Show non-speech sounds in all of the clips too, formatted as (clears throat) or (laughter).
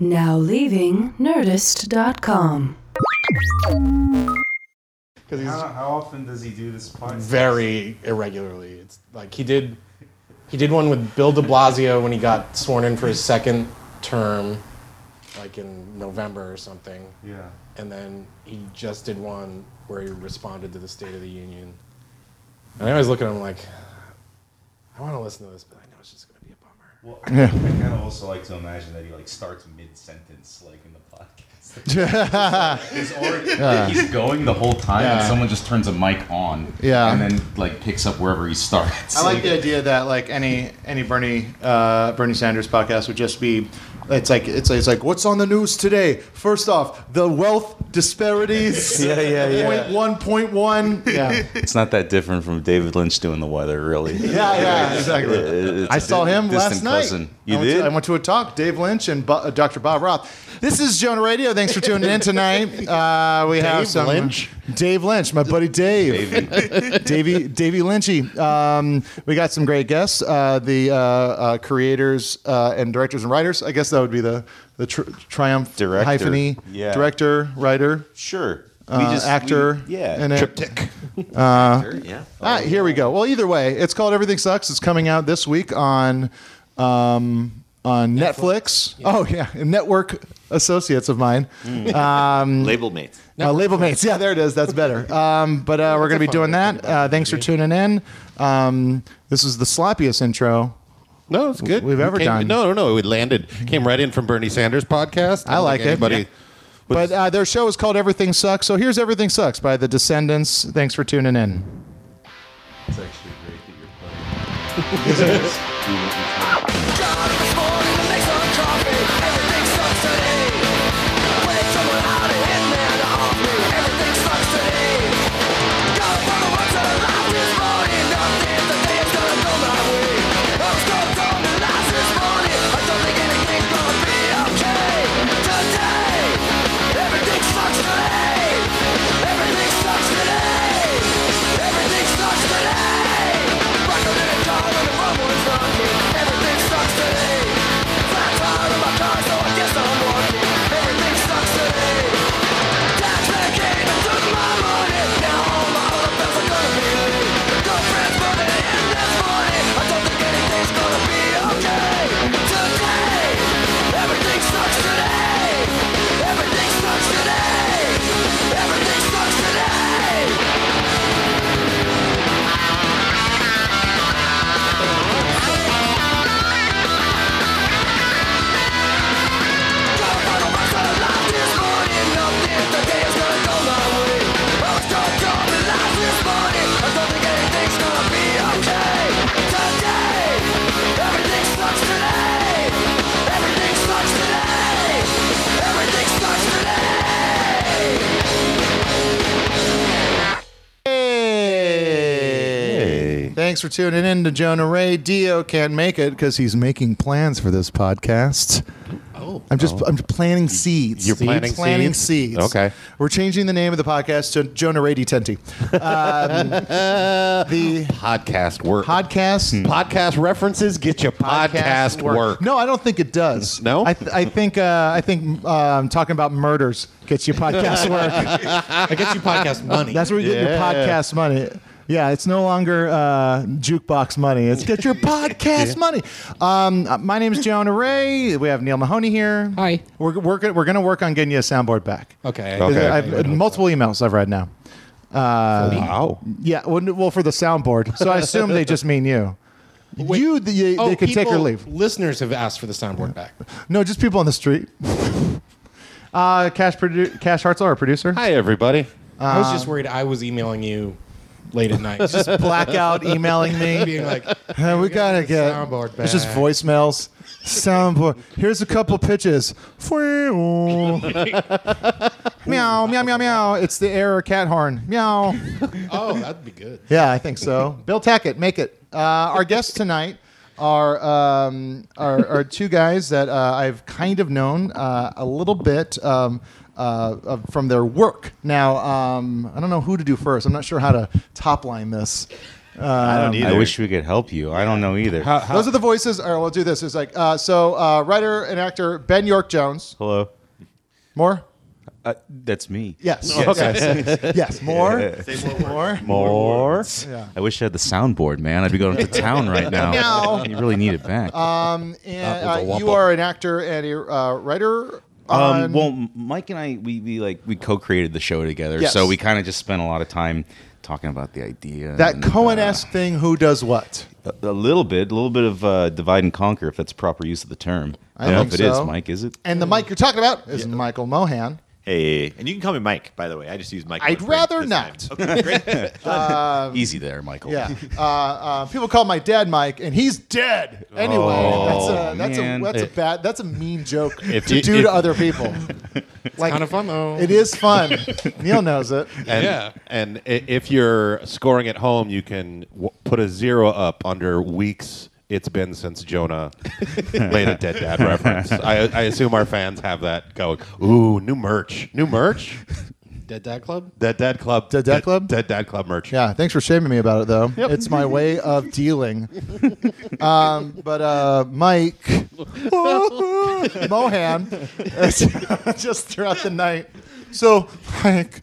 Now leaving Nerdist.com. Because he's How, how often does he do this podcast? very irregularly. It's like he did, he did one with Bill De Blasio when he got sworn in for his second term, like in November or something. Yeah. And then he just did one where he responded to the State of the Union. And I always look at him like, I want to listen to this, but I know it's just going to be a bummer. (laughs) Well, I, I kind of also like to imagine that he like starts mid sentence, like in the (laughs) podcast. He's, already- he's going the whole time, and Yeah. someone just turns a mic on. Yeah. And then like picks up wherever he starts. I like the idea that like any any Bernie uh, Bernie Sanders podcast would just be it's like it's, it's like what's on the news today. First off, the wealth (laughs) disparities. Yeah, yeah, yeah. Point one, (laughs) point one. Yeah, It's not that different from David Lynch doing the weather, really. (laughs) yeah, yeah. It- Exactly. it's I a saw di- him last distant night. cousin. I You went to- did? I went to a talk. Dave Lynch and Bo- uh, Dr. Bob Roth. This is Jonah Radio. Thanks for tuning in tonight. Uh, we have Dave some Lynch? Dave Lynch, my buddy Dave. (laughs) Davey, Davey Lynchy. Um, we got some great guests. Uh, the uh, uh, creators uh, and directors and writers. I guess that would be the the tr- triumph Director. hypheny Yeah. director writer. sure. Uh, actor we- yeah. in it. Triptych. yeah. Ah, here we go. Well, either way, it's called Everything Sucks. It's coming out this week on um, on Netflix. Oh yeah, and network associates of mine, Label mates. uh, label mates. (laughs) Yeah, there it is. That's better. Um, but uh, we're going to be doing that. Uh, thanks for tuning in. Um, this is the sloppiest intro. No, it's good. We've It ever came- done. No, no, no. It landed. Mm-hmm. Came right in from Bernie Sanders podcast. I like it. Anybody. Yeah. But uh, their show is called Everything Sucks. So here's Everything Sucks by The Descendants. Thanks for tuning in. It's actually great that you're playing. (laughs) Hey. Thanks for tuning in to Jonah Ray. Dio can't make it because he's making plans for this podcast. Oh, I'm just I'm planting seeds. You're planting planting seeds? seeds. Okay. we're changing the name of the podcast to Jonah Ray (laughs) Detenti. Um, the Podcast work. podcast podcast references get your podcast, work. No, I don't think it does. No? I, th- I think uh, I think um, talking about murders gets (laughs) you podcast work. I get you podcast money. That's where you get your Yeah. podcast money. Yeah, it's no longer uh, jukebox money. It's (laughs) get your podcast money. Um, uh, my name is Jonah Ray. We have Neil Mahoney here. Hi. We're we're, go- we're going to work on getting you a soundboard back. okay. Okay. I've, uh, multiple emails I've read now. wow. Yeah, well, n- well, for the soundboard. So I assume they just mean you. you, the, you Oh, they could take or people- leave. Listeners have asked for the soundboard back. No, just people on the street. (laughs) uh, Cash, produ- Cash Hartzell, our producer. Hi, everybody. I was just worried I was emailing you late at night, just (laughs) Blackout emailing me. (laughs) being like, Uh, we gotta the get. soundboard It's just back. (laughs) voicemails. soundboard. Here's a couple pitches. (laughs) meow, meow, meow, meow. It's the air or cat horn. Meow. Oh, that'd be good. Yeah, I think (laughs) so. Bill Tackett, make it. Uh, our guests tonight are, um, are are two guys that uh, I've kind of known uh, a little bit um, uh, of, from their work. Now, um, I don't know who to do first. I'm not sure how to top line this. I don't either. I wish we could help you. I don't know either. Those are the voices. Or we'll do this. It's like uh, so. Uh, writer and actor Ben York Jones. Hello. More. Uh, that's me. Yes. (laughs) Yes. yes. More. More. More. I wish I had the soundboard, man. I'd be going to (laughs) town right now. No. You really need it back. And, uh, you are an actor and a uh, writer. Um, on- well, M- Mike and I, we, we like we co-created the show together, Yes. so we kind of just spent a lot of time talking about the idea. that and, Cohen-esque thing. Who does what? uh, a, a little bit, a little bit of uh, divide and conquer, if that's proper use of the term. I don't know think if it is, so. Mike. Is it? And the mic you're talking about is Michael Mohan. Hey, and you can call me Mike, by the way. I just use Mike. I'd Lindgren rather this not. time. Okay, great. Easy there, Michael. Yeah. Uh, uh, people call my dad Mike, and he's dead. Anyway, that's a that's man. a that's a bad that's a mean joke If to you- do if- to other people. Like Kind of fun though. it is fun. Neil knows it. And, Yeah. And i- if you're scoring at home, you can w- put a zero up under weeks it's been since (laughs) Jonah made a Dead Dad reference. I, I assume our fans have that going, ooh, new merch. (laughs) New merch? Dead Dad Club. Dead Dad Club. Dead Dad Club? Dead Dad Club merch. Yeah, thanks for shaming me about it, though. It's my way of dealing. um, but uh, Mike Mohan, (laughs) just throughout the night. So, Mike,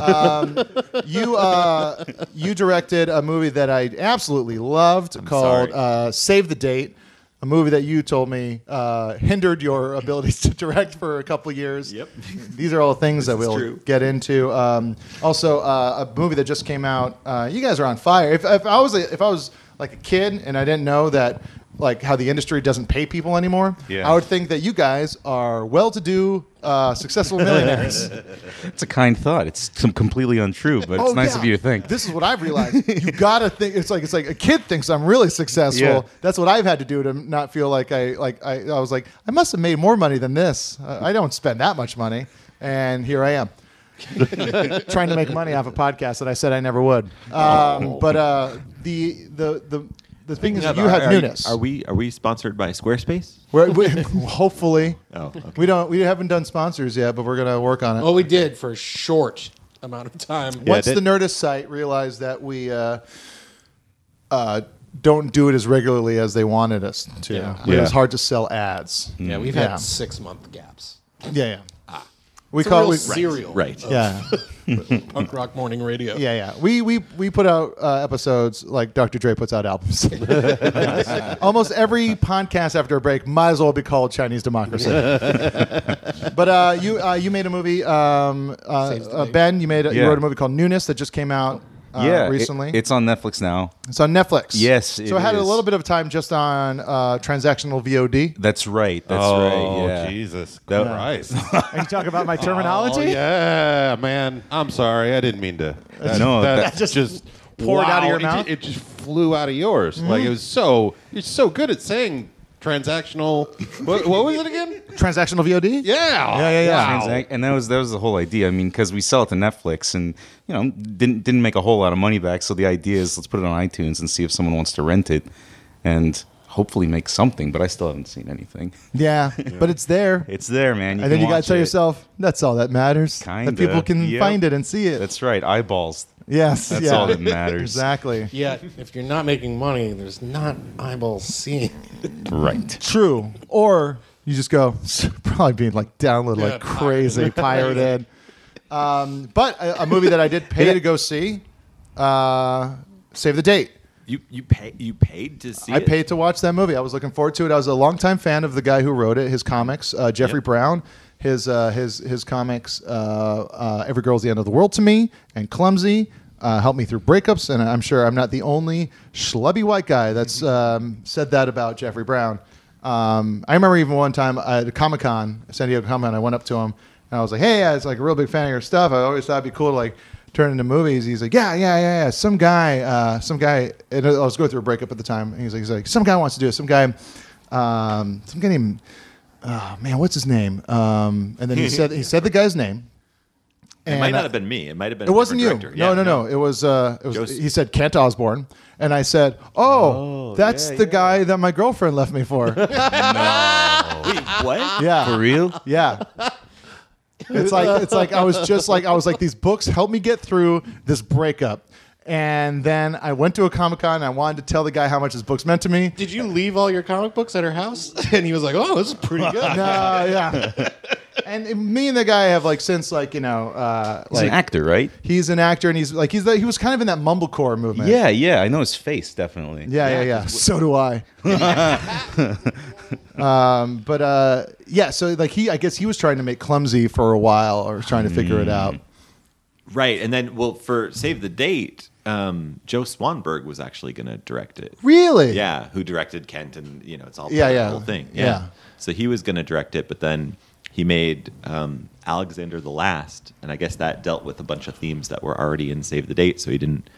um, you uh, you directed a movie that I absolutely loved called sorry. uh, Save the Date. A movie that you told me uh, hindered your abilities to direct for a couple years. Yep. These are all things that is we'll true. get into. Um, also, uh, a movie that just came out. Uh, you guys are on fire. If, if I was a, if I was like a kid and I didn't know that like how the industry doesn't pay people anymore, Yeah. I would think that you guys are well-to-do, uh, successful millionaires. It's a kind thought. It's some completely untrue, but it's Oh, nice yeah. of you to think. This is what I've realized. You (laughs) gotta think. It's like it's like a kid thinks I'm really successful. Yeah. That's what I've had to do to not feel like I like I, I was like I must have made more money than this. I, I don't spend that much money, and here (laughs) I am. trying to make money off a podcast that I said I never would. Oh. Um, but uh, the the the the thing is, Speaking that (laughs) of, you have are, newness. Are, we are we sponsored by Squarespace? We're- we (laughs) hopefully, Oh, okay. we don't we haven't done sponsors yet, but we're gonna work on it. Oh, we did for a short amount of time. Once that- the Nerdist site realized that we uh, uh, don't do it as regularly as they wanted us to, Yeah. it Yeah. was hard to sell ads. Yeah, we've Yeah. had six month gaps. Yeah, yeah. We It's a call real we, serial. Right. of yeah, Punk rock morning radio. yeah, yeah. We we we put out uh, episodes like Dr. Dre puts out (laughs) albums. Almost every podcast after a break might as well be called (laughs) Chinese Democracy. but uh, you uh, you made a movie, um, uh, Saves the uh, day. Ben. You made a, you Yeah. wrote a movie called Newness that just came out. Uh, yeah, it- recently it's on Netflix now. It's on Netflix. Yes, So it I had a is. little bit of time just on uh, transactional VOD. That's right. That's Oh, right. Yeah. Jesus That- Christ. (laughs) Are you talking about my Oh, terminology? yeah, man. I'm sorry. I didn't mean to. That, No, that, that- just, poured out of your it ju- mouth? Mm-hmm. It just, flew out of yours. Like it was so. You're so good at saying transactional. what, what was (laughs) it again? Transactional VOD? Yeah, Yeah. yeah, yeah. Wow. Transac- and that was that was the whole idea. I mean, because we sell it to Netflix, and you know, didn't didn't make a whole lot of money back. So the idea is let's put it on iTunes and see if someone wants to rent it, and hopefully make something. But I still haven't seen (laughs) anything. Yeah, but it's there. It's there, man. You and then can you got watch to tell it. yourself, that's all that matters. Kinda, That people can yep. find it and see it. That's right. Eyeballs. yes. That's yeah. all that matters. exactly. Yet, if you're not making money, there's not eyeballs seeing. Right. True. Or you just go, (laughs) probably being like downloaded Yeah, like crazy, (laughs) pirated. um, but a, a movie that (laughs) I did pay to go see, uh, Save the Date. You you pay you paid to see. I it? paid to watch that movie. I was looking forward to it. I was a longtime fan of the guy who wrote it, his comics, uh, Jeffrey Brown. His uh, his his comics, uh, uh, Every Girl's the End of the World to Me, and Clumsy. Uh, helped me through breakups, and I'm sure I'm not the only schlubby white guy that's um, said that about Jeffrey Brown. Um, I remember even one time at Comic Con, San Diego Comic Con, I went up to him and I was like, "Hey, I was like a real big fan of your stuff. I always thought it'd be cool to like turn into movies." He's like, "Yeah, yeah, yeah, yeah." Some guy, uh, some guy, and I was going through a breakup at the time, and he's like, "He's like, some guy wants to do it. Some guy Um, some guy named, oh, man, what's his name? Um, and then he said he said the guy's name. It might And, not uh, have been me. It might have been. It a wasn't you. different no, director. no, Yeah, no, It was. Uh, it was. Joseph- He said Kent Osborne, and I said, "Oh, that's the guy that my girlfriend left me (laughs) for." (laughs) Wait, what? yeah, For real? yeah. It's like it's like I was just like I was like these books help me get through this breakup. And then I went to a Comic Con and I wanted to tell the guy how much his books meant to (laughs) me. Did you leave all your comic books at her house? (laughs) And he was like, "Oh, this is pretty (laughs) good." No, yeah. And it- me and the guy have like since like, you know, uh He's like an actor, right? he's an actor and he's like he's the, he was kind of in that mumblecore movement. Yeah, yeah. I know his face definitely. Yeah, yeah, yeah. So do I. (laughs) um, but uh, yeah, so like he, I guess he was trying to make clumsy for a while, or trying to figure it out. Right, and then well, for save the date, um, Joe Swanberg was actually going to direct it. Really? Yeah, who directed Kent and you know it's all Yeah, yeah, yeah. the whole thing. Yeah. Yeah. So he was going to direct it, but then he made um, Alexander the Last, and I guess that dealt with a bunch of themes that were already in Save the Date, so he didn't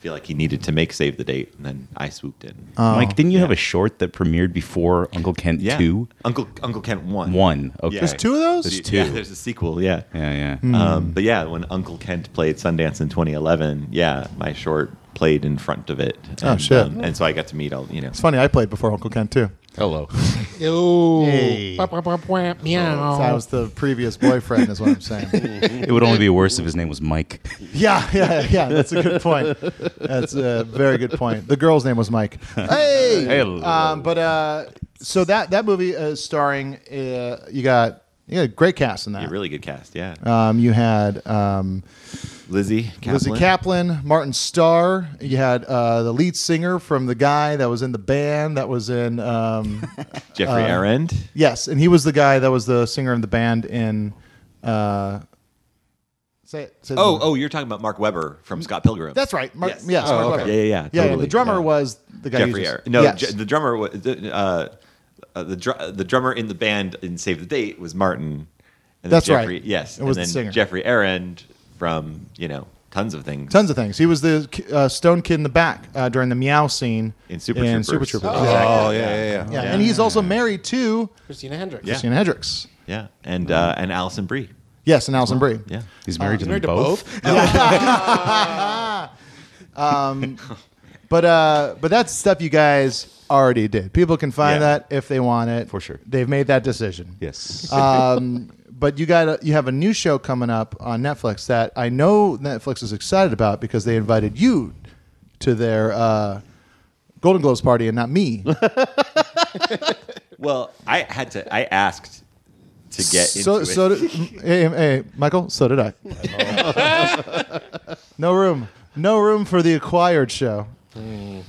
feel like he needed to make Save the Date, and then I swooped in. Mike, didn't you have a short that premiered before Uncle Kent yeah. Two? Uncle Uncle Kent one. One. Okay. There's Two of those? Hmm. There's two. Hmm. Yeah, there's a sequel. Yeah. Yeah, yeah. Um, but yeah, when Uncle Kent played Sundance in 2011, yeah, my short played in front of it. Oh, and, um, shit. and so I got to meet all you know. It's funny. I played before Uncle Kent too. (laughs) Hello. Oh, Hey. Bwah, bwah, bwah, bwah, meow. So I was the previous boyfriend, is what I'm saying. it would only be worse if his name was Mike. (laughs) yeah, yeah, yeah. That's a good point. That's a very good point. The girl's name was Mike. (laughs) Hey. Hello. Um, but uh, so that that movie is starring. Uh, you got you got a great cast in that. Yeah, really good cast. Yeah, Um, you had. Um, Lizzie Kaplan. Lizzie Kaplan, Martin Starr. You had uh, the lead singer from the guy that was in the band that was in. (laughs) Um, Jeffrey Arend. yes, and he was the guy that was the singer in the band in. Uh, say it. Say the Oh, name. oh, you're talking about Mark Weber from Scott Pilgrim. Mm-hmm. that's right. Mark, Yes. yes, Oh, Mark okay. Wahlberg. Yeah, yeah, yeah, totally. The drummer Yeah. was the guy. you Jeffrey just- Arend. No, yes. Je- the drummer was the uh, uh, the, dr- the drummer in the band in Save the Date was Martin. And then That's right. Jeffrey, Yes, It was the and then singer. Jeffrey Arend from you know tons of things. Tons of things. He was the uh, stone kid in the back uh, during the meow scene In Super Troopers. Super Troopers. Oh. Oh yeah, yeah, yeah. Yeah. and he's also married to Christina Hendricks. Yeah. Christina Hendricks. Yeah, and Mm-hmm. uh, and Allison Brie. Yes, and Alison Brie. Yeah. He's Uh, married to them Married to both. both. But uh, but that's stuff you guys already did. People can find Yeah. that if they want it. For sure. they've made that decision. Yes. Uh, But you got a, you have a new show coming up on Netflix that I know Netflix is excited about because they invited you to their uh, Golden Globes party and not (laughs) me. Well, I had to. I asked to get into so it. so did, hey, hey, Michael, so did I. no room, no room for the acquired show. (laughs)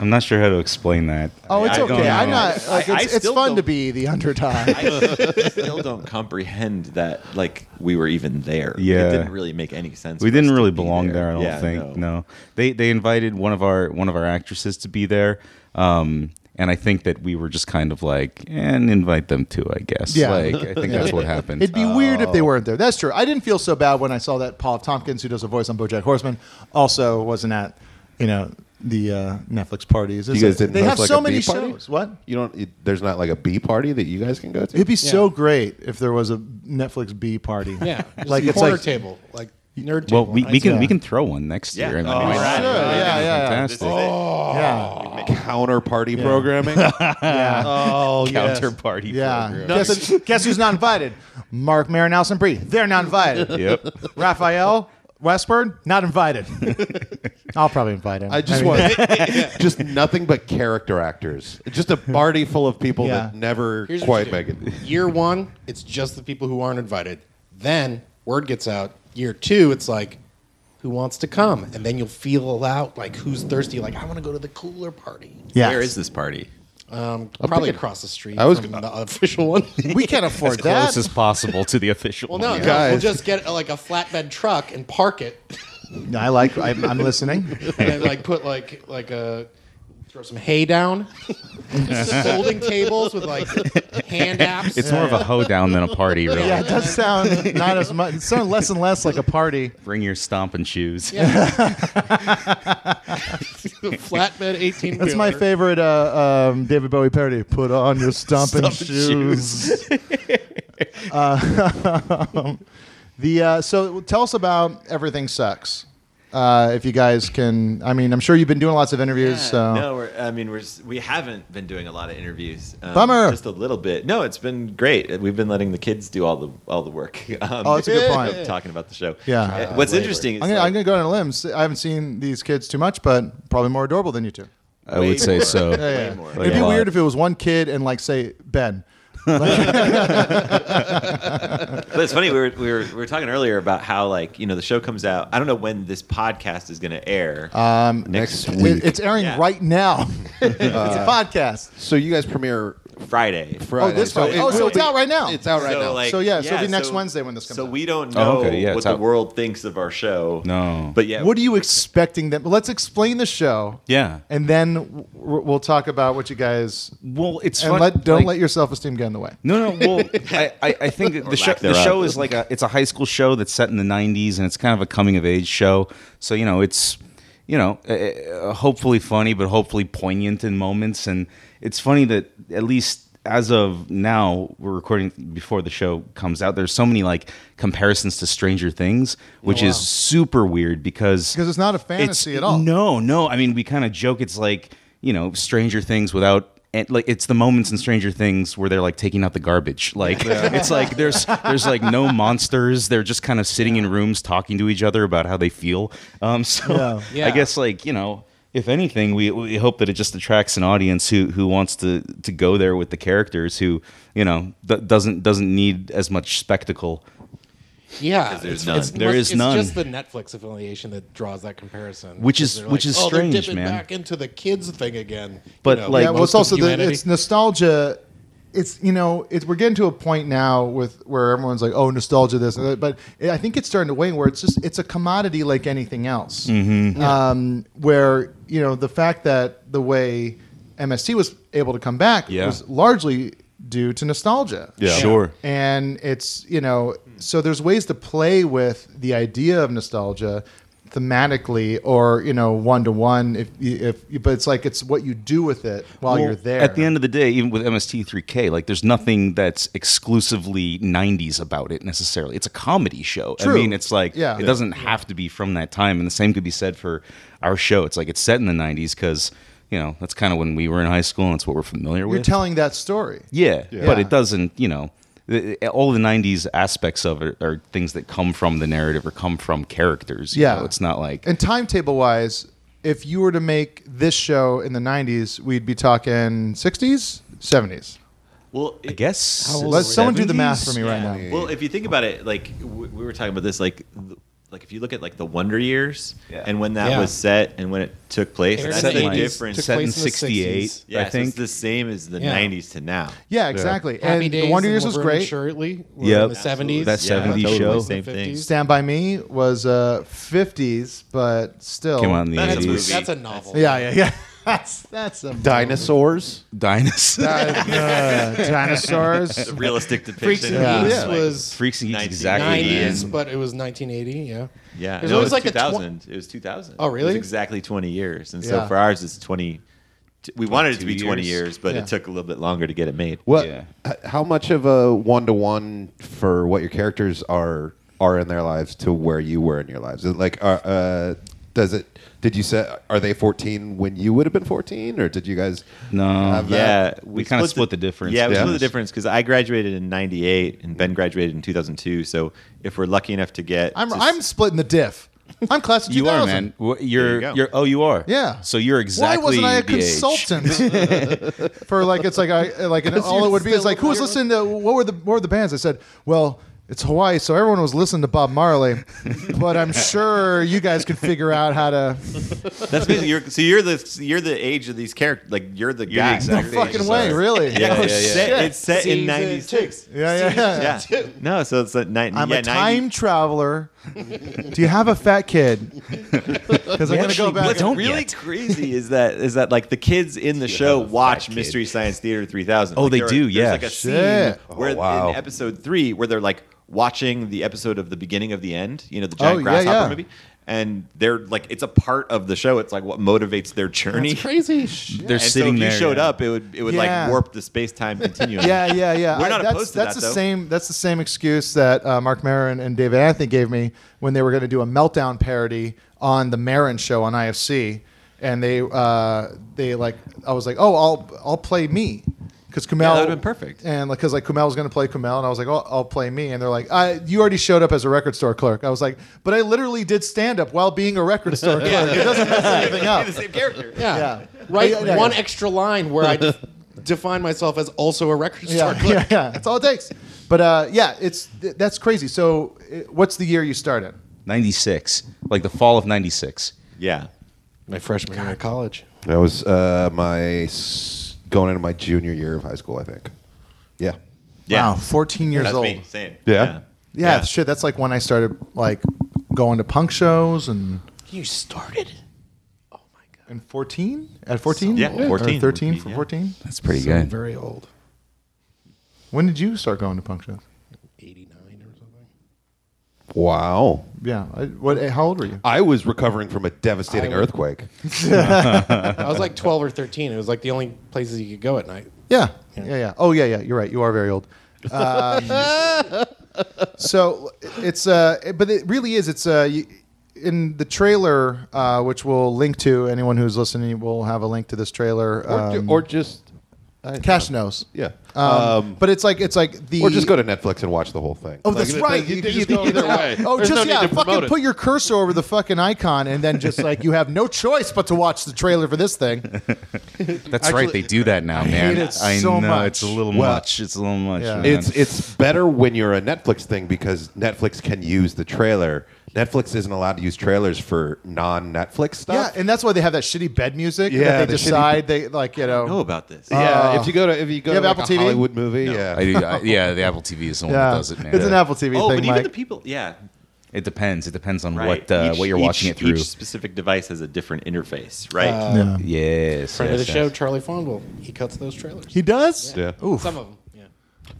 I'm not sure how to explain that. Oh, it's I don't okay. I'm know. not. Like, I- I it's it's still fun to don't- be the underdog. (laughs) I still don't comprehend that like we were even there. Yeah. it didn't really make any sense. We for us didn't to really be belong there. I don't Yeah, think. No. they they invited one of our one of our actresses to be there, um, and I think that we were just kind of like, and invite them too. I guess. Yeah. Like I think that's (laughs) what happened. Uh, It'd be weird Oh. if they weren't there. That's true. I didn't feel so bad when I saw that Paul Tompkins, who does a voice on BoJack Horseman, also wasn't at, you know, the uh, Netflix parties. It's You guys a- didn't they host, have like, so a many bee party? shows. What? You don't. It, there's not like a bee party that you guys can go to. It'd be so great if there was a Netflix B party. Yeah, (laughs) just like a it's corner like table, like nerd (laughs) table. Well, we, we nights. can Yeah. we can throw one next Yeah. year. and Oh, that'd be all right. Sure, yeah, yeah. fantastic. (laughs) yeah, counter party (laughs) programming. oh yes. Counter party Yeah. program. Guess, guess who's not invited? Mark Maron, Alison Brie. They're not (laughs) invited. Yep. Raphael Westward, not invited. (laughs) I'll probably invite him. I just mean, want (laughs) just nothing but character actors. Just a party full of people that Yeah. never Here's what quite you make do. it. (laughs) Year one, it's just the people who aren't invited. Then word gets out. Year two, it's like, who wants to come? And then you'll feel out like who's thirsty. Like I want to go to the cooler party. Yes. Where is this party? Um, probably across the street I was from gonna- the official (laughs) one. We can't afford that. Close as possible to the official. (laughs) well, no, one. no, we'll Guys. just get uh, like a flatbed truck and (laughs) park it, (laughs) I like. I, I'm listening. and then like put like like a Throw some hay (laughs) down. Just folding tables with like hand apps. It's (laughs) more of a hoedown than a party, really. Yeah, it does sound not as much. It sounds less and less like a party. Bring your stomping shoes. a flatbed 18 That's my favorite uh, um, David Bowie parody. Put on your stomping shoes. Uh, (laughs) the uh, so tell us about everything sucks. Uh, if you guys can, I mean, I'm sure you've been doing lots of interviews. Yeah, so No, we're, I mean, we're, s- we haven't been doing a lot of interviews. Um, Bummer. Just a little bit. No, it's been great. We've been letting the kids do all the all the work. (laughs) Um, Oh, that's a good point. of Talking about the show. Yeah. Uh, What's interesting is I'm gonna, like- I'm gonna go on a limb. S- I haven't seen these kids too much, but probably more adorable than you two. I would say so. (laughs) Yeah. more. It'd be Yeah. weird if it was one kid and like say Ben. but it's funny we were, we were we were talking earlier about how like you know the show comes out. I don't know when this podcast is going to air. Uh, Next It- week. it's airing Yeah. Uh, right now. (laughs) it's a podcast. so you guys premiere Friday. Friday. Oh, this Friday. it Oh, so will it's out right now. It's out right now. like, So, yeah, so it'll be next Wednesday when this comes So out. we don't know Oh, okay, yeah, what it's the out. world thinks of our show. No. but yeah, What are you expecting them? Let's explain the show. Yeah. And then w- w- we'll talk about what you guys. Well, it's And fun- let, don't like- let your self esteem get in the way. (laughs) No, no. Well, I, I, I think that the show lack the show thereof. is like a it's a high school show that's set in the '90s, and it's kind of a coming of age show. So you know, it's you know, uh, uh, hopefully funny, but hopefully poignant in moments. And it's funny that at least as of now, we're recording before the show comes out. There's so many like comparisons to Stranger Things, which is super weird because Oh, Because it's not a fantasy at all. no, no. I mean, we kind of joke. It's like you know, Stranger Things without. And like it's the moments in Stranger Things where they're like taking out the garbage. Like (laughs) it's like there's there's like no monsters. They're just kind of sitting in rooms talking to each other about how they feel. Um, so Yeah. I guess like you know, if anything, we, we hope that it just attracts an audience who who wants to to go there with the characters who you know th- doesn't doesn't need as much spectacle. Yeah, there's it's- none. It's, There must- is it's none. just the Netflix affiliation that draws that comparison, Which is- they're which is oh, strange, they're dipping man." Back into the kids thing again, You But, know, like- yeah, well, most it's also of the, humanity. it's nostalgia. It's you know, it's we're getting to a point now with where everyone's like, oh, nostalgia this, and that, but I think it's starting to wane where it's just it's a commodity like anything else. Mm-hmm. Um, where you know the fact that the way MST was able to come back Yeah. was largely due to nostalgia. Yeah. Sure. And it's, you know, so there's ways to play with the idea of nostalgia thematically or, you know, one to one if if but it's like it's what you do with it while Well, you're there. At the end of the day, even with MST3K, like there's nothing that's exclusively 90s about it necessarily. It's a comedy show. True. I mean, it's like Yeah. it doesn't have to be from that time, and the same could be said for our show. It's like it's set in the 90s because you know that's kind of when we were in high school, and it's what we're familiar you're with. telling that story. yeah, but Yeah. it doesn't. You know, th- all the 90s aspects of it are things that come from the narrative or come from characters. you Yeah. know? it's not like And timetable wise, if you were to make this show in the 90s, we'd be talking 60s, 70s. well, it- I guess Let someone do the math for me right now. Well, if you think about it, like w- we were talking about this, like th- like if you look at like the Wonder Years Yeah. and when that Yeah. was set and when it took place, Aired that's in the the 80s, difference. took Set in place in the 68, 60s. yeah, I think. so it's the same as the Yeah. '90s to now. Yeah, exactly. Happy and Days the Wonder Years was Laverne great. and Shirley, were Yep. in the seventies. That Yeah, 70s totally show. Same thing. Stand by Me was uh, 50s, but still Came out in the That's a 80s. movie. That's a novel. Yeah, yeah, yeah. (laughs) That's that's a Dinosaurs. Dinosaurs. (laughs) (laughs) dinosaurs. Realistic Freaks depiction. and Yeah. Geeks Yeah. was Freaks and Geeks, 1990s. exactly. man. nineties, but it was nineteen eighty. Yeah, Yeah, There's no, it always was like a twen- 2000. it was 2000. Oh, really? It was exactly 20 years, and Yeah. so for ours, it's 20. t- We wanted it to be 22 20 years. years, but Yeah. it took a little bit longer to get it made. What? Yeah. h- How much of a one to one for what your characters are are in their lives to where you were in your lives? Is it Like, are, uh, does it? Did you say are they fourteen when you would have been fourteen, or did you guys? No. have Yeah, that? We kinda split the difference. Yeah, we Yeah. split the difference because I graduated in '98 and Ben graduated in 2002. So if we're lucky enough to get, I'm to s- I'm splitting the diff. I'm class of 2000. You are man. Wh- You're you go. you're oh you are. Yeah. So you're Why exactly wasn't I a the age. consultant (laughs) (laughs) for like it's like I like and all it would be is like who was listening to what were the what were the bands? I said, well, It's Hawaii, so everyone was listening to (laughs) Bob Marley, but I'm sure you guys could figure out how to. That's basically you're, so you're the you're the age of these characters. Like you're the the guy. exact No fucking way, really. (laughs) Yeah, Oh, yeah, yeah. shit. It's set in '96. (laughs) yeah, yeah, yeah. Yeah. No, so it's like 90, I'm yeah, a time traveler. Do you have a fat kid? Because I'm gonna go back. What's and- really crazy is that is that like the kids in the show watch Mystery Science Theater 3000. Oh, Like, they there- do, There's yeah. like a scene Shit. where wow. in episode three where they're like watching the episode of the beginning of the end. You know, the giant Oh, yeah, grasshopper yeah. movie. And they're like, it's a part of the show. It's like what motivates their journey. Crazy. They're (laughs) and sitting so if there. you showed yeah. up, it would it would Yeah. like warp the space time (laughs) continuum. Yeah, yeah, yeah. We're I- not that's, opposed to that's that, the though. same. That's the same excuse that uh, Mark Maron and David Anthony gave me when they were going to do a meltdown parody on the Maron show on IFC, and they uh, they like I was like, oh, I'll I'll play me. Because Kumail Yeah, that would've been perfect. and because like Kumail was going to play Kumail, and I was like, "Oh, I'll play me," and they're like, "I, you already showed up as a record store clerk." I was like, "But I literally did stand up while being a record (laughs) store clerk. It doesn't mess anything up." character. Yeah. Yeah. Right. Yeah, yeah, one yeah. extra line where I de- define myself as also a record store yeah, clerk. yeah, yeah. That's all it takes. But uh, yeah, it's th- that's crazy. So, it, what's the year you started? 96, like the fall of 96. Yeah. My freshman year of college. That was uh, my s- going into my junior year of high school, I think. Yeah. (laughs) Yeah. Wow, 14 years That's old. me. Same. Yeah. Yeah, Yeah. shit. That's like when I started like going to punk shows and You started. and 14 at 14. Yeah, 14 Or 13 would be, for yeah. 14. That's pretty So good. very old. When did you start going to punk shows? Eighty nine or something. Wow. Yeah. I, what? How old were you? I was recovering from a devastating I- earthquake. I was like twelve or thirteen. It was like the only places you could go at night. Yeah. Yeah. Yeah. Oh yeah. Yeah. You're right. You are very (laughs) old. Um, so it's uh, but it really is. It's uh, you, in the trailer, uh, which we'll link to. Anyone who's listening will have a link to this trailer. Or, ju- Um, (laughs) or just. I- Cash knows. Yeah. Um, but it's like it's like the or just go to Netflix and watch the whole thing. Oh, that's Like, right. You, you just go either (laughs) way. Oh, There's just no yeah. need to promote Fucking it. put your cursor over the fucking icon, and then just like you have no choice but to watch the trailer for this (laughs) thing. That's Actually- right. They do that now, (laughs) man. hate it so know much. it's a little Well, much. It's a little much. yeah. man. It's it's better when you're a Netflix thing because Netflix can use the trailer. Netflix isn't allowed to use trailers for non-Netflix Yeah, stuff. and that's why they have that shitty bed music. Yeah, that they the shitty- decide they like you know. Know about this? yeah. if you go to if you go Uh, You have to like Apple TV? a Hollywood movie, yeah, I do, I, yeah, the Apple TV is the one yeah, that does it, man. it's an Apple TV oh, thing, but Mike. even the people. Yeah. It depends. It depends on Right. what uh, Each- what you're watching each- it through. Each uh, specific device has a different interface, right? yeah. yes. Friend of yes, the yes. show, Charlie Fondwell. He cuts those trailers. He does. Yeah. Oof. Some of them. Yeah.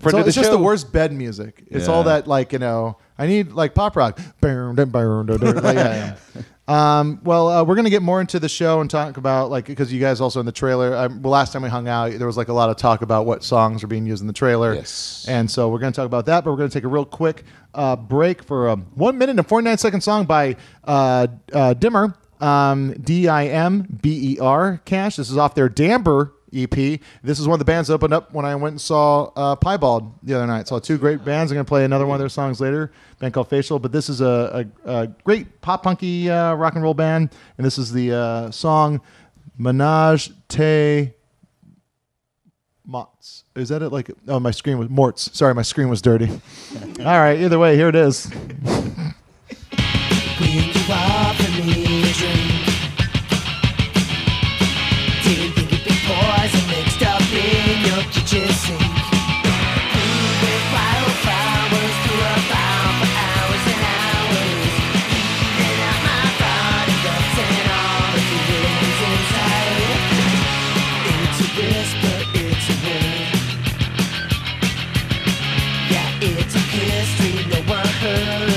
Friend so of the it's just show. the worst bed music. It's all Yeah. that like you know. I need like pop rock. Bam, dum, bam, dum, dum. Like, yeah, yeah. Um, well, uh, we're gonna get more into the show and talk about like because you guys also in the trailer. Um, well, last time we hung out, there was like a lot of talk about what songs are being used in the trailer. Yes. And so we're gonna talk about that, but we're gonna take a real quick uh, break for a one minute and forty nine second song by uh, uh, Dimmer. Um, D I M B E R Cash. This is off their Damber EP. This is one of the bands that opened up when I went and saw uh, Piebald the other night. Saw two great bands. I'm going to play another one of their songs later, a band called Facial. But this is a, a, a great pop punky uh, rock and roll band. And this is the uh, song Menage Te Mots. Is that it? Like, oh, my screen was Morts. Sorry, my screen was dirty. (laughs) All right, either way, here it is. It's a history no one heard.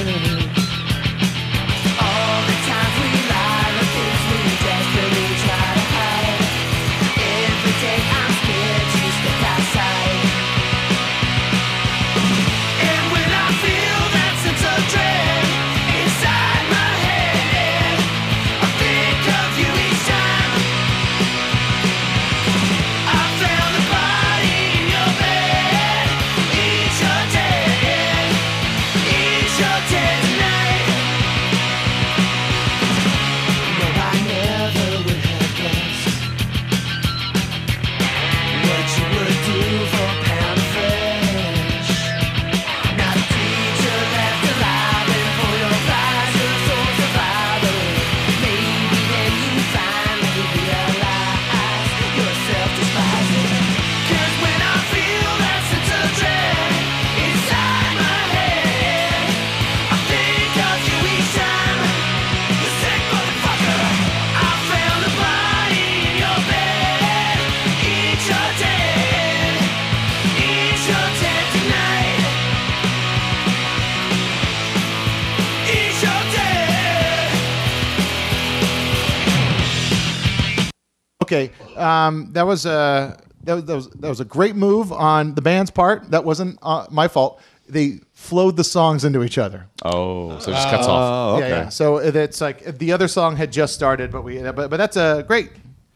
Okay, um, that was a that was, that was that was a great move on the band's part. That wasn't uh, my fault. They flowed the songs into each other. Oh, so it just cuts off. Yeah, yeah. So it's like the other song had just started, but we but but that's a great.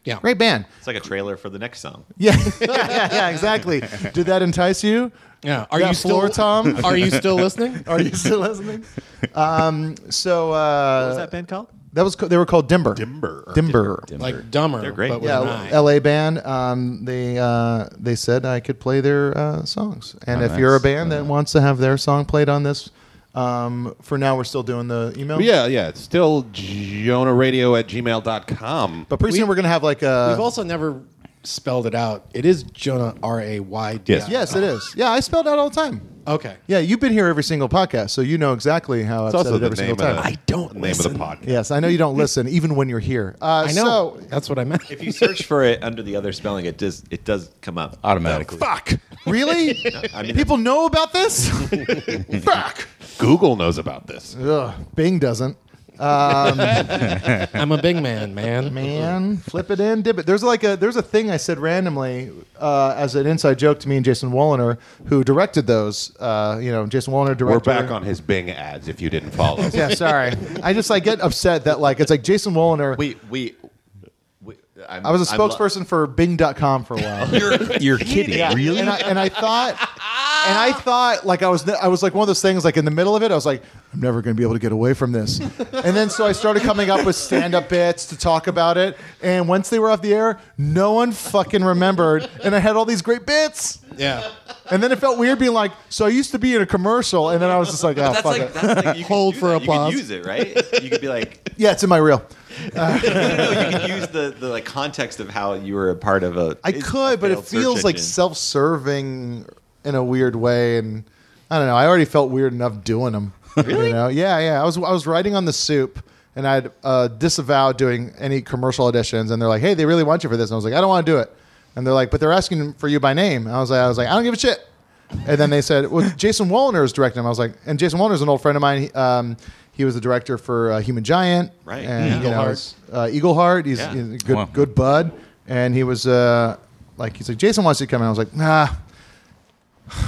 Yeah. Great band. (laughs) It's like a trailer for the next song. Yeah, yeah, yeah, exactly. Did that entice you? Yeah. Are That you floor, still (laughs) Tom? Are you still (laughs) listening? Are you still listening? Um, so uh, What was that band called? That was co- they were called Dimber. Dimber. Dimber. like dumber, They're great. but with Yeah, an eye. L.A. band. Um, they uh, they said I could play their uh, songs, and Oh, if you're a nice. band that wants to have their song played on this, um, for now we're still doing the email. But yeah, yeah. It's still jonahradio at gmail.com. but pretty soon We- we're gonna have like a. We've also never spelled it out. It is Jonah R A Y D. I. Yes. yes, it is. Yeah, I spelled out all the time. Okay. Yeah, you've been here every single podcast, so you know exactly how It's I've said also it the every name single of the, time. I don't name of the listen. podcast. yes, I know you don't listen even when you're here. Uh, I know. so- That's what I meant. If you search for it under the other spelling, it does it does come up Automatically. fuck. Really? I mean- People know about this? fuck. Google knows about this. Ugh, Bing doesn't. I'm a big man, man. Man, flip it in, dip it. There's like a there's a thing I said randomly uh, as an inside joke to me and Jason Walliner, who directed those. Uh, you know, Jason Walliner directed. We're back on his Bing ads if you didn't follow. (laughs) Yeah, sorry. I just I get upset that like it's like Jason Walliner. We we. we I'm, I was a I'm lo- spokesperson for Bing.com for a (laughs) while. (laughs) You're kidding. Really? and I, and I thought, and I thought, like I was, ne- I was like one of those things. Like in the middle of it, I was like, I'm never going to be able to get away from (laughs) this. And then so I started coming up with stand-up bits to talk about it. And once they were off the air, no one fucking remembered. And I had all these great bits. Yeah. And then it felt weird being like, so I used to be in a commercial, and then I was just like, oh That's fuck like, it. (laughs) that's like you Hold could do for that. applause. You could use it, right? You could be like, (laughs) yeah, it's in my reel. no, you could use the, the like context of how you were a part of a. I it's a could, but it failed search feels like engine. self-serving in a weird way, and I don't know. I already felt weird enough doing them. Really? You know? Yeah, yeah. I was I was writing on the soup, and I'd uh, disavowed doing any commercial auditions, and they're like, "Hey, they really want you for this," and I was like, "I don't want to do it," and they're like, "But they're asking for you by name," and I was like, "I was like, I don't give a shit." And then they said, "Well, Jason Wallner is directing him." I was like, "And Jason Wallner is an old friend of mine. He, um, he was the director for uh, Human Giant, Right. And Yeah. you know, it's, uh, Eagle Heart. He's, Yeah. he's a good, Wow. good bud. And he was uh, like, he's like, Jason wants you to come. And I was like, nah,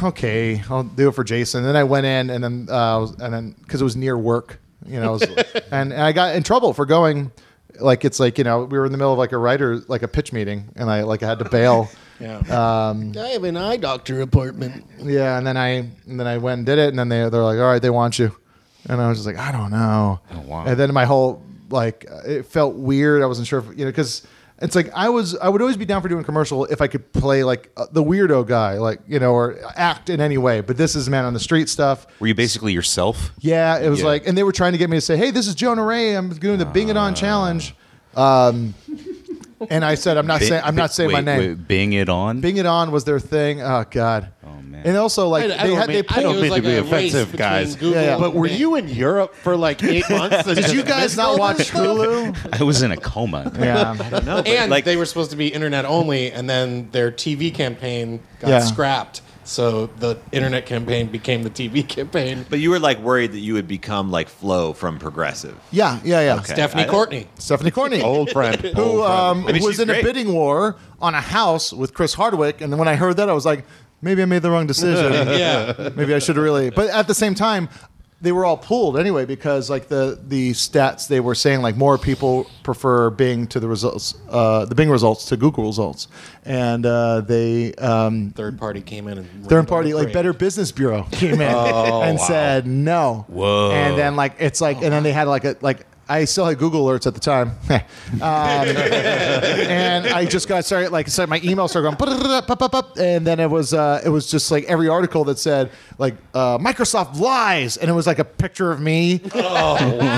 okay, I'll do it for Jason. And then I went in, and then uh, I was- and then because it was near work, you know, I was, and, and I got in trouble for going. Like it's like you know we were in the middle of like a writer like a pitch meeting, and I like I had to bail. Um, I have an eye doctor appointment. Yeah, and then I and then I went and did it, and then they they're like, all right, they want you, and I was just like, I don't know. Oh, wow. And then my whole like uh, it felt weird. I wasn't sure, if, you know, because it's like I was I would always be down for doing commercial if I could play like uh, the weirdo guy, like you know, or act in any way. But this is man on the street stuff. Were you basically yourself? Yeah, it was Yeah. like, and they were trying to get me to say, "Hey, this is Jonah Ray. I'm doing the Bing It Ah. On challenge." Um, and I said, "I'm not saying I'm not saying my Wait, name." wait, Bing it on. Bing It On was their thing. Oh God. Oh, man. And also like I, I they don't had mean, they I pulled don't mean to be offensive, guys. Yeah, yeah. But were you in Europe for like eight (laughs) months? Did you guys (laughs) not watch (laughs) Hulu? I was in a coma. Yeah. No, but And like they were supposed to be internet only, and then their TV campaign got Yeah. scrapped. So the internet campaign became the TV campaign. But you were like worried that you would become like Flo from Progressive. (laughs) Yeah, yeah, yeah. Okay. Stephanie I- Courtney. Stephanie Corney. Old friend. Who um, I mean, was she's in a great. bidding war on a house with Chris Hardwick, and then when I heard that, I was like, maybe I made the wrong decision. Yeah. maybe I should really. But at the same time, they were all pulled anyway because like the the stats they were saying like more people prefer Bing to the results, uh, the Bing results to Google results, and uh, they um, Third party came in and third party like Better Business Bureau (laughs) came in Oh, and said no. Whoa. And then like it's like and then they had like a like I still had Google alerts at the time, (laughs) um, and I just got started. Like, so my email started going, "Brrrr, pop, pop, pop," and then it was uh, it was just like every article that said like uh, Microsoft lies, and it was like a picture of me, Oh. (laughs)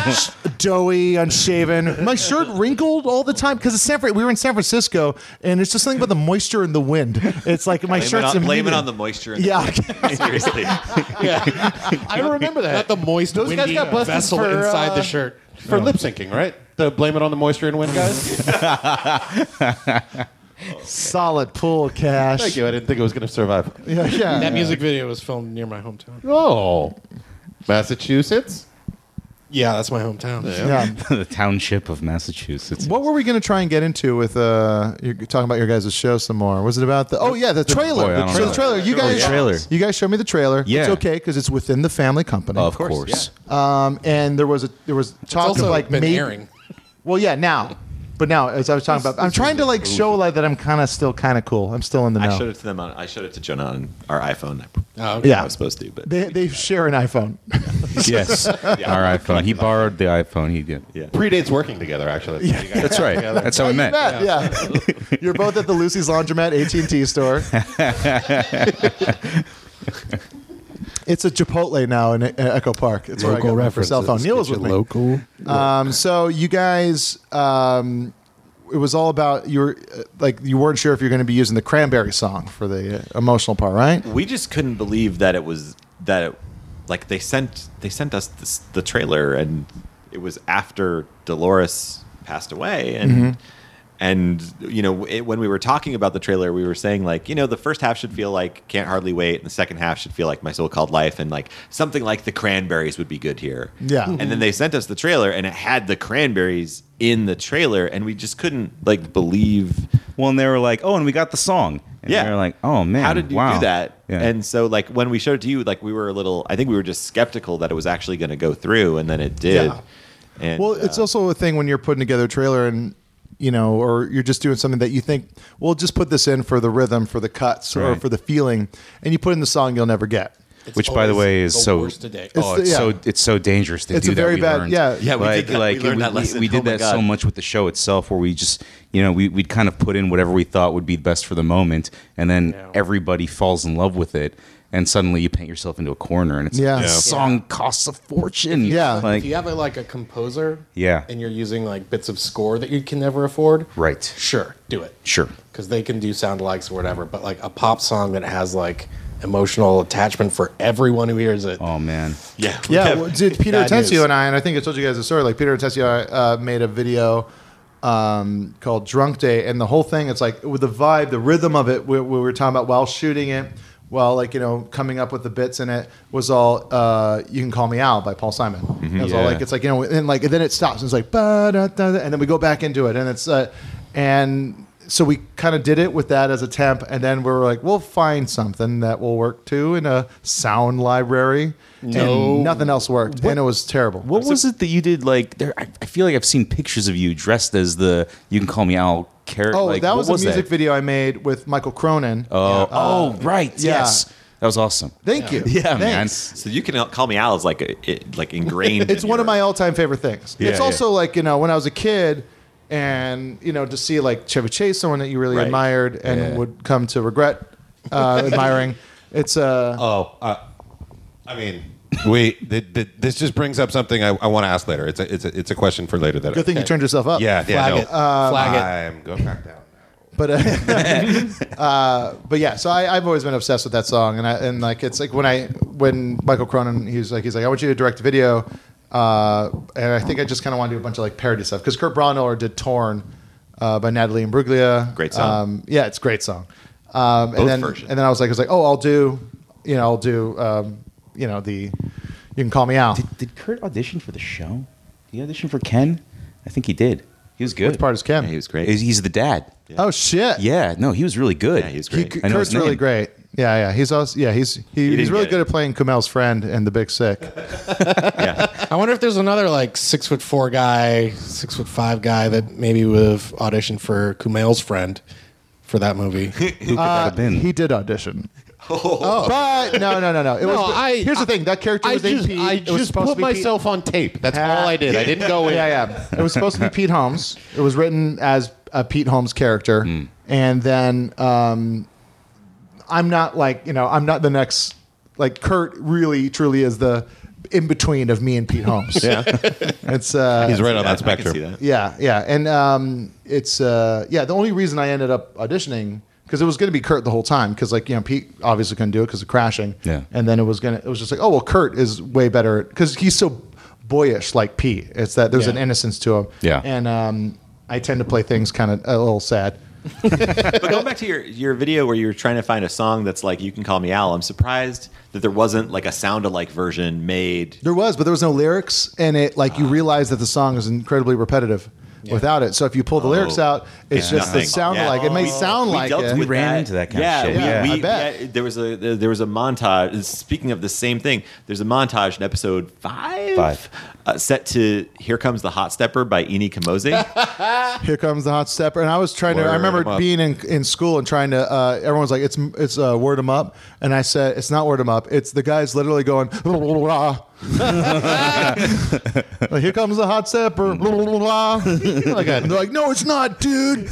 doughy, unshaven. My shirt wrinkled all the time because San Fran- we were in San Francisco, and it's just something about the moisture and the wind. It's like my Blame it, shirt's on, blame it immediate. on the moisture. (laughs) In Yeah. The Seriously. (laughs) I remember Not that. the moist Those guys windy got busted vessel for, inside uh, the shirt. for lip syncing, right? The blame it on the moisture and wind guys. Solid pull, Cash. (laughs) Thank you. I didn't think it was going to survive. Yeah, yeah. That music video was filmed near my hometown. Oh, Massachusetts. Yeah, that's my hometown. Yeah. (laughs) the township of Massachusetts. What were we going to try and get into with uh? You're talking about your guys' show some more. Was it about the? Oh yeah, the trailer. boy, I the, don't tra- know. the trailer. You Oh, the guys. trailer. You guys showed me the trailer. Yeah. It's okay because it's within the family company. Of course. course. Um, and there was a there was talk also of like been maybe- airing. Well, yeah, now. But now, as I was talking about, I'm trying to like show like that I'm kind of still kind of cool. I'm still in the I know. showed it to them on. I showed it to Jonah on our iPhone. I, Oh, Yeah. I was supposed to, but They, they share an iPhone. (laughs) yes, our iPhone. He borrowed the iPhone. He did. yeah. Predates working together, actually. Yeah. That's right. That's how we met. Matt, yeah. You're both at the Lucy's Laundromat AT&T store. it's a Chipotle now in E- Echo Park. It's where I got my first cell phone. Neil was with me. Local. Um, so you guys, um, it was all about you were uh, like you weren't sure if you're going to be using the Cranberry song for the uh, emotional part, right? we just couldn't believe that it was that it, like they sent they sent us this, the trailer and it was after Dolores passed away and and you know it, when we were talking about the trailer we were saying like you know the first half should feel like can't hardly wait and the second half should feel like my so called life and like something like the cranberries would be good here Yeah. and then they sent us the trailer and it had the cranberries in the trailer and we just couldn't like believe Well, and they were like, "Oh, and we got the song." And Yeah. They were like, "Oh man, how did you wow. do that? Yeah. And so, like, when we showed it to you, like, we were a little, I think we were just skeptical that it was actually going to go through, and then it did. Yeah. And, Well, it's uh, also a thing when you're putting together a trailer and you know, or you're just doing something that you think, well, just put this in for the rhythm, for the cuts, or Right. for the feeling, and you put in the song you'll never get. which, by the always way, is the so worst today. oh, it's It's the- yeah. so it's so dangerous to It's do a that. very we bad- learned. yeah. Yeah, we like, did that. We like, learned that lesson. We did Oh my that God. so much with the show itself, where we just you know we we'd kind of put in whatever we thought would be best for the moment, and then everybody falls in love with it, and suddenly you paint yourself into a corner, and it's Yeah. like, Yeah. this song costs a fortune. Yeah. like if you have a, like a composer, Yeah. and you're using like bits of score that you can never afford, Right. Sure, do it. Sure. because they can do sound alikes or whatever. But like a pop song that has like emotional attachment for everyone who hears it. oh man, yeah, Yeah, (laughs) well, did Peter Bad Atensio news. and I, and I think I told you guys the story. Like Peter Atensio uh, made a video um, called "Drunk Day," and the whole thing. It's like with the vibe, the rhythm of it. We, we were talking about while shooting it, while like you know coming up with the bits in it was all uh, "You Can Call Me Al" by Paul Simon. It was all Mm-hmm. Yeah. like it's like you know, and like and then it stops. And it's like ba da da, da, and then we go back into it, and it's uh, and. So we kind of did it with that as a temp, and then we were like, we'll find something that will work too in a sound library. No, and nothing else worked, and it was terrible. What was it that you did? Like, there, I, I feel like I've seen pictures of you dressed as the "You Can Call Me Al" character. Oh, like, that what was, a music video I made with Michael Cronin. Oh, oh, right. yeah. Yes, that was awesome. Thank you. Yeah, Thanks. So you can al- call me Al is like a, it, like (laughs) ingrained. It's in one your- of my all-time favorite things. Yeah, it's yeah. also like you know when I was a kid, and you know to see like Chevy Chase, someone that you really Right. admired and Yeah. would come to regret uh, admiring. It's uh, Oh, uh, I mean, we. Th- th- this just brings up something I, I want to ask later. It's a, it's a, it's a question for later. That good thing you turned yourself up. Yeah, yeah. Flag no. it. Flag it. Um, I'm going back down. but uh, uh, (laughs) (laughs) but yeah. So I, I've always been obsessed with that song, and I, and like it's like when I when Michael Cronin he's like he's like I want you to direct a video, uh, and I think I just kind of want to do a bunch of like parody stuff because Kurt Braunohler did Torn uh, by Natalie Imbruglia. Great song. Um, yeah, it's a great song. Um, and Both then versions. and then I was like I was like oh I'll do you know I'll do um, you know the you can call me out. Did, did Kurt audition for the show? Did he audition for Ken? I think he did. He was good. Which part is Ken? Yeah, he was great. He's, he's the dad. Oh shit. Yeah, no, he was really good. Yeah, he was He, great. I know his Kurt's really name. great. Yeah, yeah. He's also yeah. He's he, he's didn't really get good it. at playing Kumel's friend and the Big Sick. yeah. I wonder if there's another like six foot four guy, six foot five guy that maybe would have auditioned for Kumail's friend for that (laughs) movie. Who could that have been? He did audition. Oh. But no, no, no, no. It was, here's the thing. That character I was just, named Pete. I It was just supposed put to be Pete- myself on tape. That's all I did. I didn't go in. Yeah, yeah. It was supposed to be Pete Holmes. It was written as a Pete Holmes character, and then um, I'm not like you know I'm not the next like Kurt. Really, truly is the in between of me and Pete (laughs) Holmes. yeah, it's uh, (laughs) He's right on that I can spectrum. see that. yeah, yeah, and um, it's uh, yeah. The only reason I ended up auditioning because it was going to be Kurt the whole time because like you know Pete obviously couldn't do it because of crashing. Yeah. and then it was gonna. It was just like oh well, Kurt is way better because he's so boyish like Pete. It's that there's Yeah. an innocence to him. Yeah. and um, I tend to play things kind of a little sad. but going back to your, your video where you're trying to find a song that's like "You Can Call Me Al," I'm surprised that there wasn't like a sound-alike version made. There was, but there was no lyrics, and it like you realize that the song is incredibly repetitive without it. So if you pull the lyrics out, it's Yeah. just the Nothing. sound Yeah. Oh. like it may We- sound we like dealt it. We with ran into that kind of yeah, shit. We, Yeah, we, I bet. yeah, there was a there was a montage. Speaking of the same thing, there's a montage in episode five, Five. Uh, set to "Here Comes the Hot Stepper" by Eni (laughs) Kamoze. Here comes the hot stepper, and I was trying to. Word I 'em remember up. being in, in school and trying to. Uh, everyone's like, it's it's uh, word 'em up, and I said it's not word 'em up. It's the guys literally going. (laughs) "Blah, blah, blah, blah." like, Here comes the hot stepper. blah, blah, blah, blah." And they're like, no, it's not, dude.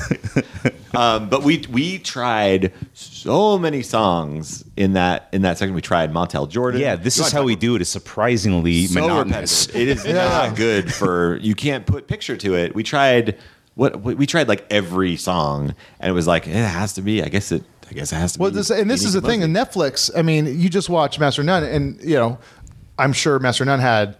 but we we tried so many songs in that in that section. We tried Montel Jordan. Yeah, this is how we do it. It's surprisingly So monotonous. repetitive. (laughs) It is not good for you can't put picture to it. We tried what we we tried like every song, and it was like "Eh, it has to be. I guess it. I guess it has to Well, be. this, and this Eddie is the thing. Kamoze. In Netflix, I mean, you just watch Master of None, and you know, I'm sure Master of None had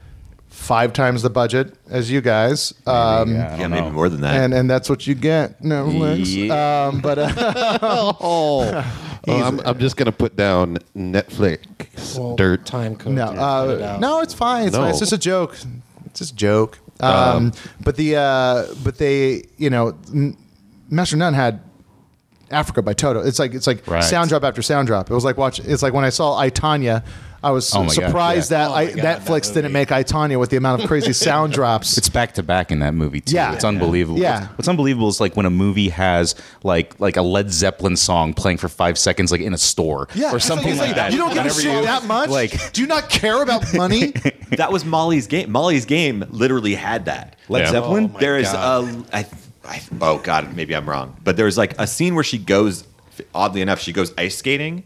five times the budget as you guys. Um, Yeah, I don't Yeah, maybe know. more than that. And, and that's what you get, Netflix. Um, but uh, (laughs) Oh, I'm, I'm just gonna put down Netflix Well, dirt. time code. no, dude. Cut it uh, out. no, it's fine. It's, fine. No. it's just a joke. It's just a joke. Um, but the uh, but they you know, n- Master of None had Africa by Toto. It's like it's like Right. sound drop after sound drop. It was like watch. It's like when I saw I Tanya, I was Oh my gosh, surprised yeah. that Oh I, my God, that Netflix didn't movie. make I Tanya with the amount (laughs) of crazy sound drops. It's back to back in that movie too. Yeah. it's unbelievable. Yeah. What's, what's unbelievable is like when a movie has like like a Led Zeppelin song playing for five seconds, like in a store, yeah, or it's something it's like, that. You don't give a Whenever shit you- that much. Like, Like, do you not care about (laughs) money? that was Molly's game. Molly's game literally had that. Oh Led Yeah. Zeppelin? there is a I, I, oh god maybe i'm wrong but there's like a scene where she goes oddly enough she goes ice skating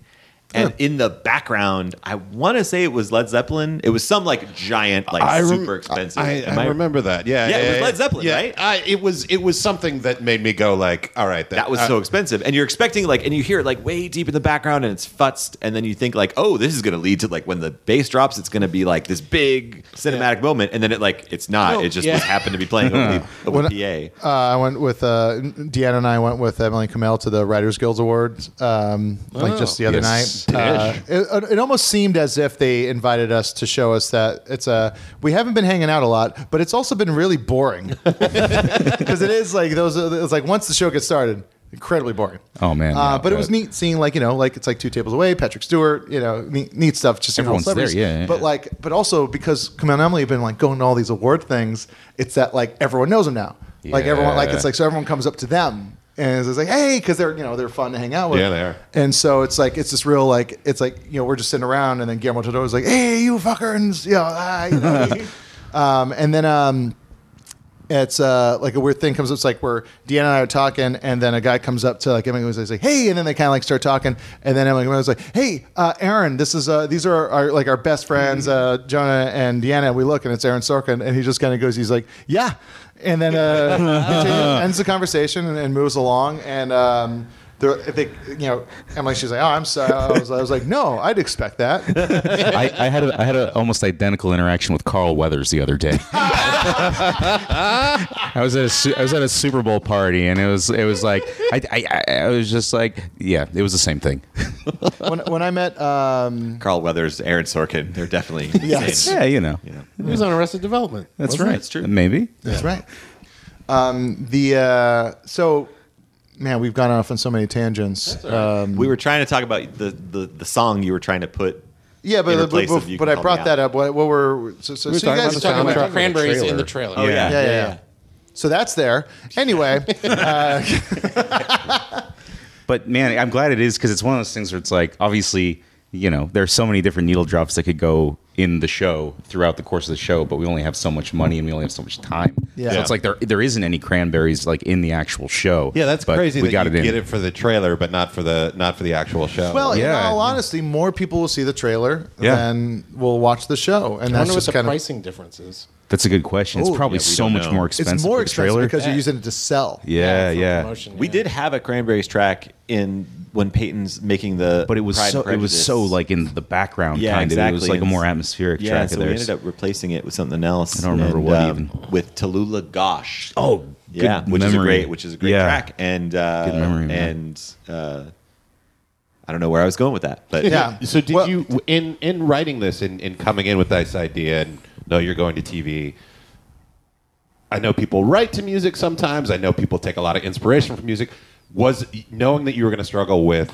and in the background i want to say it was led zeppelin it was some like giant like I rem- super expensive I, Am I remember that. Yeah, Yeah, it was Led Zeppelin, right? I, it was. It was something that made me go like, all right, that was I- so expensive and you're expecting like and you hear it like way deep in the background and it's futzed and then you think like oh this is going to lead to like when the bass drops it's going to be like this big cinematic moment and then it like it's not Oh, it just was happened to be playing over the (laughs) over When- PA. Uh, I went with uh, Deanna and I went with Emily Kamel to the Writers Guild Awards, um, like just the other yes. night. Uh, it, it almost seemed as if they invited us to show us that it's a we haven't been hanging out a lot, but it's also been really (laughs) boring because it is like those. uh, It's like once the show gets started. Incredibly boring. Oh, man, Uh, yeah, but it was but- neat seeing like you know like it's like two tables away. Patrick Stewart, you know, neat, neat stuff. Just seeing all the Everyone's there, celebrities. yeah, yeah, But yeah. like, but also because Kamel and Emily have been like going to all these award things, it's that like everyone knows them now. Like everyone, like it's like so everyone comes up to them and it's like, hey, because they're you know they're fun to hang out with. Yeah, they are. And so it's like it's this real like it's like you know we're just sitting around and then Guillermo del Toro is like, hey, you fuckers, you know, ah, you (laughs) know. um, and then um, it's uh, like a weird thing comes up. It's like where Deanna and I are talking, and then a guy comes up to like Emily was like, "Hey," and then they kind of like start talking, and then Emily was like, "Hey, uh, Aaron, this is uh, these are our, our like our best friends, uh, Jonah and Deanna." We look, and it's Aaron Sorkin, and he just kind of goes, he's like, "Yeah," and then uh, continues- ends the conversation and, and moves along, and. Um, there- I think you know Emily. She's like, "Oh, I'm sorry." I was, I was like, "No, I'd expect that." I, I had a, I had an almost identical interaction with Carl Weathers the other day. I was at a, su- I was at a Super Bowl party and it was it was like I, I, I- I was just like yeah it was the same thing. When, when I met um, Carl Weathers, Aaron Sorkin, they're (laughs) definitely Yes. (laughs) insane. yeah, you know. You know. He was on Arrested Development. That's wasn't right. he? That's true. Maybe. That's right. Um, the uh, so man, we've gone off on so many tangents. um, We were trying to talk about the, the, the song you were trying to put. yeah, in but place but, of You but Can I Call Me brought that Al. up. What, what were so, so, We were so you talking guys about, the are talking about cranberries in the trailer. Oh yeah, yeah, yeah, yeah. So that's there. Anyway, uh, But man, I'm glad it is because it's one of those things where it's like obviously you know there's so many different needle drops that could go in the show throughout the course of the show, but we only have so much money and we only have so much time. Yeah. So it's like there there isn't any cranberries like in the actual show. Yeah, that's but crazy. We that got you it in. get it for the trailer, but not for the not for the actual show. well, Yeah. in all honesty, more people will see the trailer Yeah. than will watch the show, Oh, and I wonder that's what just the kind of pricing difference (laughs) is. That's a good question. It's Oh, probably yeah, we so don't much know. more it's expensive. more for the expensive trailer. because you're using it to sell. (laughs) yeah, for yeah. promotion, We yeah. did have a Cranberries track in when Peyton's making the, But it was Pride and so it was Prejudice. so like in the background Yeah, kind of. It was exactly. like a more It's- atmospheric Yeah, track so of we theirs. ended up replacing it with something else. uh, I don't remember what even. With Tallulah Gosh. Oh, good yeah, which is a memory. great, which is a great Yeah. track, and uh, Good memory, man. and uh, I don't know where I was going with that, but Yeah. So did Well- you in in writing this and in, coming in with this idea and no, you're going to TV. I know people write to music sometimes. I know people take a lot of inspiration from music. Was knowing that you were going to struggle with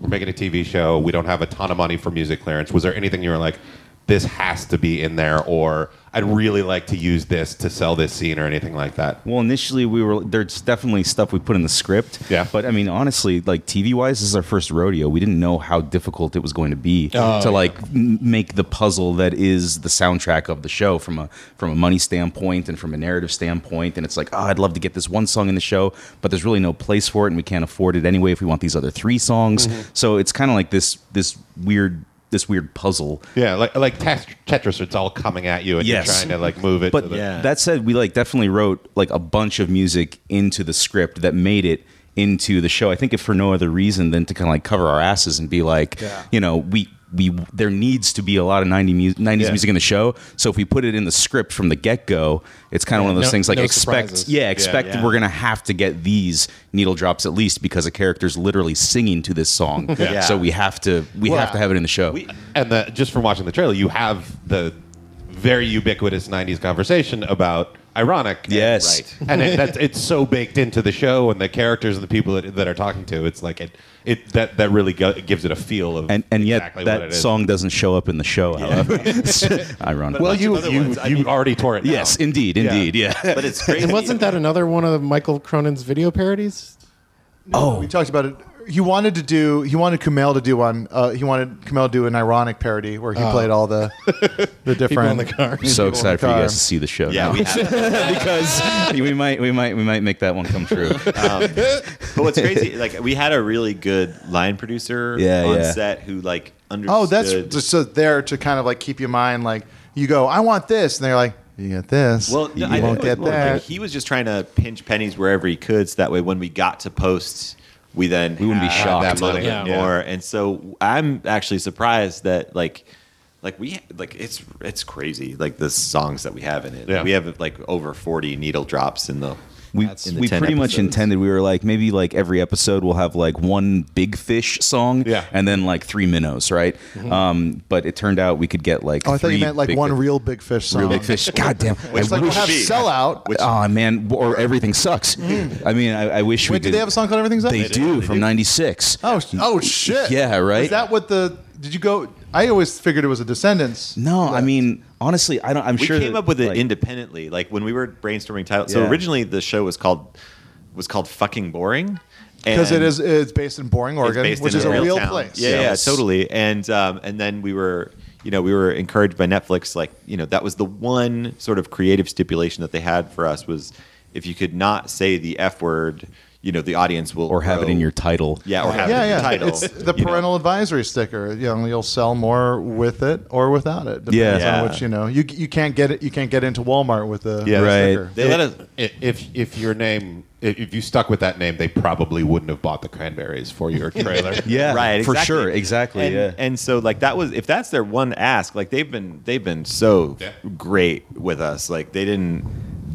we're making a TV show, we don't have a ton of money for music clearance. Was there anything you were like, this has to be in there, or I'd really like to use this to sell this scene or anything like that? Well, initially we were there's definitely stuff we put in the script. Yeah. But I mean, honestly, like TV wise, this is our first rodeo. We didn't know how difficult it was going to be to like m- make the puzzle that is the soundtrack of the show from a from a money standpoint and from a narrative standpoint. And it's like, oh, I'd love to get this one song in the show, but there's really no place for it, and we can't afford it anyway if we want these other three songs. So it's kind of like this this weird this weird puzzle Yeah, like like tet- Tetris, it's all coming at you, and Yes. you're trying to like move it. But to the, Yeah. that said, we like definitely wrote like a bunch of music into the script that made it into the show. I think if for no other reason than to kind of like cover our asses and be like, you know, we we there needs to be a lot of 90 mu- 90s Yeah. music in the show. So if we put it in the script from the get go, it's kind of one of those no- things like no expect surprises. yeah expect Yeah. we're gonna have to get these needle drops at least because a character's literally singing to this song. Yeah. So we have to we have to have it in the show. and the, just from watching the trailer, you have the very ubiquitous '90s conversation about ironic. Yes. and, and it, that's, it's so baked into the show and the characters and the people that, that are talking to. It's like it, it that that really go, gives it a feel of and and yet exactly what that it is. song doesn't show up in the show. However, ironic. Well, lots of you other you, ones. I you mean- already tore it. down. Yes, indeed, indeed, yeah. but it's crazy. And wasn't that another one of Michael Cronin's video parodies? Oh, we talked about it. He wanted to do. He wanted Kumail to do one. Uh, he wanted Kumail to do an ironic parody where he played (laughs) all the the different Ah. People in the car. I'm so people in the excited for you car. guys to see the show. (laughs) yeah, now. we have (laughs) because (laughs) we might, we might, we might make that one come true. Uh, But what's crazy, like we had a really good line producer Yeah, on yeah. set who like understood. Oh, that's just so there to kind of like keep you in mind. Like you go, I want this, and they're like, you get this. well. you no, I won't think get it was more that. like he was just trying to pinch pennies wherever he could, so that way when we got to post, we then We wouldn't be had shocked. that money Yeah. bit more. And so I'm actually surprised that like. Like we like it's it's crazy like the songs that we have in it. Yeah. We have like over forty needle drops in the We, in the we 10 pretty much episodes. intended we were like maybe like every episode we'll have like one big fish song Yeah. and then like three minnows right um, but it turned out we could get like oh, I thought you three meant like big one fish- real big fish song. real big fish god damn It's like we'll have sellout. Which- oh man or everything sucks I mean I, I wish we Wait, did do they have a song called Everything's Up? they do from '96 Oh, sh- (laughs) oh shit. Yeah, right? Is that what the? Did you go? I always figured it was a Descendants. No, I mean honestly, I don't. I'm we sure came that, up with it like, independently. Like when we were brainstorming titles. So Yeah. originally the show was called was called fucking boring because it and is it's based in Boring, it's Oregon, based which in is a real town. place. Yeah, yeah, Yes. totally. And um, and then we were you know we were encouraged by Netflix. Like you know that was the one sort of creative stipulation that they had for us was if you could not say the f word, you know the audience will or have it grow. in your title. yeah or have it Yeah, in yeah. your title. It's the you know. parental advisory sticker. You know, you'll sell more with it or without it. Depends Yeah. on what you know. You you can't get it. You can't get into Walmart with the Yeah, right. sticker. They let us. I- If if your name if if you stuck with that name, they probably wouldn't have bought the cranberries for your trailer. (laughs) Yeah, right for exactly. sure, exactly. and, yeah, and so like that was if that's their one ask like they've been they've been so Yeah. great with us like they didn't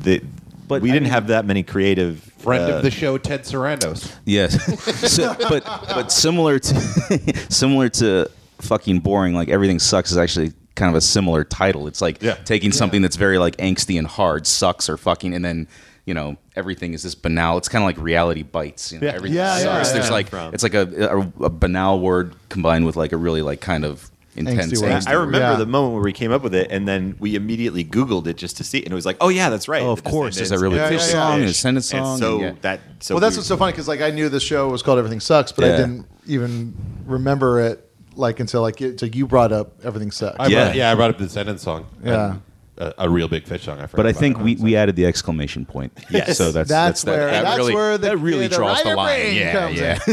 they, But but we I didn't mean- have that many creative Friend uh, of the show, Ted Sarandos. yes. (laughs) so, but but similar to (laughs) similar to fucking boring. Like everything sucks is actually kind of a similar title. It's like Yeah. taking something that's very like angsty and hard, sucks or fucking, and then. You know, everything is just banal. It's kind of like reality bites. You know, Yeah. everything Yeah, yeah, sucks. yeah. There's like From- it's like a, a, a banal word combined with like a really like kind of intense. Angsty word. angsty I remember Yeah. the moment where we came up with it, and then we immediately Googled it just to see, it, and it was like, "Oh yeah, that's right." Oh, of The course. Is that Descendants. really Yeah, fish yeah, yeah. song? Fish. Is Senate song? And so Yeah. that so well, that's we- what's so funny because like I knew the show was called Everything Sucks, but I Yeah. didn't even remember it like until like it, like you brought up Everything Sucks. I Yeah. Brought, yeah, I brought up the Descendants song. Yeah. And A, a real big fish song. I forgot but I about think that. we, we added the exclamation point. Yes. So that's That's that's, where- that, that that's really, where the- that really the draws the writer line. brain Yeah, comes yeah. (laughs)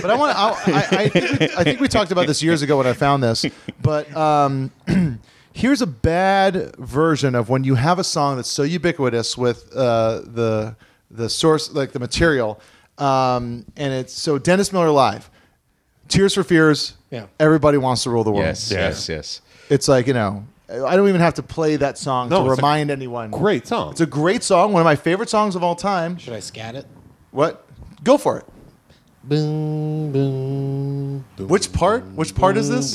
but I want to. I, I, I, think we, I think we talked about this years ago when I found this. But um, (clears throat) here's a bad version of when you have a song that's so ubiquitous with uh, the the source, like the material, um, and it's so Dennis Miller live, Tears for Fears, Yeah. Everybody wants to rule the world. Yes, Yeah. yes, yes. It's like, you know, I don't even have to play that song to No, it's a remind anyone. Great song. It's a great song, one of my favorite songs of all time. Should I scat it? What? Go for it. Boom, boom. Which part? Which part is this?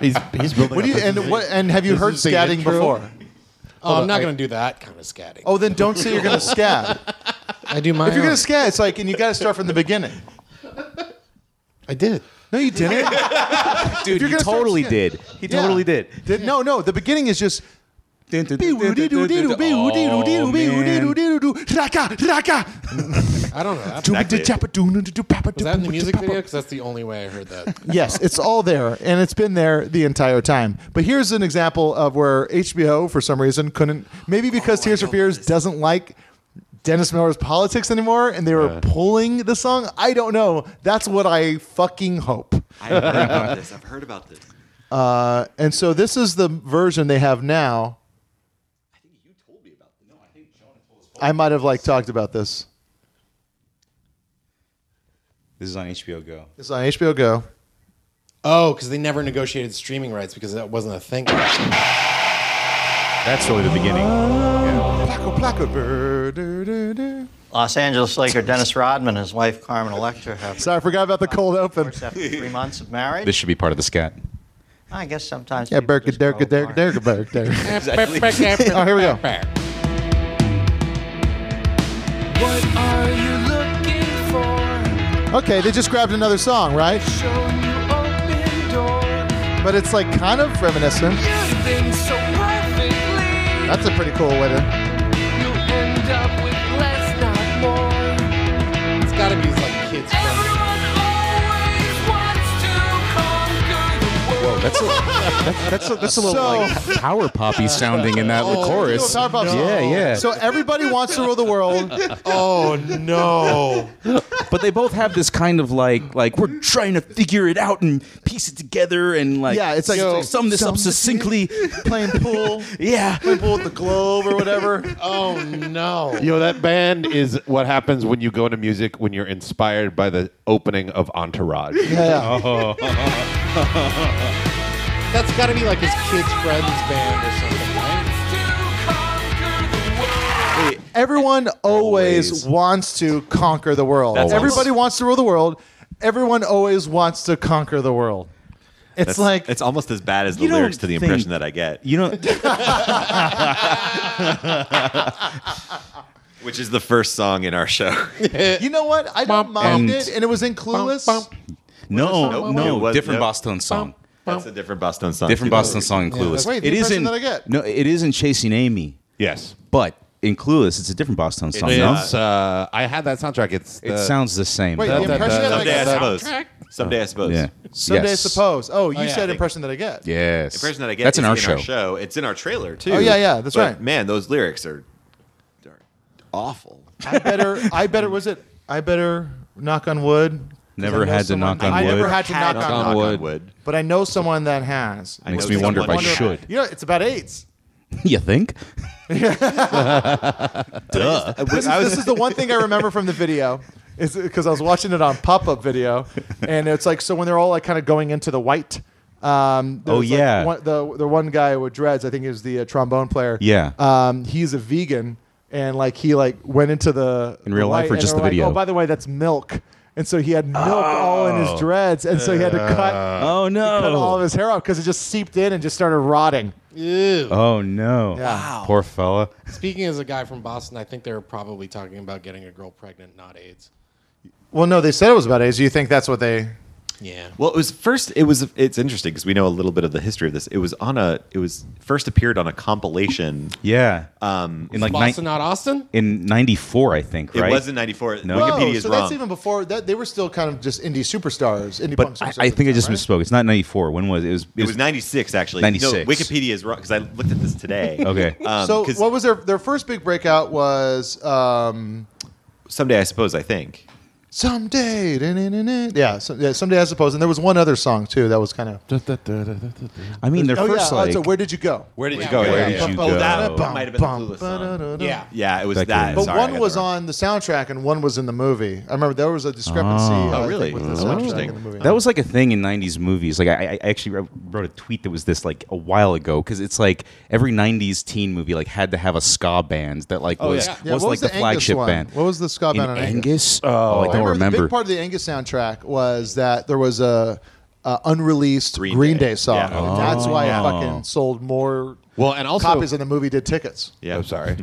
he's, he's building What do you up- and what and have you heard is the scatting intro. before? Oh, I'm on, not I- going to do that kind of scatting. Oh, then don't say you're gonna scat. I do my If you're own. gonna scat, it's like and you gotta start from the beginning. I did. No, you didn't. Dude, you're he gonna start totally singing- did. He Yeah. totally did. Did- no, no. The beginning is just Oh, man. I don't know. That, was that in the music video? Yes, Because that's the only way I heard that. (laughs) it's all there, and it's been there the entire time. But here's an example of where HBO, for some reason, couldn't. Maybe because Tears for Fears doesn't like Dennis Miller's politics anymore, and they were pulling the song. I don't know. That's what I fucking hope. I've heard about this. I've heard about this. Uh, and so this is the version they have now. I might have like talked about this. This is on HBO Go. This is on HBO Go. Oh, because they never negotiated streaming rights because that wasn't a thing. That's really the beginning. Placo, placo, brr, dur, dur, dur. Los Angeles Laker Dennis Rodman and his wife Carmen Electra have Sorry, I forgot about the cold open. divorced after three months of marriage. This should be part of the scat. I guess sometimes. Yeah, people Berka, just grow Derka, Derka, apart. Derka, Berk, Derka. Oh, here we go. Okay, they just grabbed another song, right? But it's like kind of reminiscent. That's a pretty cool way to. It's got to be like kids. friendly. Whoa, that's a, that's, that's a, that's a little So- (laughs) like power poppy sounding in that Oh, chorus. Power Pop song. Yeah, yeah. So everybody wants to rule the world. Oh no! but they both have this kind of like like we're trying to figure it out and piece it together and like Yeah, it's like- s- sum this Sum up this- succinctly. (laughs) Playing pool, (laughs) yeah. playing pool with the globe or whatever. Oh no! You know that band is what happens when you go into music when you're inspired by the opening of Entourage. Yeah, yeah. That's got to be like his kids' friends band or something, right? Everyone always, Always. wants to conquer the world. That's- Everybody wants to rule the world. Everyone always wants to conquer the world. It's That's like it's almost as bad as the You don't lyrics to the think- impression that I get, You know, which is the first song in (laughs) our show. you know what? I don't mind And- it, and it was in Clueless. no, It no, was- different no. Boston song, That's a different Boston song. different too, though. Boston song in Clueless. Wait, the it impression isn't. that I get. No, it isn't chasing Amy, Yes. but in Clueless, it's a different Boston song. no? It's, uh, I had that soundtrack. It's It the- sounds the same. Wait, the that- impression that- that I Someday I get. suppose. Someday I suppose. yeah. Someday, yes. I suppose. Oh, you yeah. said impression that I get. Yes. Impression that I get. That's in is our show. It's in our trailer too. Oh, yeah, yeah, that's But, right. Man, those lyrics are, are awful. I better. I better. Was it? I better knock on wood. 'Cause Never I know had to someone- knock on I never wood. had to knock, Had on, on wood, wood. but I know someone that has. I Makes know me someone- wonder if I wonder- should. You know, it's about AIDS. (laughs) you (laughs) think? Duh. This, is- this is the one thing I remember from the video. Is because I was watching it on pop up video, and it's like so when they're all like kind of going into the white. Um, there Oh, was, like, yeah. one, the the one guy with dreads, I think, is the uh, trombone player. Yeah. um, he's a vegan, and like he like went into the In real the life or white, and just they were the like, video? Oh, by the way, that's milk, and so he had milk all in his dreads, and so he had to cut Oh cut all no. of his hair off because it just seeped in and just started rotting. Oh no. Wow. Poor fella. Speaking as a guy from Boston, I think they were probably talking about getting a girl pregnant, not AIDS. Well, no, they said it was about AIDS. Do you think that's what they? Yeah. Well, it was first. It was. It's interesting because we know a little bit of the history of this. It was on a. It was first appeared on a compilation. Yeah. Um, in like Boston, nine not Austin. in '94, I think. It Right. was in '94. No. Wikipedia oh, is so wrong. that's even before that. They were still kind of just indie superstars, indie punk But I, superstars. I think I at the just time, misspoke. It's not '94. When was it? It was. It was 96, actually. 96. No, Wikipedia is wrong because I looked at this (laughs) today. Okay. Um, so 'cause what was their their first big breakout was um, someday, I suppose, I think. someday. da-na-na-na. Yeah, so, yeah, someday I suppose. And there was one other song too that was kind of. I mean, their oh first yeah, like. so where did you go? Where did you go? Where Yeah, did yeah. you Oh, go? that That might have been the Clueless song. Ba-da-da-da. Yeah. Yeah, it was That that. could- But Sorry, I one got was the wrong- on the soundtrack and one was in the movie. I remember there was a discrepancy. Oh. uh, Oh, I really? think, With the Oh. soundtrack Interesting. in the movie. That was like a thing in '90s movies. Like I, I actually wrote- wrote a tweet that was this like a while ago because it's like every '90s teen movie like had to have a ska band that like was Oh, yeah. Yeah, was what like was the, the Angus flagship one? band. What was the ska band in on Angus? Angus? Oh, I don't remember, remember. The big part of the Angus soundtrack was that there was a, a unreleased Green, Green Day, Day. song. Yeah. And That's why Oh. it fucking sold more Well, and also- copies than the movie did tickets. Yeah. I'm sorry.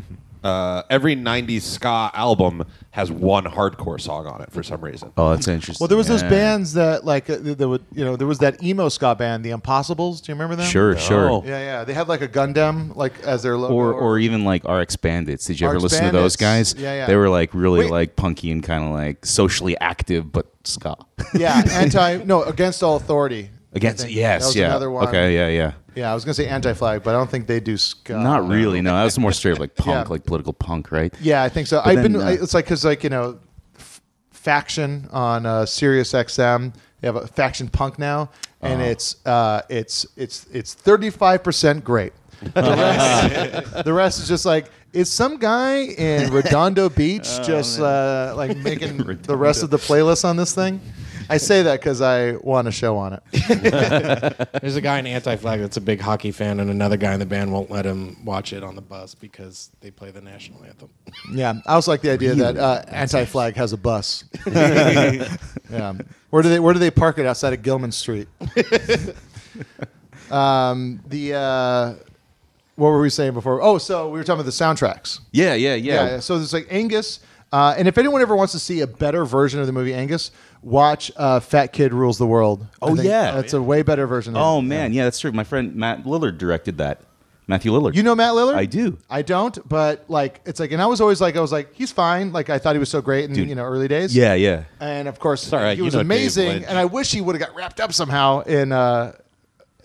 Uh, every '90s ska album has one hardcore song on it for some reason. oh, that's interesting. Well, there was those Yeah. bands that like uh, that would you know there was that emo ska band, the Impossibles. Do you remember them? Sure, sure. Yeah, yeah. They had like a Gundam like as their logo. Or, or even like RX Bandits. Did you ever RX listen to those Bandits. guys? Yeah, yeah. They were like really Wait. like punky and kind of like socially active, but ska. (laughs) yeah, anti no against all authority. I Against think. yes, that was yeah. Another one. Okay, yeah, yeah. Yeah, I was gonna say anti-flag, but I don't think they do ska. Not really. No, that was more straight up like punk, (laughs) Yeah. like political punk, right? Yeah, I think so. I've then, been. I uh, it's like because like you know, f- faction on uh, Sirius XM. They have a faction punk now, and Uh-huh. it's uh, it's it's it's thirty five percent great. (laughs) The rest, the rest is just like is some guy in (laughs) Redondo Beach Oh, just uh, like making the rest of the playlist on this thing. I say that because I want a show on it. There's a guy in Anti Flag that's a big hockey fan, and another guy in the band won't let him watch it on the bus because they play the national anthem. Yeah, I also like the idea that uh, Anti Flag has a (laughs) bus. (laughs) yeah, where do they where do they park it outside of (laughs) Gilman Street? um, the uh, what were we saying before? Oh, so we were talking about the soundtracks. Yeah, yeah, yeah. So there's like Angus, uh, and if anyone ever wants to see a better version of the movie Angus, watch uh, Fat Kid Rules the World. I Oh, think yeah. that's a way better version. Of Oh it. man, yeah, that's true. My friend Matt Lillard directed that. Matthew Lillard. You know Matt Lillard? I do. I don't, but like it's like, and I was always like, I was like, he's fine. Like I thought he was so great in you know early days. Yeah, yeah. and of course all right. he You was know Dave amazing. Lynch. And I wish he would have got wrapped up somehow in. Uh,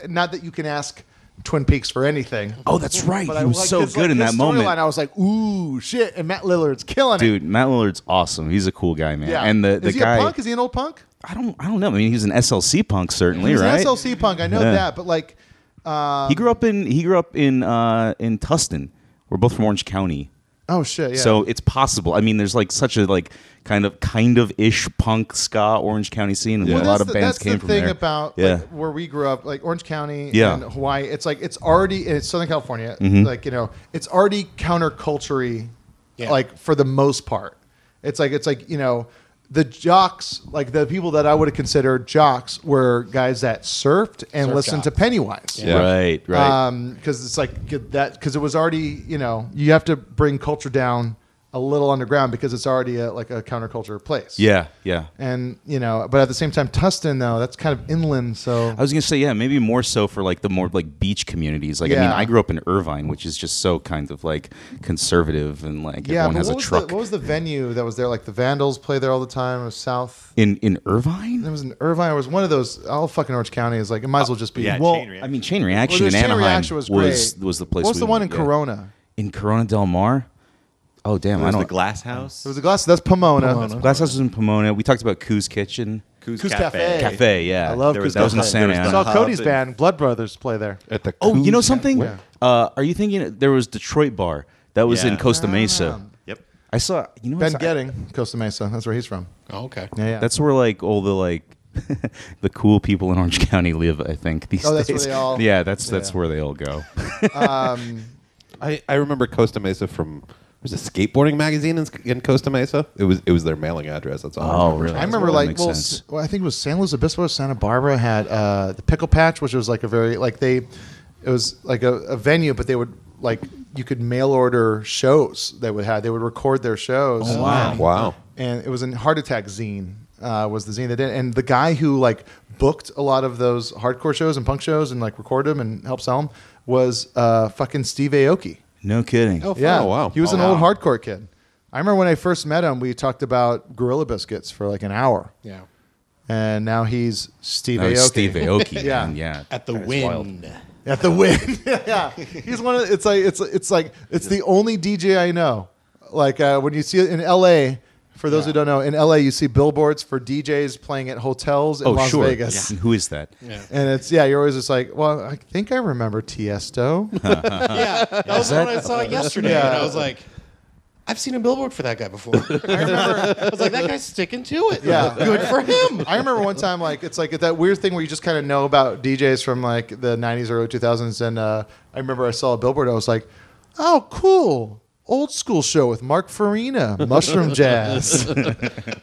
not that you can ask Twin Peaks for anything. Oh, that's right. But he was like, so his, good like, in his that moment. storyline, I was like, ooh, shit! And Matt Lillard's killing it. Dude, Matt Lillard's awesome. He's a cool guy, man. yeah. And the, the is he guy a punk? Is he an old punk? I don't I don't know. I mean, he was an SLC punk certainly, He's right? an SLC punk. I know Yeah. that, but like, He grew up in he grew up in uh, in Tustin. We're both from Orange County. oh shit! Yeah. So it's possible. I mean, there's like such a like kind of kind of ish punk ska Orange County scene, and Well, a lot that's of the- bands that's came the from thing there. about yeah, like, where we grew up, like Orange County Yeah. Mm-hmm. and Hawaii. It's like it's already and it's Southern California. Like you know, it's already counterculture Yeah. like for the most part. It's like it's like you know, the jocks, like the people that I would have considered jocks, were guys that surfed and Surf listened to jocks. Pennywise. Yeah. right, uh, right. because it's like get that because it was already you know you have to bring culture down a little underground because it's already a, like a counterculture place yeah, yeah. and you know, but at the same time, Tustin though that's kind of inland, so I was gonna say, yeah, maybe more so for like the more like beach communities. Like, I mean, Yeah. I grew up in Irvine, which is just so kind of like conservative and like yeah. everyone But has what, a was truck. The, what was the venue that was there? Like the Vandals play there all the time. It was South. in in Irvine, It was in Irvine. It was one of those. All fucking Orange County is like it might as well just be. yeah, well, Chain I mean, Chain Reaction well, in the Chain Anaheim Reaction was was great. was, the place. What was we the one in went, yeah. Corona? In Corona Del Mar. Oh damn! It I was don't. the Glass House. It was a glass. That's Pomona. Glass House was in Pomona. We talked about Coos Kitchen. Coos Coos Cafe. Cafe. Cafe, yeah. I love There Coos was- that was in Cafe. There Santa was Ana. the Saw hub Cody's and- band Blood Brothers play there. At the Oh, you know Coos something? Cafe. Uh, are you thinking there was Detroit Bar that was in Yeah. Costa Mesa? Yep. I saw. You know, Ben what's- Getting Costa Mesa. That's where he's from. Oh, okay. Yeah, yeah. That's where like all the like (laughs) the cool people in Orange County live. I think these Oh, that's where days. they all- yeah, that's that's yeah. where they all (laughs) go. I, I remember Costa Mesa from was a skateboarding magazine in, in Costa Mesa. It was it was their mailing address. That's all. I Oh, remember. I remember That like makes well, sense. s- well, I think it was San Luis Obispo, Santa Barbara had uh, the pickle patch, which was like a very like they, it was like a, a venue, but they would like you could mail order shows they would have. They would record their shows. wow. Oh, Wow. And it was in Heart Attack Zine uh, was the zine that did, and the guy who like booked a lot of those hardcore shows and punk shows and like recorded them and helped sell them was uh, fucking Steve Aoki. No kidding. Oh, Yeah, oh, wow. He was Oh, an wow. old hardcore kid. I remember when I first met him, we talked about Gorilla Biscuits for like an hour Yeah. and now he's Steve No, Aoki. it's Steve (laughs) Aoki. Yeah. yeah, yeah. At the That's wild. wind. at the win. (laughs) yeah, he's one of it's like it's it's like it's the only DJ I know. Like uh, when you see it in L.A. For those who don't know, in LA, you see billboards for DJs playing at hotels in Oh, Las sure. Vegas. And Who is that? And it's yeah, you're always just like, well, I think I remember Tiesto. (laughs) yeah, that was the one I saw yesterday, and I was like, I've seen a billboard for that guy before. I remember. I was like, that guy's sticking to it. Yeah. (laughs) good for him. I remember one time, like it's like that weird thing where you just kind of know about DJs from like the '90s, early 2000s, and uh, I remember I saw a billboard. I was like, "Oh, cool, old school show with Mark Farina, Mushroom (laughs) Jazz."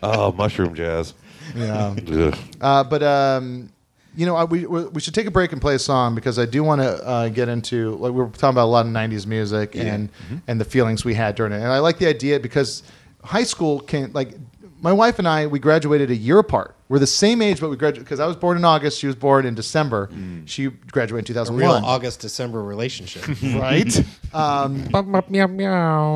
Oh, (laughs) mushroom jazz. yeah, Ugh. uh, but um, you know, I, we we we should take a break and play a song because I do want to uh, get into like we were talking about a lot of '90s music and and the feelings we had during it, and I like the idea because high school can like my wife and I we graduated a year apart. We're the same age, but we graduated because I was born in August, she was born in December. She graduated in Real 2001. August December (laughs) relationship. right? Um, meow, (laughs) meow.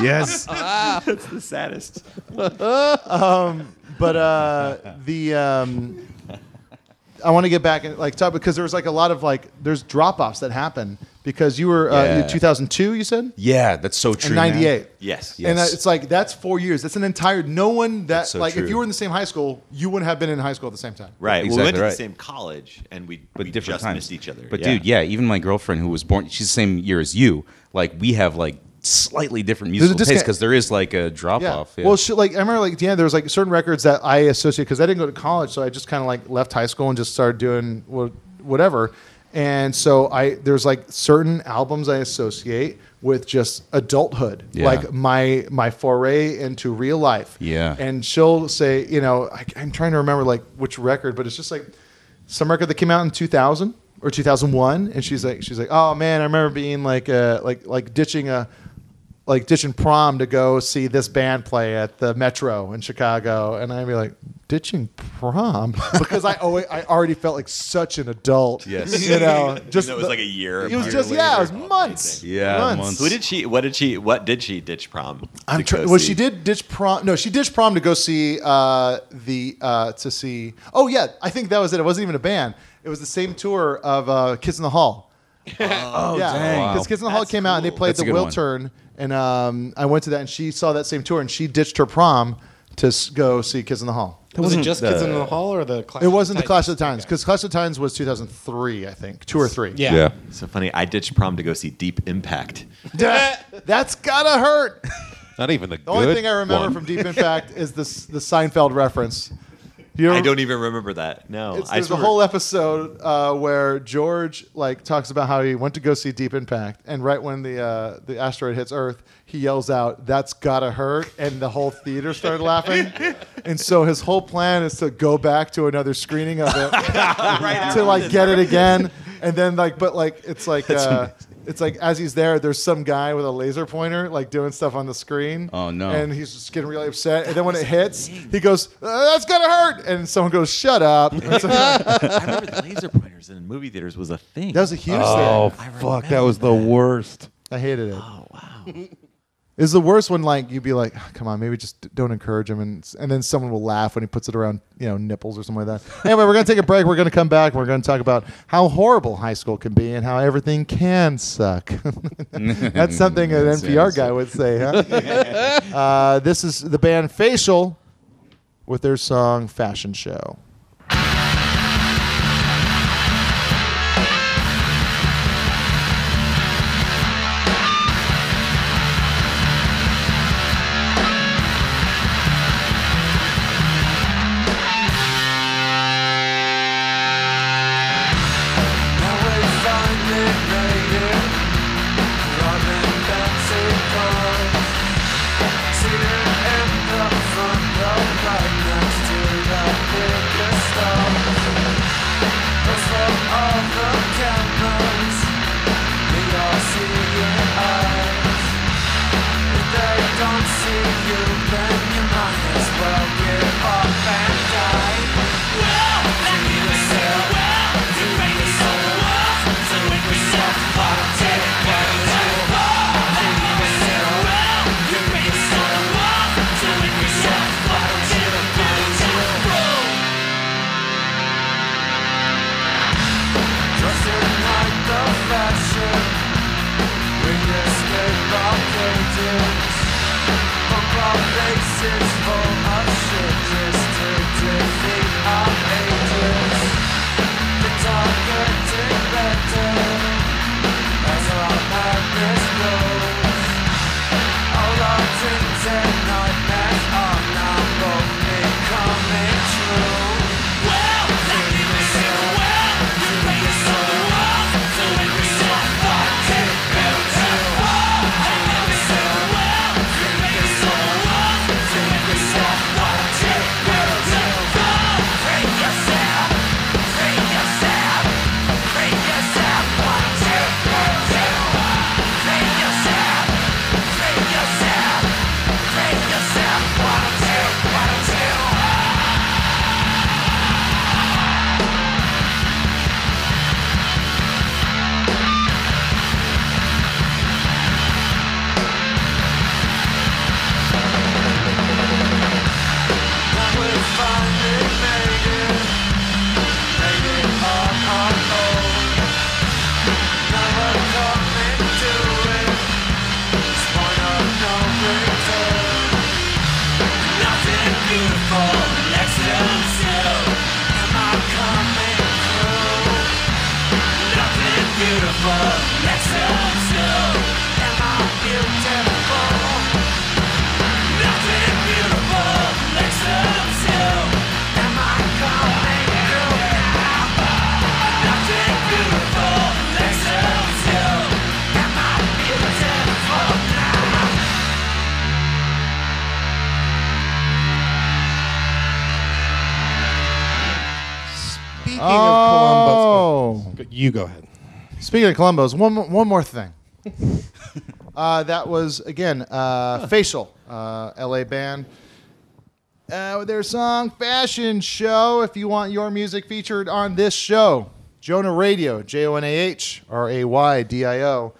yes. That's the saddest. Um, but uh, the um, I want to get back and like talk because there was like a lot of like there's drop offs that happen because you were uh, Yeah. 2002 you said Yeah, that's so true. and man. 98 Yes. and uh, Yes. it's like that's four years that's an entire no one that That's so like true. if you were in the same high school you wouldn't have been in high school at the same time Right. we Exactly went to right. the same college and we, but we different just times. missed each other. But dude, (laughs) yeah, even my girlfriend who was born, she's the same year as you. Like we have like slightly different a musical tastes disconnect. because there is like a drop off. Well, she, like I remember, like yeah, there was like certain records that I associate because I didn't go to college, so I just kind of like left high school and just started doing wha- whatever. And so I there's like certain albums I associate with just adulthood, Yeah. like my my foray into real life. Yeah. And she'll say, you know, I, I'm trying to remember like which record, but it's just like some record that came out in 2000 or 2001, and she's like, she's like, oh man, I remember being like, uh, like like ditching a like ditching prom to go see this band play at the Metro in Chicago, and I'd be like, ditching prom (laughs) because I always, I already felt like such an adult. Yes. you (laughs) know, Just just that was the- like a year. It was year just later. yeah, it was months. Yeah, months. Who did she? What did she? What did she ditch prom? I'm to trying. go Well, see? she did ditch prom. No, she ditched prom to go see uh, the uh, to see. Oh yeah, I think that was it. It wasn't even a band. It was the same tour of uh, Kids in the Hall. Oh yeah, dang. Because Kids in the Hall That's came out and they cool. played That's a the good Will one. Turn, and um, I went to that and she saw that same tour and she ditched her prom to s- go see Kids in the Hall. Was it wasn't just Kids the- in the Hall or the Clash? It wasn't the Titans? Clash of the Times because Clash of the Times was 2003, I think, two or three. Yeah. Yeah. So funny. I ditched prom to go see Deep Impact. that's gotta hurt. Not even the, The only thing I remember from Deep Impact is this the Seinfeld reference. You I ever- don't even remember that. No, It's, I there's just a (laughs) remember- whole episode uh, where George like talks about how he went to go see Deep Impact, and right when the uh, the asteroid hits Earth, he yells out, "That's gotta hurt!" and the whole theater (laughs) started laughing. and so his whole plan is to go back to another screening of (laughs) it to like get it again, and then like, but like it's like. Uh, it's like as he's there, there's some guy with a laser pointer, like doing stuff on the screen. Oh, no. And he's just getting really upset. And then when it hits, he goes, uh, "That's gonna hurt!" And someone goes, "Shut up!" And so- I remember the laser pointers in movie theaters was a thing. That was a huge Oh thing. fuck, that was the worst. I hated it. Oh wow. (laughs) It's the worst when like you'd be like, "Ah, come on, maybe just d- don't encourage him, and s- and then someone will laugh when he puts it around you know nipples or something like (laughs) that. Anyway, we're gonna take a break. We're gonna come back. We're gonna talk about how horrible high school can be and how everything can suck. (laughs) That's something (laughs) an NPR guy would say, huh? (laughs) uh, this is the band Facial with their song "Fashion Show." Escape arcades, from beautiful. Let's all slow. Am I beautiful? Nothing beautiful. Let's all slow. Am I calling you now? Nothing beautiful. Let's all slow. Am I beautiful now? Speaking Oh. of Columbus, you go ahead. Speaking of Columbos, one mo- one more thing. uh, that was again uh, Facial, uh, LA band. Uh, with their song "Fashion Show." If you want your music featured on this show, Jonah Radio, J O N A H R A Y D I O.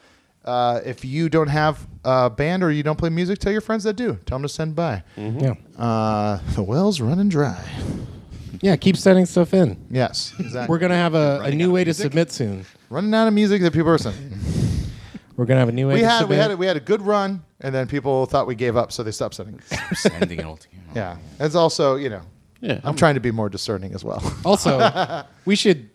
Uh, If you don't have a band or you don't play music, tell your friends that do. Tell them to send by. Yeah. Um, Uh, the well's running dry. Yeah, keep sending stuff in. Yes, exactly. We're going to have a, a new way to submit soon. running out of music that people are sending. We're going to have a new way we to had we submit. had a- we had a good run, and then people thought we gave up, so they stopped sending. (laughs) Sending it all together. yeah, it's also you know, Yeah, I'm, trying to be more discerning as well. (laughs) Also, we should.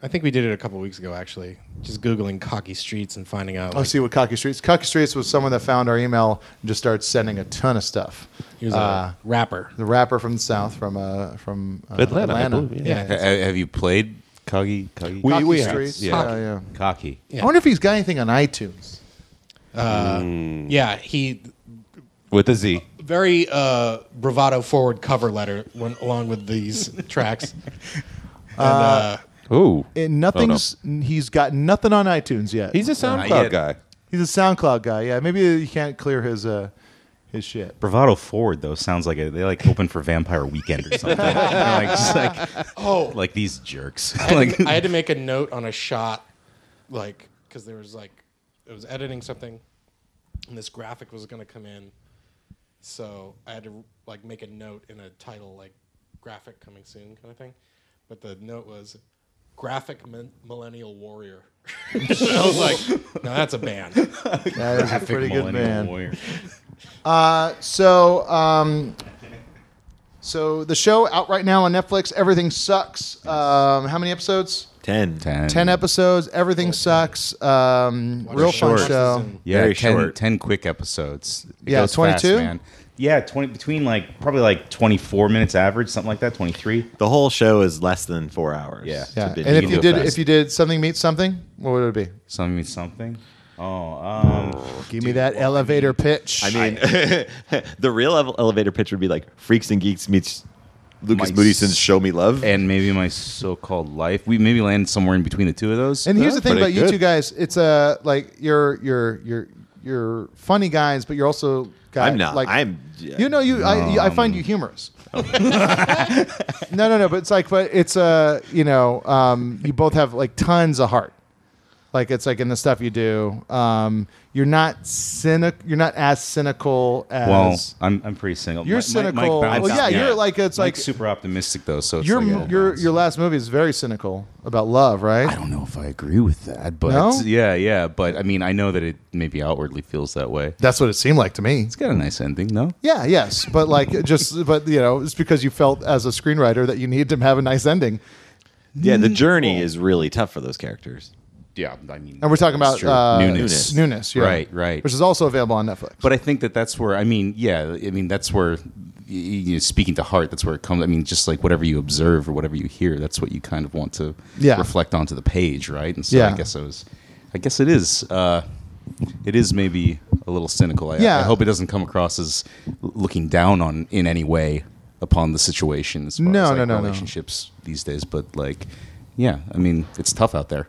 I think we did it a couple weeks ago, actually. Just Googling cocky streets and finding out. Let's Oh, see what Cocky Streets. Cocky Streets was someone that found our email and just started sending a ton of stuff. he was Uh, a rapper. the rapper from the south, from uh, from uh, Atlanta, I Atlanta. believe, Yeah. Ha- have you played Coggy? Coggy? Cocky we have. Streets. Yeah. Yeah, yeah. Cocky. Yeah. I wonder if he's got anything on iTunes. Yeah, he with a Z. very uh, bravado forward cover letter went along with these (laughs) tracks. And, uh, Ooh, And Eh, nothing's. He's got nothing on iTunes yet. Oh, he's a SoundCloud yet. guy. he's a SoundCloud guy. Yeah, maybe he can't clear his uh, his shit. Bravado Forward though sounds like a, they like open for Vampire Weekend or (laughs) something. They're like just like oh, like these jerks. like I had to make a note on a shot, like because there was like I was editing something, and this graphic was going to come in, so I had to like make a note in a title like "graphic coming soon" kind of thing. But the note was "graphic min- millennial warrior." (laughs) I was like, "No, that's a (laughs) band." That is a pretty good Millennial man. Warrior. So, um, so the show out right now on Netflix. Everything sucks. Um, how many episodes? Ten. Ten. Ten episodes. Everything sucks. Um, real fun Short. show. Yeah, Very 10, short. 10 quick episodes. It Yeah, goes fast, 22? man. Yeah, twenty between like probably like twenty four minutes average, something like that. Twenty three. The whole show is less than four hours. Yeah. It's a Yeah. bit And if easy. you go did, fast. if you did something meets something, what would it be? Something means something. Oh, um, Give me that elevator pitch. I mean, (laughs) the real ele- elevator pitch would be like Freaks and Geeks meets Lucas My Moodyson's s- Show Me Love. and maybe my so called life. We maybe land somewhere in between the two of those. And here's the thing about pretty you good. two guys. It's uh, like you're you're you're you're funny guys, but you're also guys, I'm not. Like I'm- You know, you I I find you humorous. (laughs) no, no, no. But it's like, but it's uh, you know, um, you both have like tons of heart. Like it's like in the stuff you do, um, you're not cynic. You're not as cynical as. well, I'm, I'm pretty single. You're cynical. Bounce- Well, yeah, you're like- it's Mike's like- super optimistic though. So it's your like, yeah, your Bounce. your last movie is very cynical about love, right? I don't know if I agree with that, but No? yeah, yeah. But I mean, I know that it maybe outwardly feels that way. That's what it seemed like to me. It's got a nice ending, no? Yeah, yes, but like just but you know, it's because you felt as a screenwriter that you need to have a nice ending. yeah, the journey is really tough for those characters. Yeah, I mean, And we're talking about uh, newness. newness, yeah. Right, right. which is also available on Netflix. But I think that that's where I mean, yeah, I mean that's where y- you know, speaking to heart, that's where it comes. I mean, just like whatever you observe or whatever you hear, that's what you kind of want to Yeah. reflect onto the page, right? And so Yeah. I guess I was, I guess it is, uh, it is maybe a little cynical. I, Yeah. I hope it doesn't come across as l- looking down on in any way upon the situation as far No, as no, like, no, no. relationships these days. But like, yeah, I mean, it's tough out there.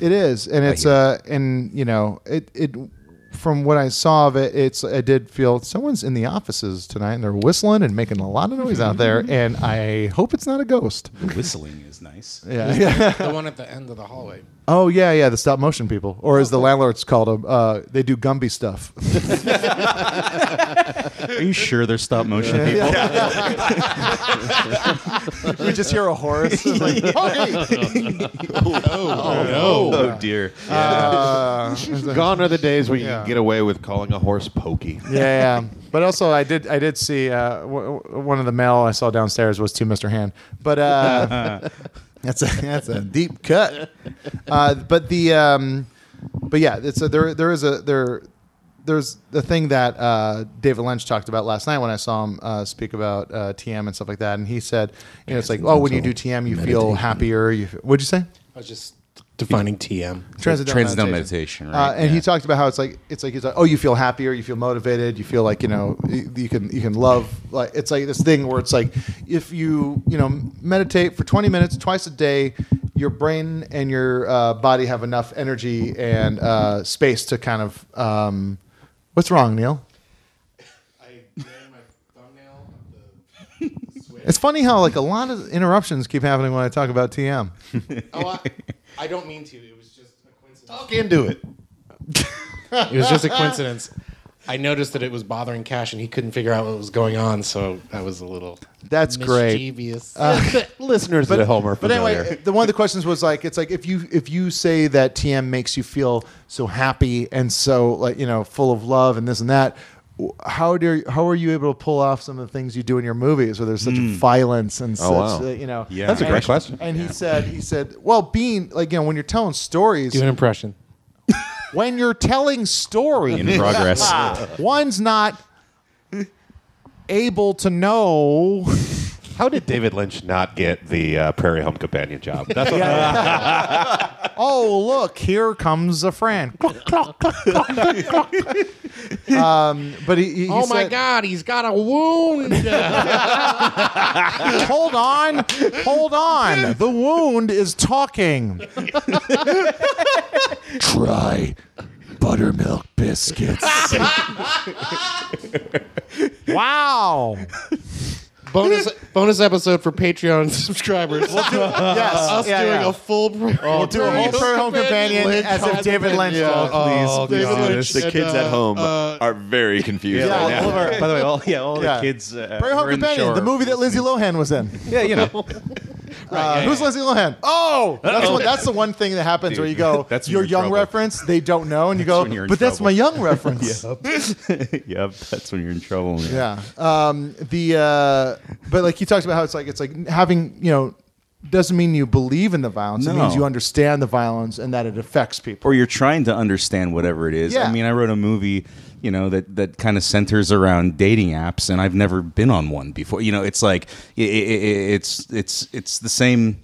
it is, and it's hear. uh, and you know, it it from what I saw of it, it's I did feel someone's in the offices tonight and they're whistling and making a lot of noise out there, Mm-hmm. and I hope it's not a ghost. (laughs) Whistling is nice. Yeah, yeah. the one at the end of the hallway. Oh yeah, yeah. The stop motion people, or as the landlords called them, uh, they do Gumby (laughs) stuff. (laughs) Are you sure they're stop motion people? you just hear a horse. It's like, Oh dear. Uh, Gone are the days when you Yeah. can get away with calling a horse pokey. yeah, yeah. But also, I did I did see uh, w- w- one of the mail I saw downstairs was to Mr. Han. But uh, (laughs) That's a that's a deep cut. (laughs) Uh, but the um, but yeah, it's a, there there is a there there's the thing that uh, David Lynch talked about last night when I saw him uh, speak about uh, TM and stuff like that, and he said, you know, it's like, oh, when you do TM, you feel Meditation. happier. You f- what'd you say? I was just defining TM. Transcendental, Transcendental meditation, right? Uh, and he talked about how it's like it's like he's like, oh, you feel happier, you feel motivated, you feel like you know you, you can you can love like it's like this thing where it's like if you you know meditate for 20 minutes twice a day, your brain and your uh, body have enough energy and uh, space to kind of um, what's wrong, Neil? It's funny how like a lot of interruptions keep happening when I talk about TM. Oh, I, I don't mean to. It was just a coincidence. Talk into it. (laughs) It was just a coincidence. I noticed that it was bothering Cash, and he couldn't figure out what was going on. So that was a little That's great. mischievous. (laughs) Listeners at home are But familiar. anyway, the one of the questions was like, it's like if you if you say that TM makes you feel so happy and so like you know full of love and this and that, w- how do how are you able to pull off some of the things you do in your movies where there's such violence and such wow. uh, you know? Hmm. Oh, Yeah. That's a And- great question. And he said he said, well, being like you know when you're telling stories, Do an impression. when you're telling stories, (laughs) in progress. (laughs) one's not able to know. How did David Lynch not get the uh, Prairie Home Companion job? That's what oh look here comes (laughs) a friend Cluck, cluck, cluck, cluck, cluck, cluck. um, but he, he- he Oh my said, God, he's got a wound. (laughs) hold on hold on the wound (laughs) is talking try buttermilk (laughs) biscuits wow bonus bonus episode for Patreon (laughs) subscribers. yes Us yeah, doing yeah. a full. we'll do a whole Prairie home companion as if david lynch yeah. Oh, please, please do this. The kids at home are very confused right now. uh, all of our, by the way, all, yeah, all Yeah. the kids. Uh, Prairie Home were in the Companion, shower. the movie that Lindsay Lohan was in. Yeah, you know. Uh, who's Lindsay Lohan? Oh, that's, what, that's the one thing that happens where you go, (laughs) that's when your you're in young trouble. reference, they don't know, and you go, when you're in but that's trouble." (laughs) my young reference. yeah. (laughs) yep, that's when you're in trouble. man. Um, the uh, but like you talked about how it's like it's like having you know doesn't mean you believe in the violence. It No. means you understand the violence and that it affects people. or you're trying to understand whatever it is. Yeah. I mean, I wrote a movie, you know, that that kind of centers around dating apps, and I've never been on one before. You know, it's like i i i- it's it's it's the same.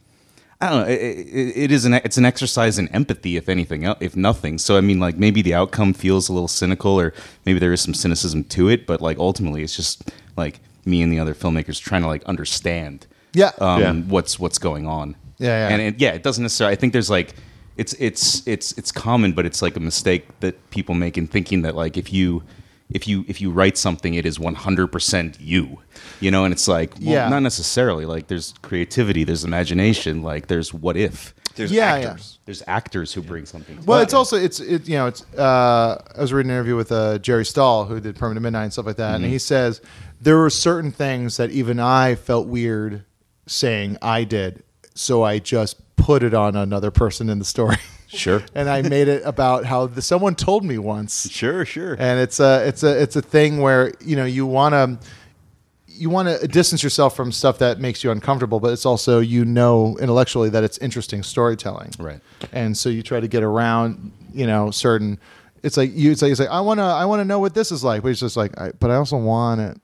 I don't know. It, it, it is an it's an exercise in empathy, if anything, el- if nothing. So I mean, like maybe the outcome feels a little cynical, or maybe there is some cynicism to it, but like ultimately, it's just like me and the other filmmakers trying to like understand Yeah. um, Yeah. what's what's going on. Yeah, yeah. And it, yeah, it doesn't necessarily. I think there's like it's it's it's it's common, but it's like a mistake that people make in thinking that like if you if you if you write something, it is 100 percent you, you know. And it's like well, Yeah. not necessarily. Like there's creativity, there's imagination, like there's what if. There's Yeah, yeah. actors. There's actors who bring something. To Well, it. it's also it's it you know it's uh, I was reading an interview with uh, Jerry Stahl who did Permanent Midnight and stuff like that, and Mm-hmm. he says there were certain things that even I felt weird saying I did, so I just put it on another person in the story, sure, (laughs) and I made it about how the, someone told me once, sure, sure. and it's a it's a it's a thing where you know you want to you want to distance yourself from stuff that makes you uncomfortable, but it's also you know intellectually that it's interesting storytelling, Right. And so you try to get around, you know, certain. It's like you. It's like, it's like I want to. I want to know what this is like, but it's just like, I, but I also want it.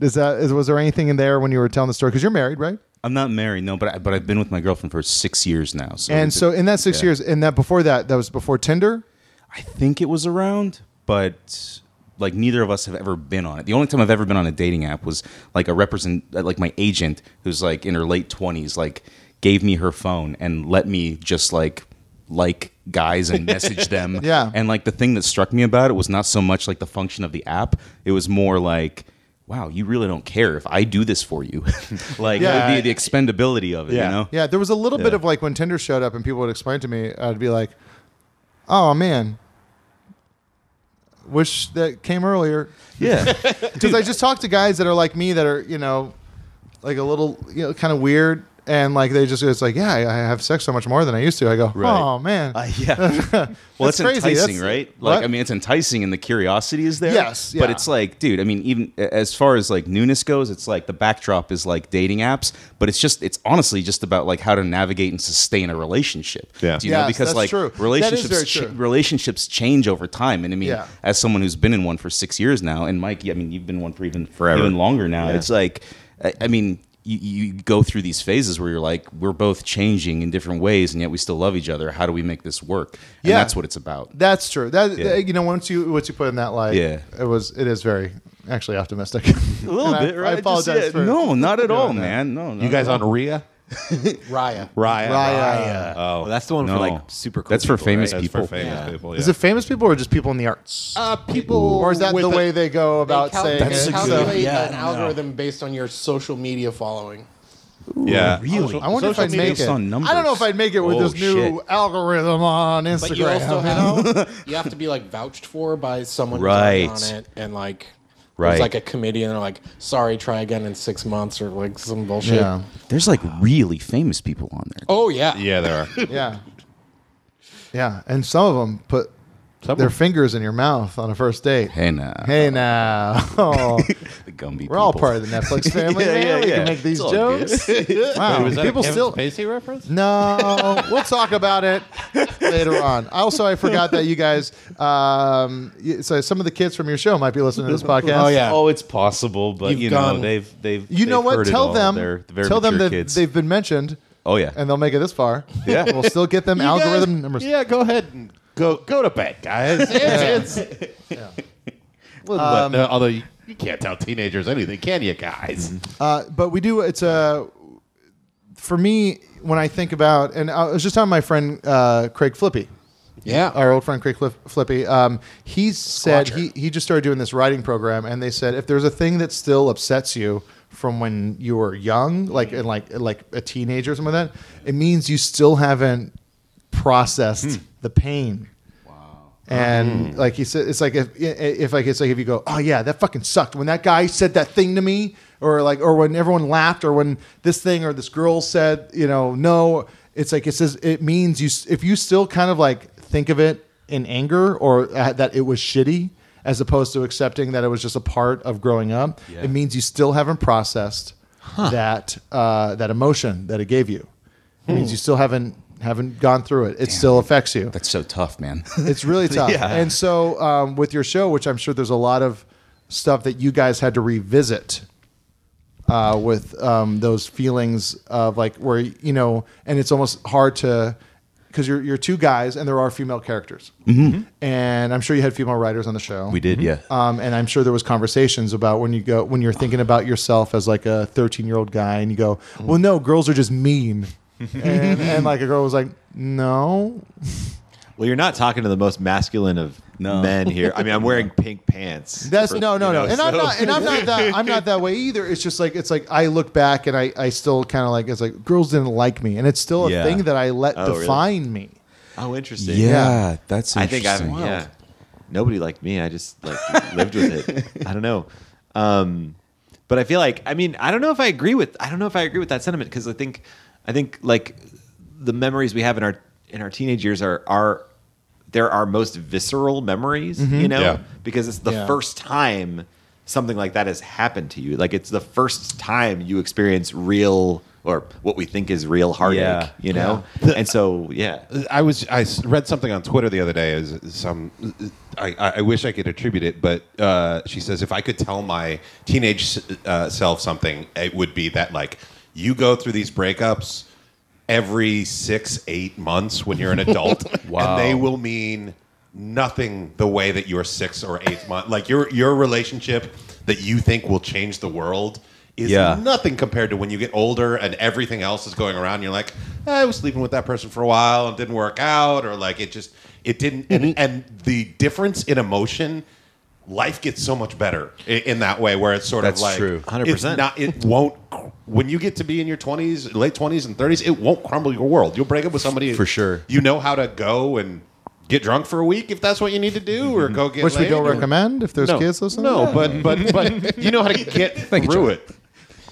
Is that is, was there anything in there when you were telling the story? Because you're married, right? I'm not married, no, but I, but I've been with my girlfriend for six years now. So And it's- so in that six yeah. years, and that before that, that was before Tinder. I think it was around, but like neither of us have ever been on it. The only time I've ever been on a dating app was like a represent uh, like my agent who's like in her late 20s like gave me her phone and let me just like like guys and (laughs) message them. Yeah. And like the thing that struck me about it was not so much like the function of the app, it was more like wow, you really don't care if I do this for you. (laughs) like Yeah. the, the expendability of it, Yeah. you (laughs) know? Yeah, there was a little bit Yeah. of like when Tinder showed up and people would explain to me, I'd be like, "Oh man, wish that came earlier." (laughs) Yeah. (laughs) Because I just talked to guys that are like me that are you know, like a little you know kind of weird, and like they just it's like yeah, I I have sex so much more than I used to. I go, Right. oh man, Uh, (laughs) yeah. well, that's, crazy. enticing, That's- right? Like, what? I mean, it's enticing and the curiosity is there. Yes, But yeah. it's like, dude, I mean, even a- as far as like newness goes, it's like the backdrop is like dating apps, but it's just, it's honestly just about like how to navigate and sustain a relationship. Yeah. Do you know, Yes, because that's like true. That is very relationships, true. ch- relationships change over time. And I mean, Yeah. as someone who's been in one for six years now, and Mike, I mean, you've been in one for even Forever. even longer now. Yeah. It's like, I, I mean, you, you go through these phases where you're like, we're both changing in different ways, and yet we still love each other. How do we make this work? And Yeah. that's what it's about. That's true. That Yeah. you know, once you once you put in that light, Yeah. it was it is very actually optimistic. A (laughs) little bit, right? I apologize Just, yeah, for Uh, no, not at all, doing that. man. No, You guys on Rhea? Raya. Raya. Raya. Oh, that's the one No. for like super. Cool That's for people, famous right? that's people. for famous people. Is yeah. it famous people or just people in the arts? Uh, people. or is that with the a- way they go about cal- saying they it? calculate So- an algorithm based on your social media following. yeah. Really? I wonder if I'd make based it. on numbers. I don't know if I'd make it with Oh, this new shit. algorithm on Instagram. But you also you know? (laughs) have, you have to be like vouched for by someone who's already Right. on it, and like Right. there's like a committee, and they're like, "Sorry, try again in six months," or like some bullshit. yeah, There's like really famous people on there. Oh yeah, Yeah, there are. (laughs) yeah, yeah. And some of them put their fingers in your mouth on a first date. Hey now, Hey (laughs) now, (laughs) Oh, the Gumby. we're all part of the Netflix family. (laughs) Yeah, man. yeah, we yeah. can make these It's all good. (laughs) jokes. wow, Was that people a Kevin still. Spacey reference? No, we'll talk about it later on. Also, I forgot that you guys. Um, y- so some of the kids from your show might be listening to this podcast. Oh, yeah. (laughs) Oh, it's possible, but You've you know gone- they've they've You know they've what? heard it Tell all. them. They're, they're tell them mature that kids. they've been mentioned. Oh yeah, And they'll make it this far. Yeah. (laughs) We'll still get them algorithm numbers. Yeah, go ahead and go go to bed, (laughs) guys. It's, it's, Well, Um, no, uh, although you, you can't tell teenagers anything, can you, guys? Uh, but we do. It's a. For me, when I think about, and I was just talking to my friend uh, Craig Flippy. yeah. our old friend Craig Flip, Flippy, um, he said he, he just started doing this writing program, and they said if there's a thing that still upsets you from when you were young, like and like like a teenager or something like that, it means you still haven't processed the pain. And like he said, it's like if, if like it's like if you go, oh yeah, that fucking sucked when that guy said that thing to me, or like or when everyone laughed, or when this thing or this girl said, you know, no. It's like it says it means you s- if you still kind of like think of it in anger or uh, that it was shitty as opposed to accepting that it was just a part of growing up. It means you still haven't processed that uh, that emotion that it gave you. It means you still haven't haven't gone through it. It still affects you. that's so tough, man. (laughs) It's really tough. Yeah. And so um, with your show, which I'm sure there's a lot of stuff that you guys had to revisit uh, with um, those feelings of like where you know, and it's almost hard to because you're you're two guys and there are female characters, mm-hmm. and I'm sure you had female writers on the show. we Mm-hmm. did, yeah. Um, and I'm sure there was conversations about when you go when you're thinking about yourself as like a 13 year old guy, and you go, "Well, no, girls are (laughs) just mean," and, and like a girl was like, "No, Well, you're not talking to the most masculine of No. men here. I mean, I'm wearing pink pants. That's for- no, no, you no. know, And I'm so- not, and I'm not that. I'm not that way either. It's just like it's like I look back and I, I still kind of like it's like girls didn't like me, and it's still a Yeah. thing that I let Oh, really? define me. Oh, interesting. yeah, that's I think I'm. interesting. Yeah. Nobody liked me. I just like (laughs) lived with it. I don't know. Um, but I feel like I mean I don't know if I agree with I don't know if I agree with that sentiment because I think I think like the memories we have in our in our teenage years are are they're our most visceral memories. You know Yeah. because it's the Yeah. first time something like that has happened to you. Like it's the first time you experience real or what we think is real heartache. Yeah. You know, and so yeah. I was I s- read something on Twitter the other day. Is some I, I I wish I could attribute it, but uh, she says if I could tell my teenage uh, self something, it would be that like you go through these breakups every six eight months when you're an adult, Wow. and they will mean nothing the way that your six or eighth month like your your relationship that you think will change the world is Yeah. nothing compared to when you get older and everything else is going around. You're like, "Eh, I was sleeping with that person for a while and it didn't work out, or like it just it didn't. Mm-hmm. And, and the difference in emotion, life gets so much better i- in, that way, where it's sort That's of like true. 100%. It's not. It won't. cr- When you get to be in your 20s, late 20s and 30s, it won't crumble your world. You'll break up with somebody For sure. You know how to go and. Get drunk for a week if that's what you need to do, Mm-hmm. or go get Which we laid don't or- recommend if there's no, kids listening. (laughs) No, but but but you know how to get through it.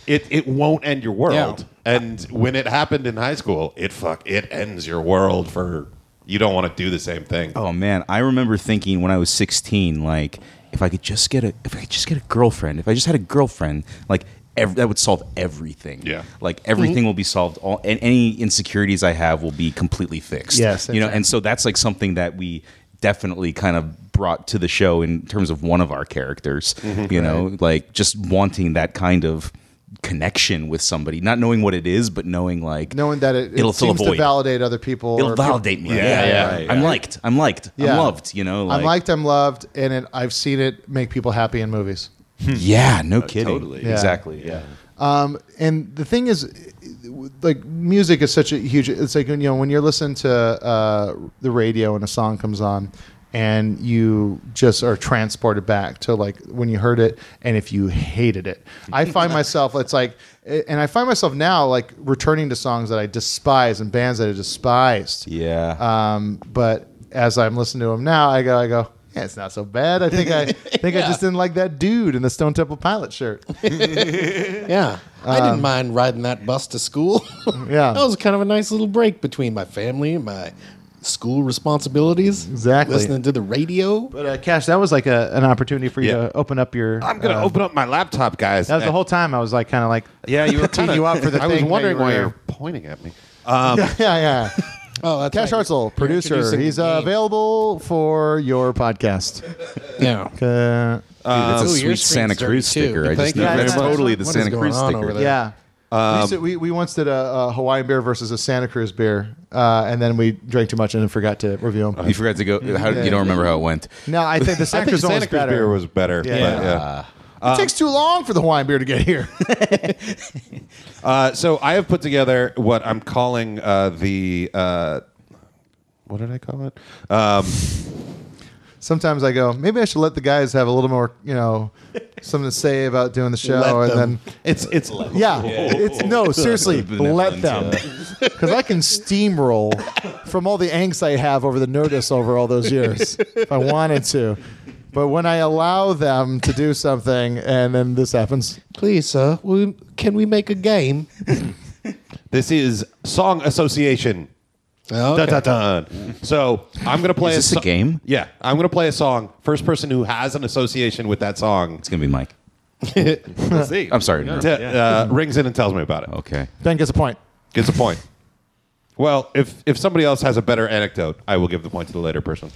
It it won't end your world, and when it happened in high school, it fuck it ends your world for you don't want to do the same thing. Oh man, I remember thinking when I was 16, like if I could just get a if I could just get a girlfriend, if I just had a girlfriend, like ev- that would solve everything. Yeah, like everything Mhm. will be solved. All and any insecurities I have will be completely fixed. Yes, you know, and so that's like something that we definitely kind of brought to the show in terms of one of our characters. Mhm. You know, like just wanting that kind of connection with somebody, not knowing what it is, but knowing like knowing that it, it It'll fill a seems to void. validate other people. It'll or people- validate me. Yeah, yeah. I'm liked. I'm liked. I'm Yeah. loved. You know, like, I'm liked. I'm loved, and it, I've seen it make people happy in movies. Yeah, no kidding. totally. Yeah. Hmm. Uh, Exactly. Yeah. Um, and the thing is, like music is such a huge. It's like you know when you're listening to uh, the radio and a song comes on, and you just are transported back to like when you heard it, and if you hated it. I find myself it's like, and I find myself now like returning to songs that I despise and bands that I despised. Yeah. Um, but as I'm listening to them now, I go, I go. Yeah, it's not so bad. I think I think I just didn't like that dude in the Stone Temple Pilot shirt. yeah. I Um, didn't mind riding that bus to school. (laughs) Yeah. that was kind of a nice little break between my family and my school responsibilities. Exactly. Listening to the radio. But uh, Cash, that was like a, an opportunity for you to open up your. uh, I'm gonna open up my laptop, guys. That was the whole time. I was like, kind of (laughs) like, Yeah, you were teeing kinda- you up for the. I was thing that wondering you why were- you're pointing at me. (laughs) Um, yeah, (laughs) yeah. yeah. Oh, that's Cash Hartzell, producer. introducing He's the uh, game. available for your podcast. Yeah. Uh, that's a Ooh, your sweet screen's Santa dirty Cruz too. sticker. I Thank just you. know- Yeah, that's it's not- totally the what is Santa going Cruz on sticker. Yeah. we, Um, used to- we, we once did a, a Hawaiian beer versus a Santa Cruz beer, uh, and then we drank too much and then forgot to review them. You forgot to go. How, Yeah. You don't remember how it went. No, (laughs) I think the Santa Cruz one was better. beer was better. Yeah. but, Yeah. it takes too long for the Hawaiian beer to get here. (laughs) Uh, so I have put together what I'm calling uh, the uh, what did I call it? Um, Sometimes I go, maybe I should let the guys have a little more, you know, something to say about doing the show, Let and them. then it's it's (laughs) yeah, it's no seriously, let Benevolent, them, (laughs) because I can steamroll from all the angst I have over the Nerdist over all those years if I wanted to, but when I allow them to do something, and then this happens. Please, sir, we, can we make a game? This is song association. okay. Dun, dun, dun. So I'm gonna play. Is this a, a so- game? Yeah, I'm gonna play a song. First person who has an association with that song It's gonna be Mike. We'll (laughs) see. I'm sorry. to t- interrupt. uh, rings in and tells me about it. Okay. Ben gets a point. Gets a point. Well, if if somebody else has a better anecdote, I will give the point to the later person.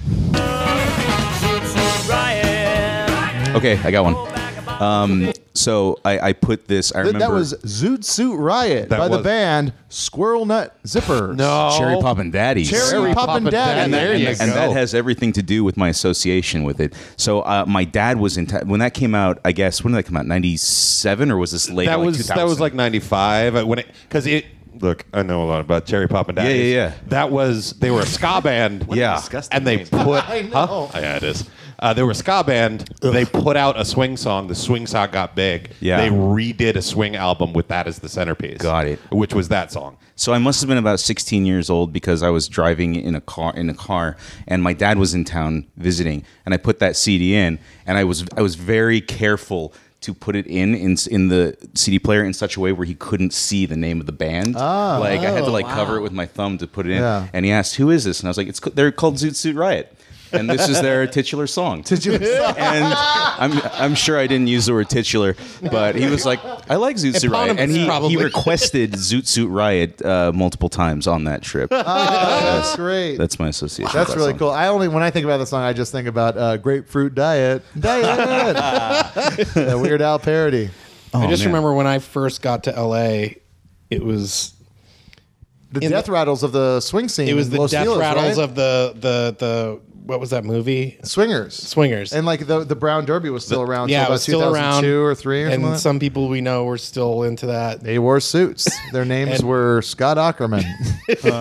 Okay. I got one. Um, so I, I put this. I Th- remember that was Zoot Suit Riot That by the was- band Squirrel Nut Zippers. Cherry Pop and Daddies. Cherry Pop and Daddy. and, that, and that has everything to do with my association with it. So uh, my dad was in ta- when that came out. I guess when did that come out? Ninety seven or was this later? that like was that 2000? was like '95 uh, when it because it. Look, I know a lot about Cherry Pop and Yeah, Daddies. yeah, yeah. That was they were a ska band. Yeah. disgusting and they name. put. I Huh? Oh, Yeah, it is. Uh, they were a ska band. They put out a swing song. The swing song got big. Yeah. They redid a swing album with that as the centerpiece. Got it. Which was that song. So I must have been about 16 years old because I was driving in a car in a car, and my dad was in town visiting, and I put that CD in, and I was I was very careful to put it in in, in the CD player in such a way where he couldn't see the name of the band. Oh, like I had to like cover it with my thumb to put it in, Yeah. and he asked, "Who is this?" And I was like, "It's co- they're called Zoot Suit Riot." and this is their titular (laughs) song. Titular song. And I'm, I'm sure I didn't use the word titular, but he was like, I like Zoot Suit Riot. And he, Eponymous, probably. he requested Zoot Suit Riot uh, multiple times on that trip. (laughs) That's great. That's my association. with Ah. That's that really song. cool. I only when I think about the song, I just think about uh, grapefruit diet, (laughs) diet, the Weird Al parody. Oh, I just man. remember when I first got to LA, it was The In death rattles of the swing scene. it was in the Los death Feliz, rattles right? of the the the what was that movie? swingers, Swingers. and like the the Brown Derby was still around. till yeah, it about was still around 2002 or three, or and something like that. some people we know were still into that. They wore suits. Their names And- were Scott Ackerman, (laughs)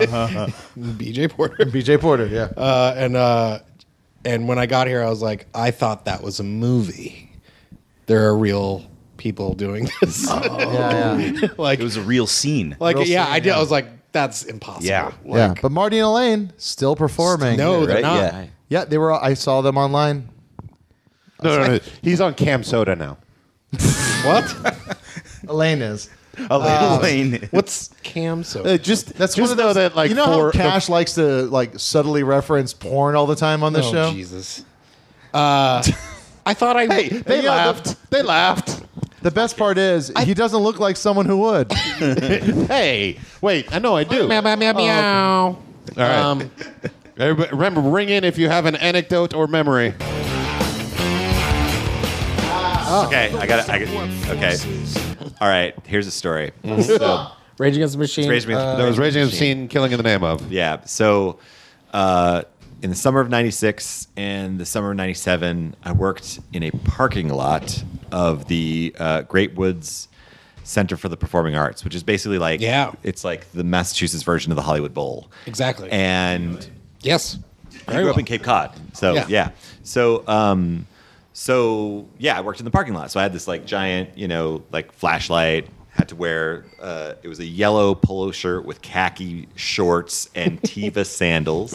BJ Porter. BJ Porter. Yeah, (laughs) Uh, and uh, and when I got here, I was like, I thought that was a movie. There are real people doing (laughs) this. yeah, yeah. like It was a real scene. like real yeah, scene, I did. yeah. I was like, that's impossible. Yeah. yeah. Like, But Marty and Elaine still performing. no, they're Right? not. Yeah. yeah, they were. I saw them online. No, no, no. He's on Cam Soda now. What? Elaine is. (laughs) Elaine. What's Cam so? Uh, just That's just one of those- know that like you know how for- Cash Cash likes to like subtly reference porn all the time on this Oh, show. Jesus. Uh, (laughs) I thought I. Hey, they You know, the- laughed. they laughed. The best part is he doesn't look like someone who would. hey, wait, I know I do. (laughs) Meow, meow, meow, Oh, meow. All right. Um, Everybody, remember, ring in if you have an anecdote or memory. Okay, I got it. I got Okay. All right, here's a story. So, Rage Against the Machine. Rage Against- Mm-hmm. uh, There was Raging Obscene, Killing in the Name of. yeah. So, uh, in the summer of '96 and the summer of '97, I worked in a parking lot of the uh, Great Woods Center for the Performing Arts, which is basically like Yeah. it's like the Massachusetts version of the Hollywood Bowl. Exactly. And yes. I grew up in Cape Cod, so Yeah. yeah. So, um, so yeah, I worked in the parking lot. So I had this like giant, you know, like flashlight. Had to wear. Uh, it was a yellow polo shirt with khaki shorts and Tiva sandals.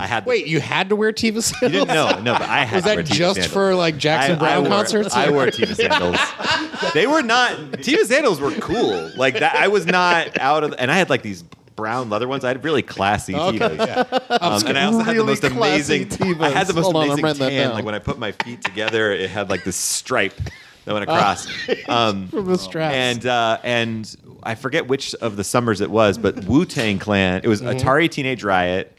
I had. Wait, you had to wear Tiva you didn't know? No, (laughs) but I had. Was to that wear Teva just sandals. for, like, Jackson Brown wore- concerts? I wore Tiva (laughs) sandals. they were not. Tiva sandals were cool. Like that. I was not out of. And I had like these brown leather ones. I had really classy Tivas. Um, and I also had the Really most classy amazing. I had the most Hold on, I'm amazing writing that tan. down. Like when I put my feet together, it had like this stripe that Uh, went across. (laughs) Um, From the straps. and uh, and I forget which of the summers it was, but Wu Tang Clan. It was Mm-hmm. Atari Teenage Riot,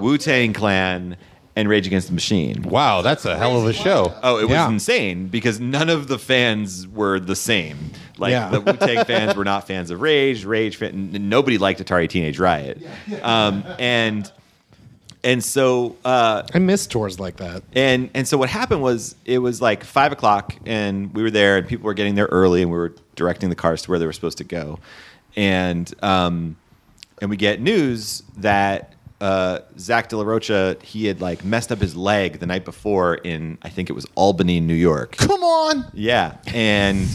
Wu Tang Clan, and Rage Against the Machine. Wow, that's a hell of a show. Oh, it was Yeah. insane because none of the fans were the same. Like Yeah. the Wu Tang (laughs) fans were not fans of Rage. Rage fan, n- nobody liked Atari Teenage Riot, um, and and so uh, I miss tours like that. and and so what happened was it was like five o'clock, and we were there, and people were getting there early, and we were directing the cars to where they were supposed to go, and um, and we get news that uh, Zach De La Rocha he had like messed up his leg the night before in I think it was Albany, New York. Come on. Yeah, and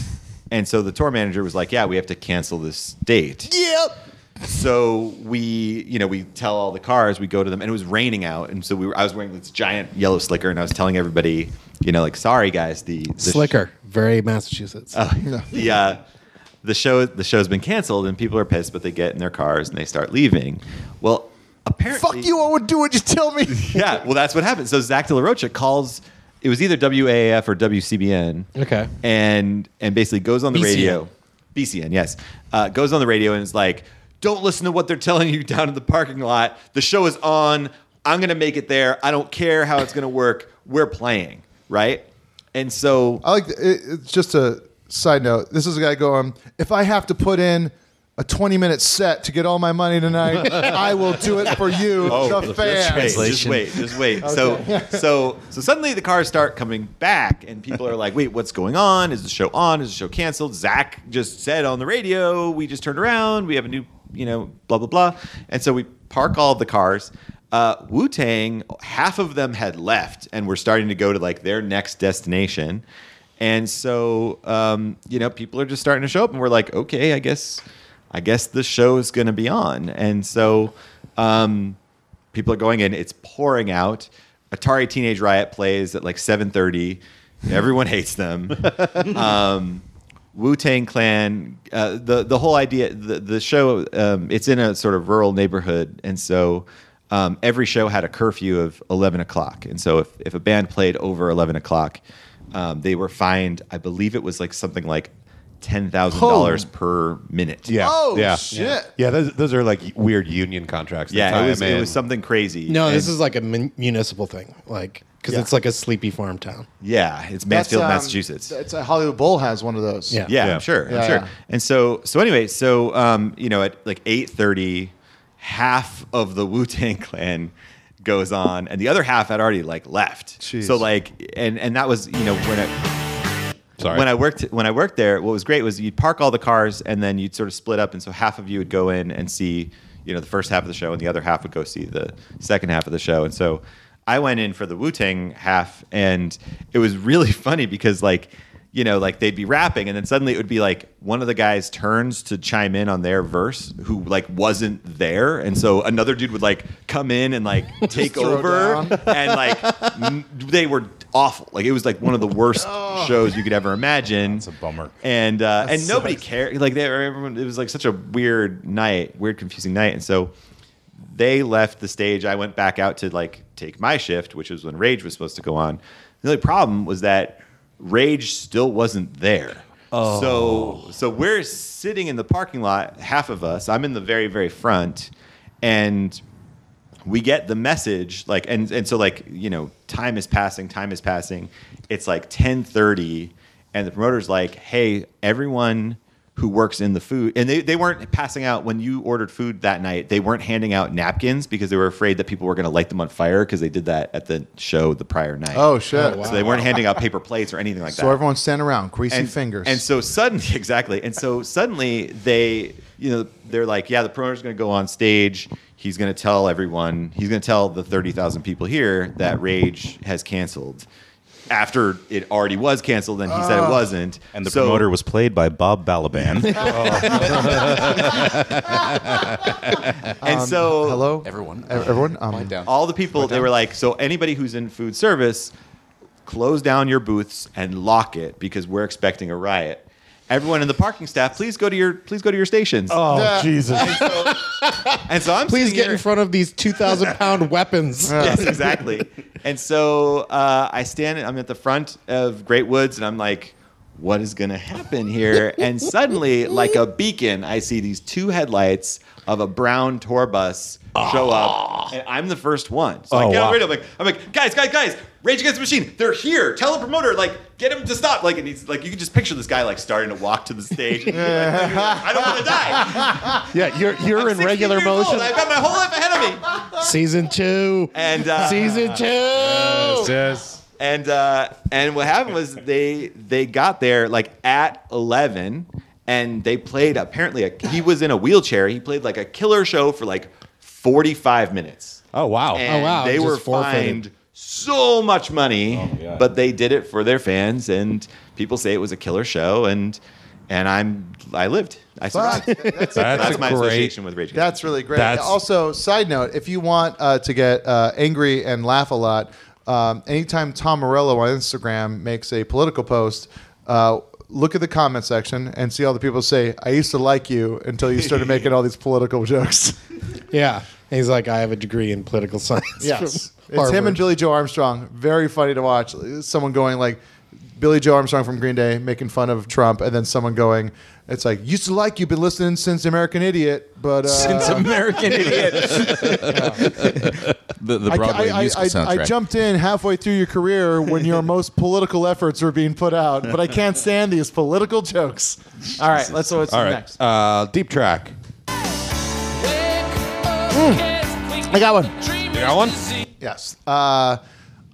and so the tour manager was like, "Yeah, we have to cancel this date." Yep. so we you know we tell all the cars we go to them and it was raining out and so we were i was wearing this giant yellow slicker and i was telling everybody you know like sorry guys the, the Slicker, very Massachusetts. (laughs) the uh, the show the show's been canceled and people are pissed but they get in their cars and they start leaving well apparently Fuck you! I would do what you tell me. (laughs) yeah well that's what happened so zach de la rocha calls it was either waaf or wcbn Okay. and and basically goes on the BCN. radio bcn yes uh, goes on the radio and is like don't listen to what they're telling you (laughs) down in the parking lot the show is on i'm gonna make it there i don't care how it's gonna work we're playing right and so I like it, it's just a side note. This is a guy going. If I have to put in a 20 minute set to get all my money tonight, I will do it for you, Oh, the fans. Just wait, just wait. So, so, so suddenly the cars start coming back, and people are like, "Wait, what's going on? Is the show on? Is the show canceled?" Zach just said on the radio, "We just turned around. We have a new, you know, blah blah blah." And so we park all the cars. Uh, Wu Tang, half of them had left, and were starting to go to like their next destination. And so, um, you know, people are just starting to show up, and we're like, "Okay, I guess." I guess the show is going to be on. And so um, people are going in. It's pouring out. Atari Teenage Riot plays at like 7.30. Everyone hates them. um, Wu-Tang Clan, uh, the, the whole idea, the, the show, um, it's in a sort of rural neighborhood. And so um, every show had a curfew of 11 o'clock. And so if, if a band played over 11 o'clock, um, they were fined, I believe it was like something like $10,000 per minute. Yeah. Oh, yeah. shit. Yeah, those, those are like weird union contracts. that Yeah, tie it was, them it in. was something crazy. No, this And- is like a mun- municipal thing, like because Yeah. it's like a sleepy farm town. yeah, it's That's, Mansfield, um, Massachusetts. It's a Hollywood Bowl has one of those. Yeah. yeah, Yeah. I'm sure, Yeah, I'm sure. yeah. And so, so anyway, so um, you know, at like eight thirty, half of the (laughs) Wu Tang Clan goes on, and the other half had already like left. Jeez. So like, and and that was you know when I. Sorry. When I worked when I worked there, what was great was you'd park all the cars and then you'd sort of split up, and so half of you would go in and see, you know, the first half of the show, and the other half would go see the second half of the show. And so (laughs) I went in for the Wu Tang half, and it was really funny because like you know, like they'd be rapping, and then suddenly it would be like one of the guys turns to chime in on their verse who like wasn't there, and so another dude would like come in (laughs) and like take throw over, down. (laughs) and like m- they were awful. Like it was like one of the worst Oh. shows you could ever imagine. It's a bummer, and uh, and nobody cared. Like they, everyone, it was like such a weird night, weird confusing night, and so they left the stage. I went back out to like take my shift, which was when Rage was supposed to go on. The only problem was that Rage still wasn't there. So so we're sitting in the parking lot, half of us. I'm in the very very front, and we get the message like and and so like you know time is passing, time is passing. It's like 10:30, and the promoter's like, "Hey, everyone." who works in the food and they, they weren't passing out when you ordered food that night they weren't handing out napkins because they were afraid that people were going to light them on fire because they did that at the show the prior night Oh, shit. so they weren't handing out paper plates or anything like So that everyone's standing around, greasy and, fingers. and so suddenly (laughs) exactly and so suddenly they you know they're like yeah the promoter's going to go on stage he's going to tell everyone he's going to tell the 30,000 people here that rage has canceled after it already was canceled and he said Oh. it wasn't And the So- promoter was played by Bob (laughs) Balaban. and so Um, hello, Everyone. E- everyone. Um, Wind down. all the people they were like so anybody who's in food service close down your booths and lock it because we're expecting a riot everyone in the parking staff please go to your please go to your stations Oh Jesus! and so i'm Please sitting get here- in front of these 2,000 pound weapons. yes, exactly. And so uh, I stand, I'm at the front of Great Woods, and I'm like, what is going to happen here? And suddenly, like a beacon, I see these two headlights of a brown tour bus show Ah. up, and I'm the first one. Oh, So I get on the radio, I'm like, I'm like, guys, guys, guys, Rage Against the Machine, they're here. Tell the promoter, like, get him to stop. Like, and he's like, you can just picture this guy like starting to walk to the stage. And he's like, I don't want to die. Yeah, you're (laughs) you're in 16 regular years old. motion. I've got my whole life ahead of me. Season two. And uh, Season two. and uh, and what happened was they they got there like at eleven, and they played apparently a, he was in a wheelchair. He played like a killer show for like forty five minutes. Oh wow. And wow, They just were forfeited. fined so much money, but they did it for their fans, and people say it was a killer show, and and I'm I lived. I survived. That's, That's, That's a my great. association with Rage. Against the That's really great. That's- also, side note: if you want uh, to get uh, angry and laugh a lot, um, anytime Tom Morello on Instagram makes a political post, uh, look at the comment section and see all the people say, "I used to like you until you (laughs) started making all these political jokes." Yeah. And he's like, I have a degree in political science. yes, from it's him Harvard." and Billy Joe Armstrong. Very funny to watch. Someone going like. Billy Joe Armstrong from Green Day making fun of Trump, and then someone going, "It's like used to like you, been listening since American Idiot, but uh, Since American (laughs) Idiot. The, the I- Broadway I, I, musical I, soundtrack. I jumped in halfway through (laughs) your career when your most political efforts were being put out, but I can't stand these political jokes. All right, let's so what's All right. next. Uh, deep track. I got one. Yes. Uh,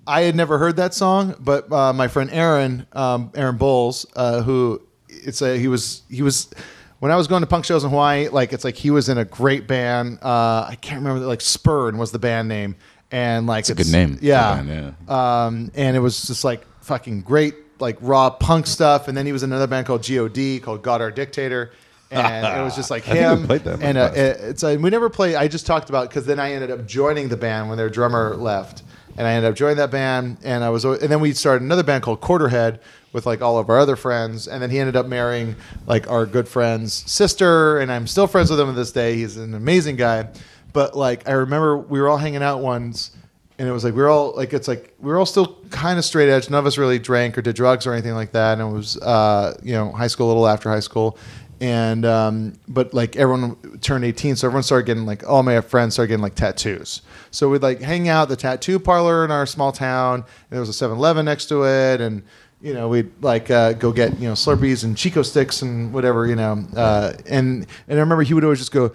I had never heard that song, but uh, my friend Aaron, um, Aaron Bowles, uh, who it's a he was he was when I was going to punk shows in Hawaii, like it's like he was in a great band. Uh, I can't remember like Spurn was the band name, and like it's a good name for a Yeah, band, Um, and it was just like fucking great, like raw punk stuff. And then he was in another band called God called God Our Dictator. And it was just like (laughs) I think we him played that and last uh, it's uh, we never played. I just talked about because then I ended up joining the band when their drummer left, and I ended up joining that band. And I was, uh, and then we started another band called Quarterhead with like all of our other friends. And then he ended up marrying like our good friend's sister, and I'm still friends with him to this day. He's an amazing guy. But like I remember, we were all hanging out once, and it was like we were all like it's like we were all still kind of straight edge. None of us really drank or did drugs or anything like that. And it was uh, you know high school, a little after high school, and um, but like everyone turned 18, so everyone started getting like all my friends started getting like tattoos. So we'd like hang out at the tattoo parlor in our small town. And there was a 7-Eleven next to it, and you know we'd like uh, go get you know Slurpees and Chico sticks and whatever you know. Uh, and and I remember he would always just go.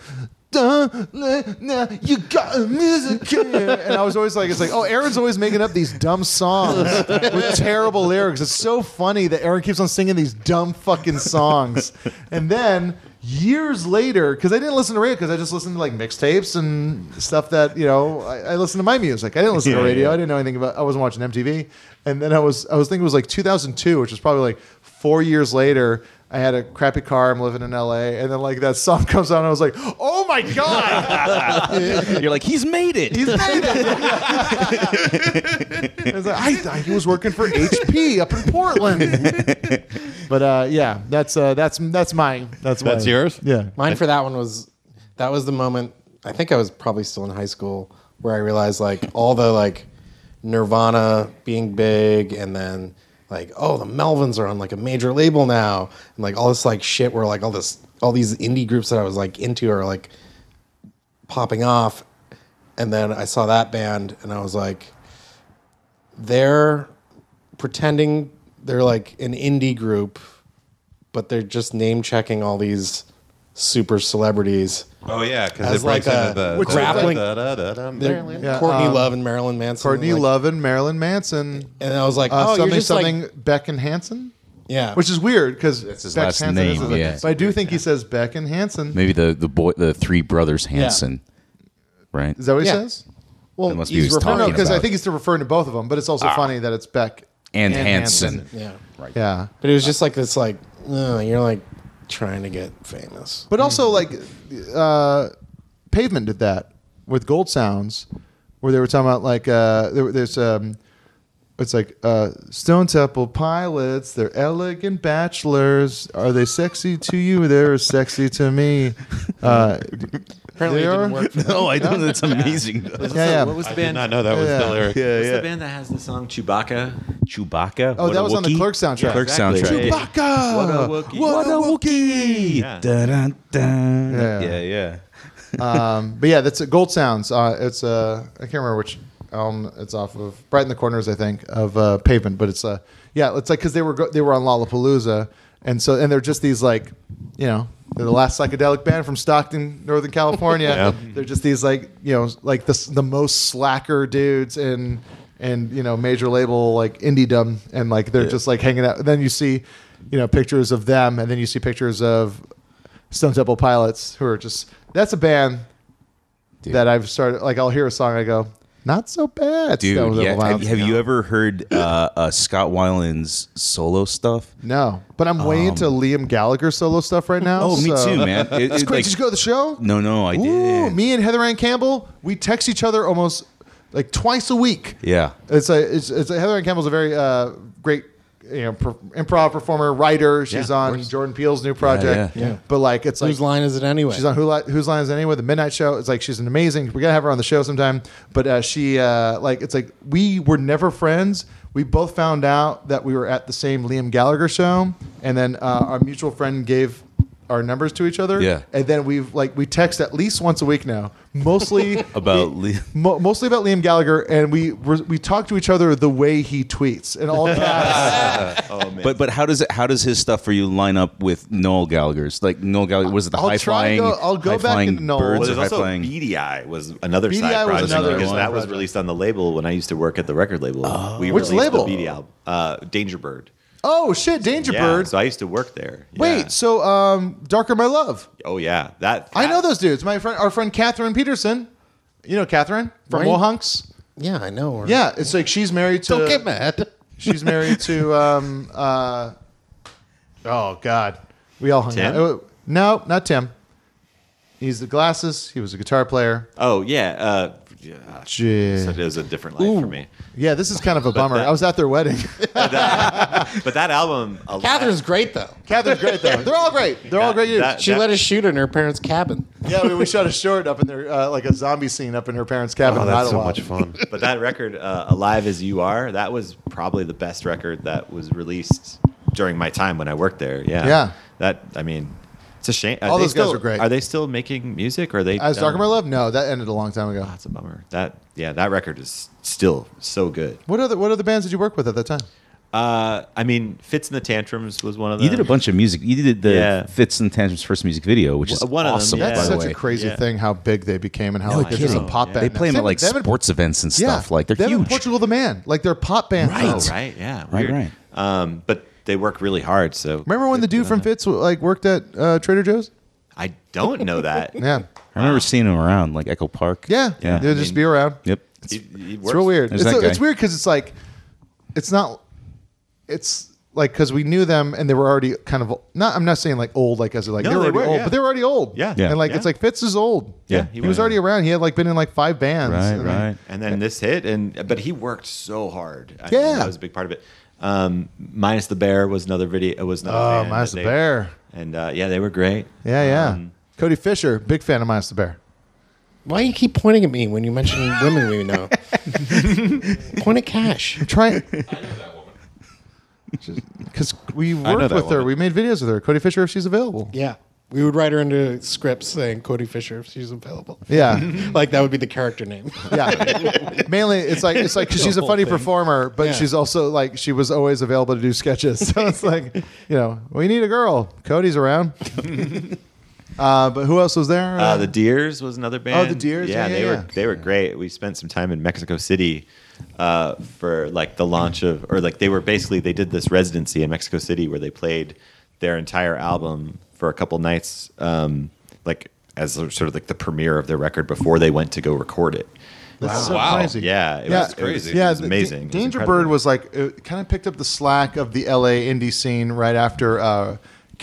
Dun, na, na, you got a (laughs) music here. and I was always like, it's like, oh, Aaron's always making up these dumb songs (laughs) with terrible lyrics. It's so funny that Aaron keeps on singing these dumb fucking songs. And then years later, because I didn't listen to radio, because I just listened to like mixtapes and stuff that you know, I, I listened to my music. I didn't listen to Yeah, radio. yeah. I didn't know anything about. I wasn't watching MTV. And then I was, I was thinking it was like 2002, which was probably like four years later, I had a crappy car. I'm living in LA, and then like that song (laughs) comes on, and I was like, "Oh my god!" (laughs) You're like, "He's made it. He's made (laughs) it." I was like, I thought he was working for HP up in Portland. (laughs) but uh, yeah, that's uh, that's that's mine. That's That's mine. yours? Yeah, Mine for that one was that was the moment I think I was probably still in high school where I realized like all the like Nirvana being big and then like oh the Melvins are on like a major label now and like all this like shit where like all this all these indie groups that I was like into are like popping off and then I saw that band and I was like they're pretending they're like an indie group but they're just name checking all these super celebrities. Oh, yeah, 'cause as it breaks a into the- which grappling. da- da- da- da- they're Marilyn. Yeah, Courtney um, Love and Marilyn Manson. Courtney like- Love and Marilyn Manson. And I was like, Uh, oh, something, you're just something like, Beck and Hansen. yeah, Which is weird because that's his last name, yeah. But I do think he says Beck and Hansen. Maybe the the boy, the three brothers Hanson, right? Is that what he Yeah. says? Well, That must be he's who he's referring- no, because I about. think he's still referring to both of them. But it's also Ah. funny that it's Beck And Hansen. yeah, right. Yeah, but it was just like this, like oh, you're like trying to get famous. But also, like, uh, Pavement did that with Gold Sounds, where they were talking about like uh, there, there's um, it's like uh, Stone Temple Pilots. They're elegant bachelors. Are they sexy to you? They're sexy to me. Uh, Apparently, they it didn't are- work. For them. (laughs) No, I don't. That's amazing. Yeah, (laughs) yeah. What was the I band? did not know that was Yeah. the lyric. Yeah, What's yeah. the band that has the song Chewbacca? Chewbacca. Oh, What that a was on the Wookiee? Clerks soundtrack. Yeah, Clerks soundtrack. Exactly. Chewbacca. Chewbacca. What a Wookiee. What a Wookiee. Yeah. Dun, dun, dun. Yeah. yeah, yeah. um, but yeah, that's Gold Sounds. Uh, it's uh, I can't remember which album it's off of. Bright in the Corners, I think, of uh, Pavement. But it's uh, yeah, it's like because they were go- they were on Lollapalooza, and so and they're just these like, you know, they're the last psychedelic band from Stockton, Northern California. Yeah. They're just these like you know like the the most slacker dudes in and you know major label like indiedom and like they're just like hanging out. Then you see, you know, pictures of them, and then you see pictures of Stone Temple Pilots, who are just that's a band that I've started. Like I'll hear a song, I go, not so bad. Stone Dude, Temple yeah. Have, Pilots. have you ever heard uh, uh, Scott Weiland's solo stuff? No, but I'm way into Liam Gallagher solo stuff right now. Um, Oh, me so- too, (laughs) man. It- That's it, great. like- Did you go to the show? No, no, I Ooh, did. me and Heather Ann Campbell, we text each other almost like twice a week. (laughs) Yeah. It's a it's, it's a, Heather Ann Campbell's a very uh, great you know per, improv performer writer. She's Yeah, of on course. Jordan Peele's new project. yeah. Yeah. But like it's like Whose line is it anyway? She's on Who Li- Whose Line Is It Anyway? The Midnight Show. It's like she's an amazing. We gotta have her on the show sometime. But uh, she uh, like it's like we were never friends. We both found out that we were at the same Liam Gallagher show, and then uh, our mutual friend gave our numbers to each other. Yeah. and then we've like we text at least once a week now, mostly About Lee. mo- mostly about Liam Gallagher, and we were, we talk to each other the way he tweets and all caps. Oh, But but how does it how does his stuff for you line up with Noel Gallagher's? Like Noel Gallagher was it the I'll high try and flying? go- I'll go back high-flying into Noel. Birds Well, or there's also high-flying- BDI was another BDI side was project another because one. that was project. released on the label when I used to work at the record label. Oh. we Which released label? The BDI album, uh, Danger Bird. oh shit, Danger Yeah, Bird. So I used to work there. Yeah. Wait, so um, Darker My Love. Oh yeah, that. I know that- those dudes. My friend, our friend Catherine Peterson. You know Catherine from Right. Wohunks. yeah, I know. Her. Yeah, it's like she's married to. don't get mad. She's married to. Um, uh, oh God, we all hung Tim? out. Oh, No, not Tim. He's the glasses. He was a guitar player. Oh yeah. Uh, yeah. Gee. So it was a different life for me. Yeah, this is kind of a bummer. I was at their wedding. But that album, a lot- Catherine's great though. Catherine's great though. They're all great. They're all That- great dudes. that- She let us shoot in her parents' cabin. yeah, we, we shot a short up in their uh, like a zombie scene up in her parents' cabin. Oh, in that's so Idlewild. (laughs) much fun. But that record, uh, "Alive as You Are," that was probably the best record that was released during my time when I worked there. Yeah. Yeah. That I mean, it's a shame. Are All they those guys still- were great. Are they still making music? Or are they? As done? Darker My Love? No, that ended a long time ago. That's a bummer. That yeah, that record is still so good. What other what other bands did you work with at that time? Uh, I mean, "Fits in the Tantrums" was one of them. You did a bunch of music. You did the Yeah. Fits and Tantrums first music video, which is W- one of them, awesome. yeah. by That's the such way. a crazy Yeah. thing. How big they became and how No like they're just a kidding. pop band. They play them now. at like Them and- sports events and yeah, stuff. Like they're them and huge. Portugal the Man, like they're pop band. Right. now. Oh, right. Yeah. Right, weird. right. Um, but they work really hard. So Remember when the dude from Fitz like worked at uh, Trader Joe's? I don't know that. (laughs) Yeah, I remember seeing him around like Echo Park. yeah. yeah. They'll just be around. Yep. He- he It's works- real weird. There's It's, that it's guy. weird because it's like, it's not, it's like because we knew them and they were already kind of not. I'm not saying like old, like as in, like No, they were they already were, old, yeah. but they were already old. Yeah. Yeah. and like Yeah. it's like Fitz is old. Yeah, he, he was was. already around. He had like been in like five bands. And- And then this hit, and but he worked so hard. I Yeah. that was a big part of it. Um, minus the bear was another video. It was another. Oh, band Minus that the they- Bear. And uh, yeah, they were great. Yeah, yeah. Um, Cody Fisher, big fan of Minus the Bear. Why you keep pointing at me when you mention women we (laughs) know? Point at Cash. (laughs) I'm trying. Because we know worked that with her, woman. we made videos with her. Cody Fisher, if she's available. Yeah. We would write her into scripts saying Cody Fisher if she's available. Yeah. like that would be the character name. (laughs) Yeah. Mainly, it's like it's like 'cause she's The a whole funny thing. performer, but Yeah. she's also like she was always available to do sketches. (laughs) So it's like, you know, we need a girl. Cody's (laughs) around. uh, but who else was there? Uh, the Deers was another band. Oh, the Deers. Yeah, Yeah, yeah, they yeah. were they were great. We spent some time in Mexico City uh, for like the launch of, or like they were basically they did this residency in Mexico City where they played their entire album for a couple nights, um, like as sort of like the premiere of their record before they went to go record it. That's so crazy. Yeah, it was crazy. Yeah, it was the- amazing. It was Danger incredible. Bird was like it kind of picked up the slack of the LA indie scene right after uh,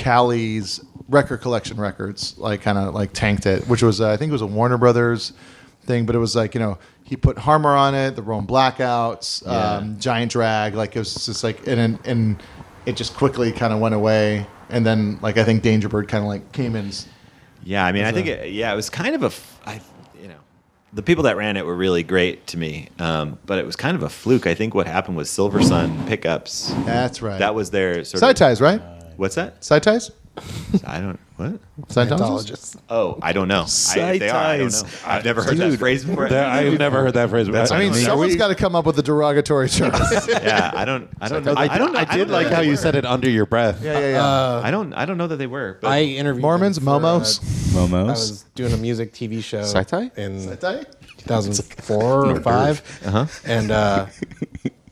Callie's record collection records like kind of like tanked it, which was uh, I think it was a Warner Brothers thing, but it was like you know he put Harmer on it, the Rome Blackouts, um, Giant Drag, like it was just like and and, and it just quickly kind of went away, and then like I think Danger Bird kind of like came in. s- Yeah, I mean, As I think a- it, yeah, it was kind of a, f- I, you know, the people that ran it were really great to me, um, but it was kind of a fluke. I think what happened was Silver Sun pickups. That's right. That was their sort Side of ties, right? What's that? (laughs) Side ties? I don't what Scientologists? Oh, I don't know. I, if they are, I don't know. Side-ties. I've never heard that Dude. phrase before. That- I've never heard that phrase. I mean, someone's got to come up with a derogatory term. yeah, I don't. I don't know. I- I don't. I don't did uh, know like that how they you were. said it under your breath. Yeah, yeah, yeah. I don't. I don't know that they were. But I interviewed Mormons, them for, uh, Momos? Momos? I was doing a music TV show Saitai? in Saitai? (laughs) 2004 or Nerve. 5 Uh-huh. and uh,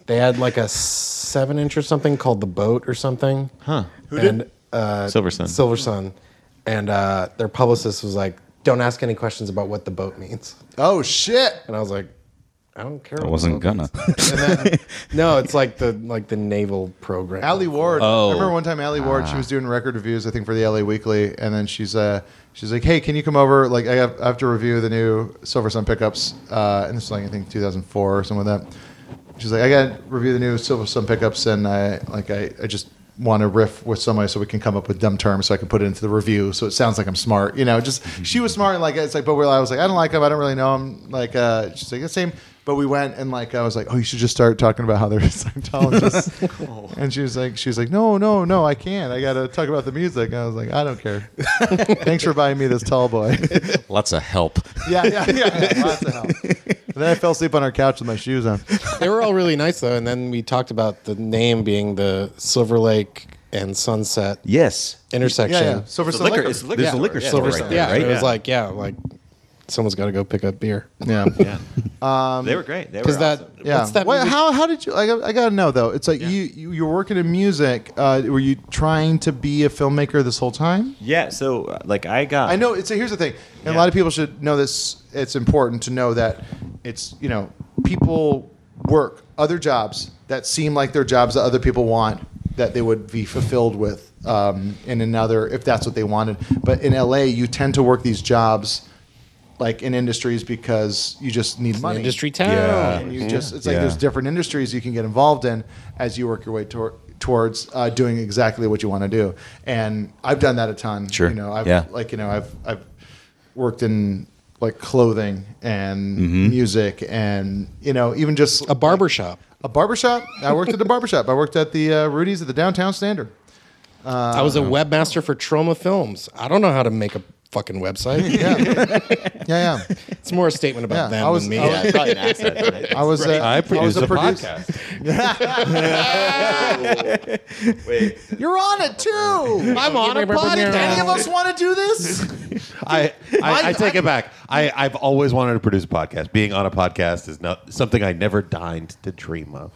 they had like a seven inch or something called the boat or something. Huh. Who did? and, Uh, Silver Sun. Silver Sun, and uh, their publicist was like, "Don't ask any questions about what the boat means." Oh shit! And I was like, "I don't care." I what the wasn't boat (laughs) gonna. means." And then- no, it's like the like the naval program. Allie Ward. Oh. I remember one time Allie Ward, she Ah. was doing record reviews, I think, for the LA Weekly, and then she's uh she's like, Hey, can you come over? Like I have, I have to review the new Silver Sun pickups, uh and this is like I think two thousand four or something like that. She's like, I gotta review the new Silver Sun pickups and I like I, I just want to riff with somebody so we can come up with dumb terms so I can put it into the review so it sounds like I'm smart. You know, just she was smart and like it's like but we're, I was like, I don't like him, I don't really know him. Like uh she's like the same but we went and like I was like, Oh, you should just start talking about how they're (laughs) Scientologists. And she was like, she was like, no, no, no, I can't. I gotta talk about the music. And I was like, I don't care. (laughs) Thanks for buying me this tall boy. Lots of help. (laughs) yeah, yeah, yeah, yeah. Lots of help. And then I fell asleep on our couch with my shoes on. they were all really nice though. And then we talked about the name being the Silver Lake and Sunset. Yes. Intersection. Yeah, yeah. Silver The Sun liquor- Liquor. it's the liquor There's a store. liquor Yeah, store Silver right Sun. there, yeah, right? it was Yeah. like yeah, like someone's got to go pick up beer. Yeah. Yeah. Um, They were great. They were 'Cause that- awesome. yeah. what's that Wait, music- how how did you? I, got- I gotta know though. It's like you, you you're working in music. Uh, were you trying to be a filmmaker this whole time? Yeah. So uh, like I got. I know. It's a, here's the thing, and a lot of people should know this. It's important to know that it's you know people work other jobs that seem like they're jobs that other people want that they would be fulfilled with um, in another if that's what they wanted. But in LA, you tend to work these jobs like in industries because you just need an money. industry town. Yeah. And you Yeah. just it's like Yeah. there's different industries you can get involved in as you work your way tor- towards uh, doing exactly what you want to do. And I've done that a ton. Sure. You know, I've Yeah. like you know, I've I've worked in like clothing and Mhm. music and you know, even just a barber shop. A barber shop. I worked at the barber shop. I worked at the uh, Rudy's at the downtown standard. Uh, I was a webmaster for Troma Films. I don't know how to make a fucking (laughs) website. yeah, yeah. (laughs) It's more a statement about Yeah, them I was- than me. I was- Yeah, probably an asset, right? I was, uh, Right. I I was a produced a podcast. Wait. You're on it too. I'm on it, buddy. Any of us want to do this? I, I, I take it back. I, I've always wanted to produce a podcast. Being on a podcast is not something I never dined to dream of.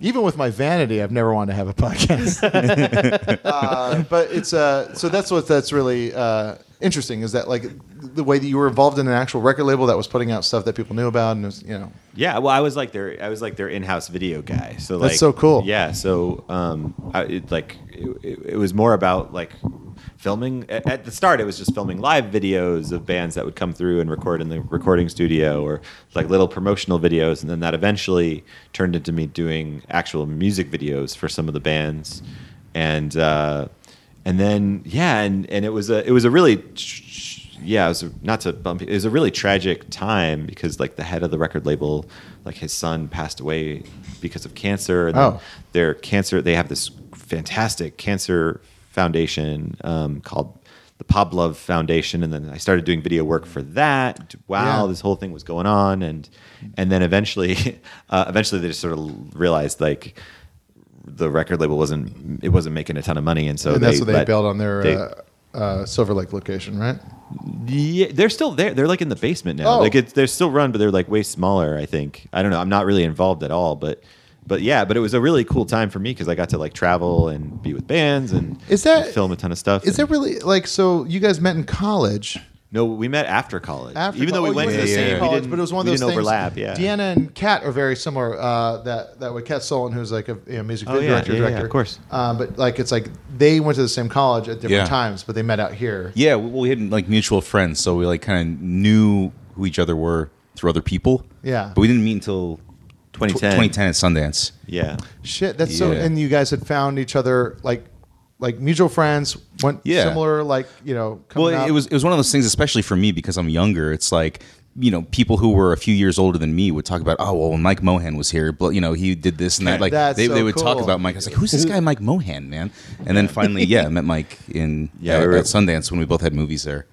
Even with my vanity, I've never wanted to have (laughs) a podcast. uh, but it's uh, so that's what that's really uh, interesting is that like the way that you were involved in an actual record label that was putting out stuff that people knew about and it was, you know Yeah, well, I was like their I was like their in-house video guy. So That's like, so cool. Yeah, so um, I, it, like it, it- it was more about like filming. At, at the start, it was just filming live videos of bands that would come through and record in the recording studio, or like little promotional videos, and then that eventually turned into me doing actual music videos for some of the bands, and uh, and then yeah, and and it was a it was a really yeah, it was a, not to bump. It was a really tragic time because like the head of the record label, like his son passed away because of cancer. And Oh. their cancer. They have this fantastic cancer foundation um, called the Pop Love Foundation, and then I started doing video work for that. Wow, Yeah. this whole thing was going on, and and then eventually, (laughs) uh, eventually they just sort of realized like. The record label wasn't it wasn't making a ton of money, and so and they that's what they let- built on their they- uh, uh, Silver Lake location right yeah, they're still there. They're like in the basement now. Oh. Like it's, they're still run, but they're like way smaller. I think. I don't know. I'm not really involved at all, but but yeah. But it was a really cool time for me because I got to like travel and be with bands and Is that- film a ton of stuff. is that really like so you guys met in college no, we met after college. after Even though we oh, you went to the same college, we didn't, but it was one of we those didn't things. overlap. Yeah. Deanna and Kat are very similar. Uh, that that way, Kat Solon, who's like a you know, music Oh, video yeah, director, yeah, yeah, director, of course. Uh, but like, it's like they went to the same college at different Yeah. times, but they met out here. Yeah, we- well, we had like mutual friends, so we like kind of knew who each other were through other people. Yeah. but we didn't meet until tw- 2010. 2010 at Sundance. Yeah, Shit, that's so. Yeah. And you guys had found each other like like mutual friends, went Yeah. similar like you know. Coming well, up. it was it was one of those things, especially for me because I'm younger. It's like you know, people who were a few years older than me would talk about, oh well, when Mike Mohan was here, but you know, he did this and that. Like That's they, they so would talk cool. about Mike. I was like, who's this guy, Mike Mohan, man? And then (laughs) finally, yeah, I met Mike in Yeah, at, we were- at Sundance when we both had movies there.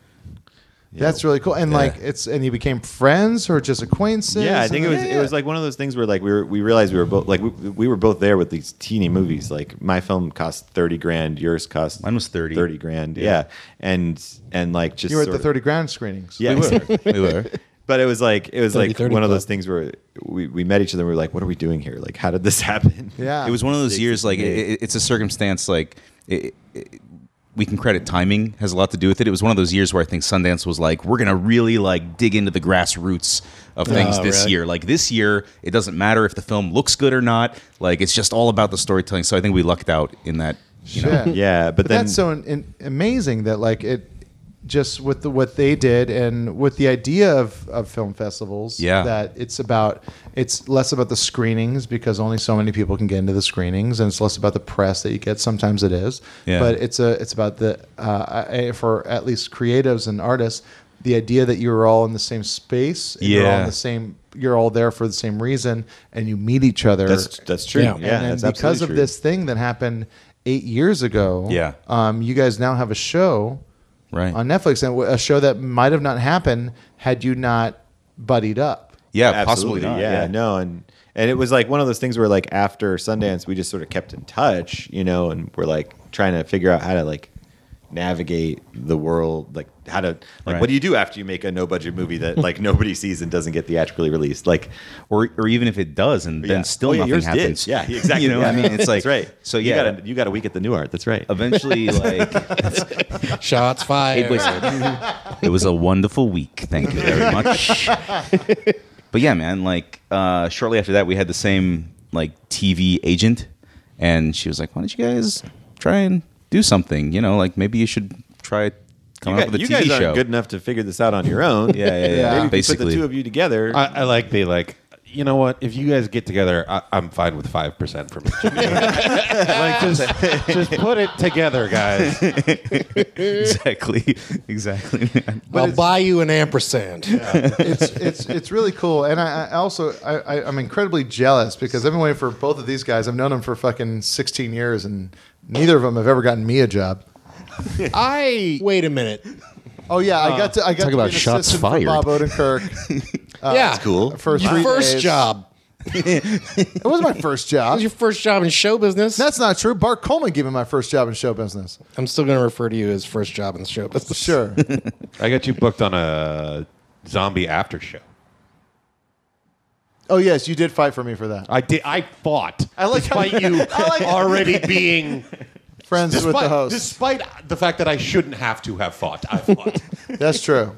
that's really cool. And like, it's and you became friends or just acquaintances. Yeah, I think it and- was it was like one of those things where like we were, we realized we were both like we, we were both there with these teeny movies. Like my film cost thirty grand, yours cost mine was thirty thirty grand. Yeah, and and like just you were at sort the of- thirty grand screenings. Yeah, (laughs) exactly. But it was like it was 30, like 30 one of club. those things where we, we met each other. and We were like, "What are we doing here? Like, how did this (laughs) happen?" Yeah. It was one of those years, like, it, it- it's a circumstance, like, it, it, we can credit timing has a lot to do with it. It was one of those years where I think Sundance was like, we're going to really, like, dig into the grassroots of things Oh, this really? year. Like, this year, it doesn't matter if the film looks good or not. Like, it's just all about the storytelling. So I think we lucked out in that, you know. Shit. that's so in, in, amazing that like it just with the, what they did and with the idea of, of film festivals Yeah. that it's about it's less about the screenings because only so many people can get into the screenings and it's less about the press that you get sometimes it is Yeah. but it's a it's about the uh, I- for at least creatives and artists the idea that you're all in the same space and you're all Yeah. in the same you're all there for the same reason and you meet each other That's- that's true. Yeah. and Yeah, then that's because absolutely of true. this thing that happened eight years ago Yeah. um, you guys now have a show Right. on Netflix, and a show that might have not happened had you not buddied up. Yeah, possibly Absolutely, not, Yeah, yeah. no, and and it was like one of those things where like after Sundance, we just sort of kept in touch, you know, and we're like trying to figure out how to like navigate the world, like how to like Right. what do you do after you make a no budget movie that like nobody sees and doesn't get theatrically released, like or or even if it does and Yeah. then still Oh, yeah, nothing yours did. happens. Yeah, (laughs) exactly. You know what I Yeah. mean? It's like (laughs) That's right. So You yeah, got a- you got a week at the new art. That's right. Eventually, (laughs) like shots fired. It was, it was a wonderful week. Thank you very much. but yeah, man, like uh, shortly after that, we had the same like TV agent, and she was like, "Why don't you guys try and do something? You know, like maybe you should try coming you up guys- with a you TV guys aren't show." good enough to figure this out on your own. (laughs) Yeah, yeah, yeah. Maybe if you put Basically. the two of you together. I, I like the like. You know what? If you guys get together, I, I'm fine with five percent (laughs) from each. of you. like just, just put it together, guys. exactly, exactly. man. I'll buy you an ampersand. (laughs) it's it's it's really cool, and I, I also I, I, I'm incredibly jealous because I've been waiting for both of these guys. I've known them for fucking 16 years, and neither of them have ever gotten me a job. I uh, wait a minute. Oh yeah, I got to I got Talk to about be an shots assistant for fired. Bob Odenkirk. Uh, yeah, For Your three first days. job. (laughs) It was my first job. (laughs) It was your first job in show business. That's not true. Bart Coleman gave me my first job in show business. I'm still going to refer to you as first job in the show business. Sure. I got you booked on a zombie after show. Oh yes, you did fight for me for that. I did. I fought. I like how- despite you I like- already being Friends with the despite, host. (laughs) Despite the fact that I shouldn't have to have fought, I fought. That's true.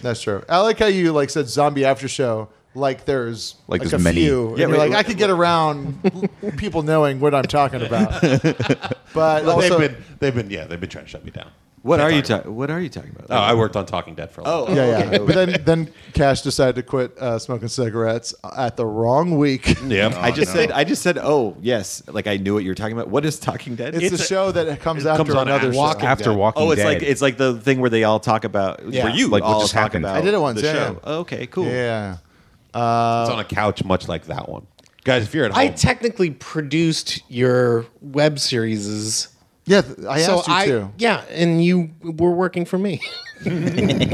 That's true. I like how you like said zombie after show. Like there's Like there's a many. few. Yeah, Yeah, wait, like wait, I could get around (laughs) people knowing what I'm talking about. But Well, also, they've been they've been yeah they've been trying to shut me down. What Can't are you talk about talking? What are you talking about? it. Oh, I worked on Talking Dead for Oh. a long time. yeah, yeah. But then then Cash decided to quit uh, smoking cigarettes at the wrong week. Oh, I just said. I just said. Oh yes. Like I knew what you were talking about. What is Talking Dead? It's, a show that comes after another show. Oh, it's like it's like the thing where they all talk about. Yeah. Where you Like, what all just talk happened. about. I did it once, The yeah. show. Oh, okay. Cool. Yeah. it's on a couch, much like that one. Guys, if you're at home, Oh. I technically produced your web series. Yeah, I asked you to. Yeah, and you were working for me.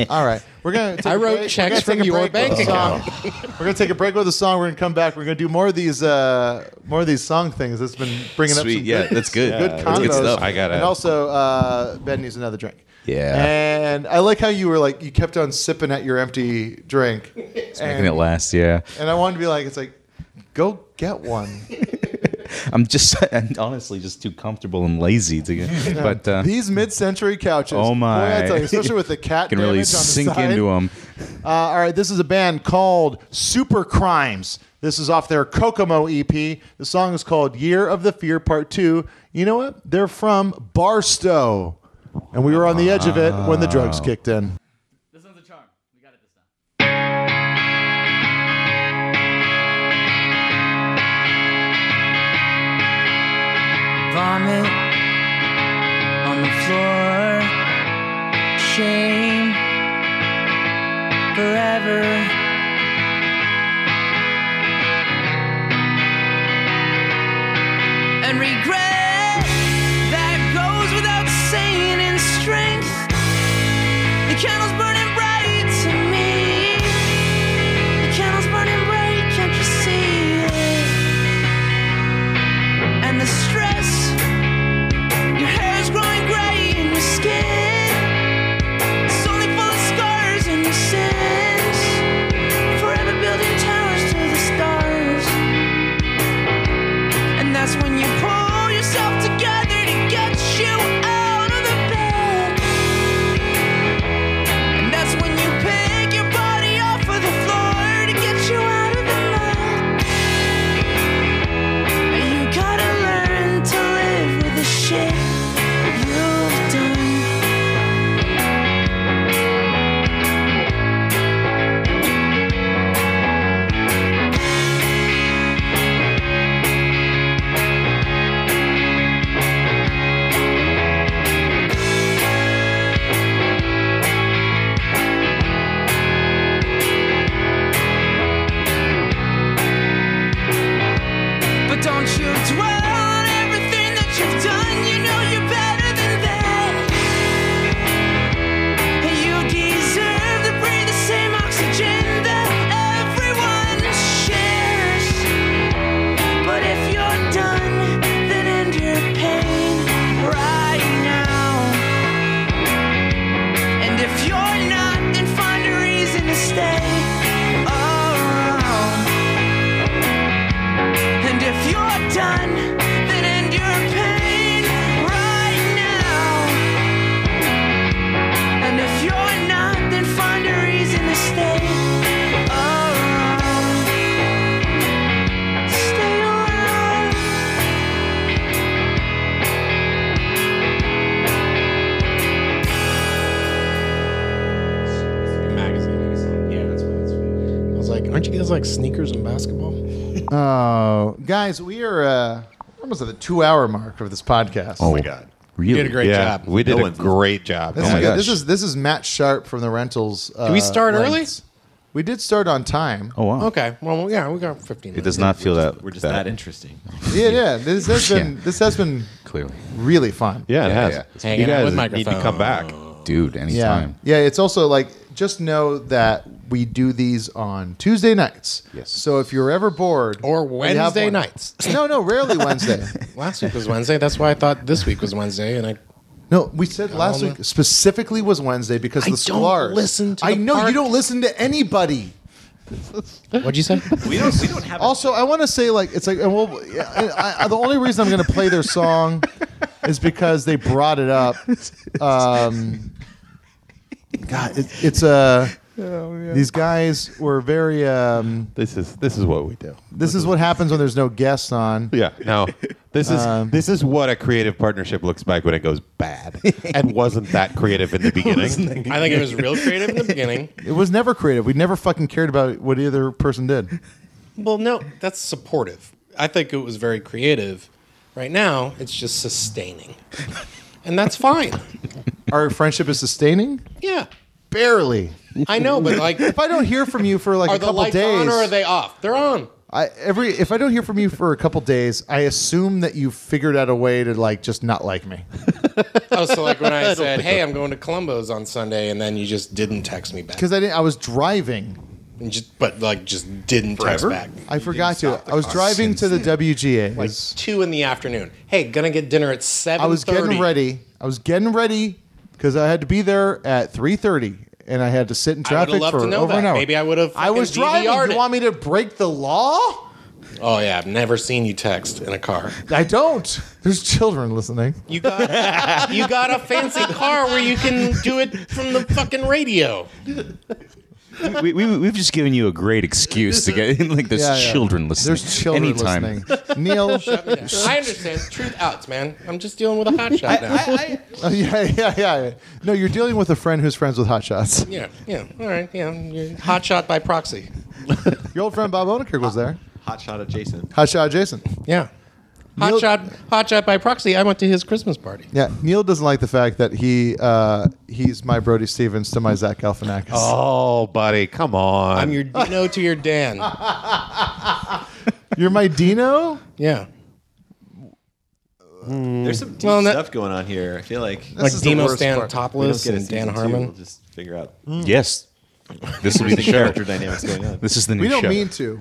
All right, (laughs) we're gonna. Take I a wrote break. checks We're gonna take from a your break with bank a song. we're gonna take a break with a song. We're gonna come back. We're gonna do more of these, uh, more of these song things. That's been bringing up. Sweet, some yeah, good, that's good. Good Yeah, that's combos. good stuff. I gotta- And also, uh, Ben needs another drink. Yeah. And I like how you were like you kept on sipping at your empty drink. It's Making it last, yeah. And I wanted to be like, it's like, go get one. I'm just, (laughs) and honestly, just too comfortable and lazy to get. But (laughs) uh, These mid-century couches. Oh, Boy, I my. tell you, especially (laughs) with the cat. can really damage on the sink side. into um, them. Uh, all right, this is a band called Super Crimes. This is off their Kokomo EP. The song is called Year of the Fear Part 2. You know what? They're from Barstow. And we were on the edge of it when the drugs kicked in. Vomit on the floor. Shame forever. And regret that goes without saying in strength. The candle's burning bright to me. The candle's burning bright, can't you see it? and the stress. Your hair's growing gray in your skin. It's only full of scars and your sins. Forever building towers to the stars. And that's when you pull yourself together to get you out of the bed. And that's when you pick your body off of the floor to get you out of the mud. You gotta learn to live with the shit you've done. But don't you dwell on everything that you've done. You know you're better than that. And you deserve to breathe the same oxygen that everyone shares. But if you're done, then end your pain right now. And if you're not, then find a reason to stay around. And if you're done, then end your pain right now. And if you're not, then find a reason to stay around. Stay around. magazine. Yeah, that's what it's from. I was like, aren't you guys like sneakers and basketball? Oh, guys, we are uh, almost at the two hour mark of this podcast. Oh, my God. really? You did a great Yeah, job. We did No a one's listening. great job. This, Oh is, my good. gosh. this is this is Matt Sharp from the Rentals. Uh, Did we start early? Lengths. We did start on time. Oh wow! Okay. Well, yeah, we got 15 It does not feel that. We're just that interesting. Yeah, yeah. This has Yeah. been this has been Clearly. really fun. Yeah, it has. yeah. You Hanging out guys with need to microphones. come back. dude. Anytime. Yeah. yeah, it's also like just know that we do these on Tuesday nights. Yes. So if you're ever bored or Wednesday nights. No, no, rarely Wednesday. Last week was Wednesday. That's why I thought this week was Wednesday, and I No, we said last don't week specifically was Wednesday because I the don't Sklars. listen to I the know park. you don't listen to anybody. What'd you say? We don't. We don't have. Also, I want to say like it's like and well, yeah, I, I, the only reason I'm going to play their song is because they brought it up. Um, God, it, it's a. Oh, yeah. These guys were very. Um, (laughs) this is this is what we do. This is what happens when there's no guests on. Yeah, no. This is Um, this is what a creative partnership looks like when it goes bad and wasn't that creative in the beginning. I think it was real creative in the beginning. (laughs) It was never creative. We never fucking cared about what either person did. Well, no, that's supportive. I think it was very creative. Right now, it's just sustaining. And that's fine. Our friendship is sustaining. Yeah. Barely. I know, but like if I don't hear from you for like are a the couple lights days, on or are they off? They're on. I every if I don't hear from you for a couple days, I assume that you figured out a way to like just not like me. (laughs) Oh, so like when (laughs) I I don't said, think "Hey, I'm going to Columbo's on Sunday," and then you just didn't text me back. Because I didn't I was driving. And just, but like just didn't Forever? text back. I forgot to. I was driving to the WGA. Like two in the afternoon. Hey, gonna get dinner at seven. I was getting ready. I was getting ready because I had to be there at three thirty, and I had to sit I in would traffic have loved for to know over an that. hour. Maybe I would have. I was driving. You want me to break the law? Oh yeah, I've never seen you text in a car. I don't. There's children listening. You got you got a fancy car where you can do it from the fucking radio. we, we, we've just given you a great excuse to get in. Like, there's Yeah, yeah. children listening. (laughs) There's children Anytime. listening. Neil, Shut me down. I understand. Truth outs, man. I'm just dealing with a hot shot now. Oh, (laughs) yeah, yeah, yeah. No, you're dealing with a friend who's friends with hotshots. yeah, yeah. All right, yeah. You're hot shot by proxy. Your old friend Bob Odenkirk was there. Hot shot adjacent. Hotshot Jason. Yeah. Hot shot, hot shot by proxy. I went to his Christmas party. Yeah, Neil doesn't like the fact that he uh, he's my Brody Stevens to my Zach Galifianakis. Oh, buddy, come on. I'm your Dino to your Dan. (laughs) You're my Dino. Yeah. There's some deep Hmm. Well, no- stuff going on here. I feel like Like Demo Stan Topless Topless and Dan Harmon. We'll just figure out. Yes. This will be the Hmm. show. Interesting character dynamics going on. This is the new we don't show. mean to.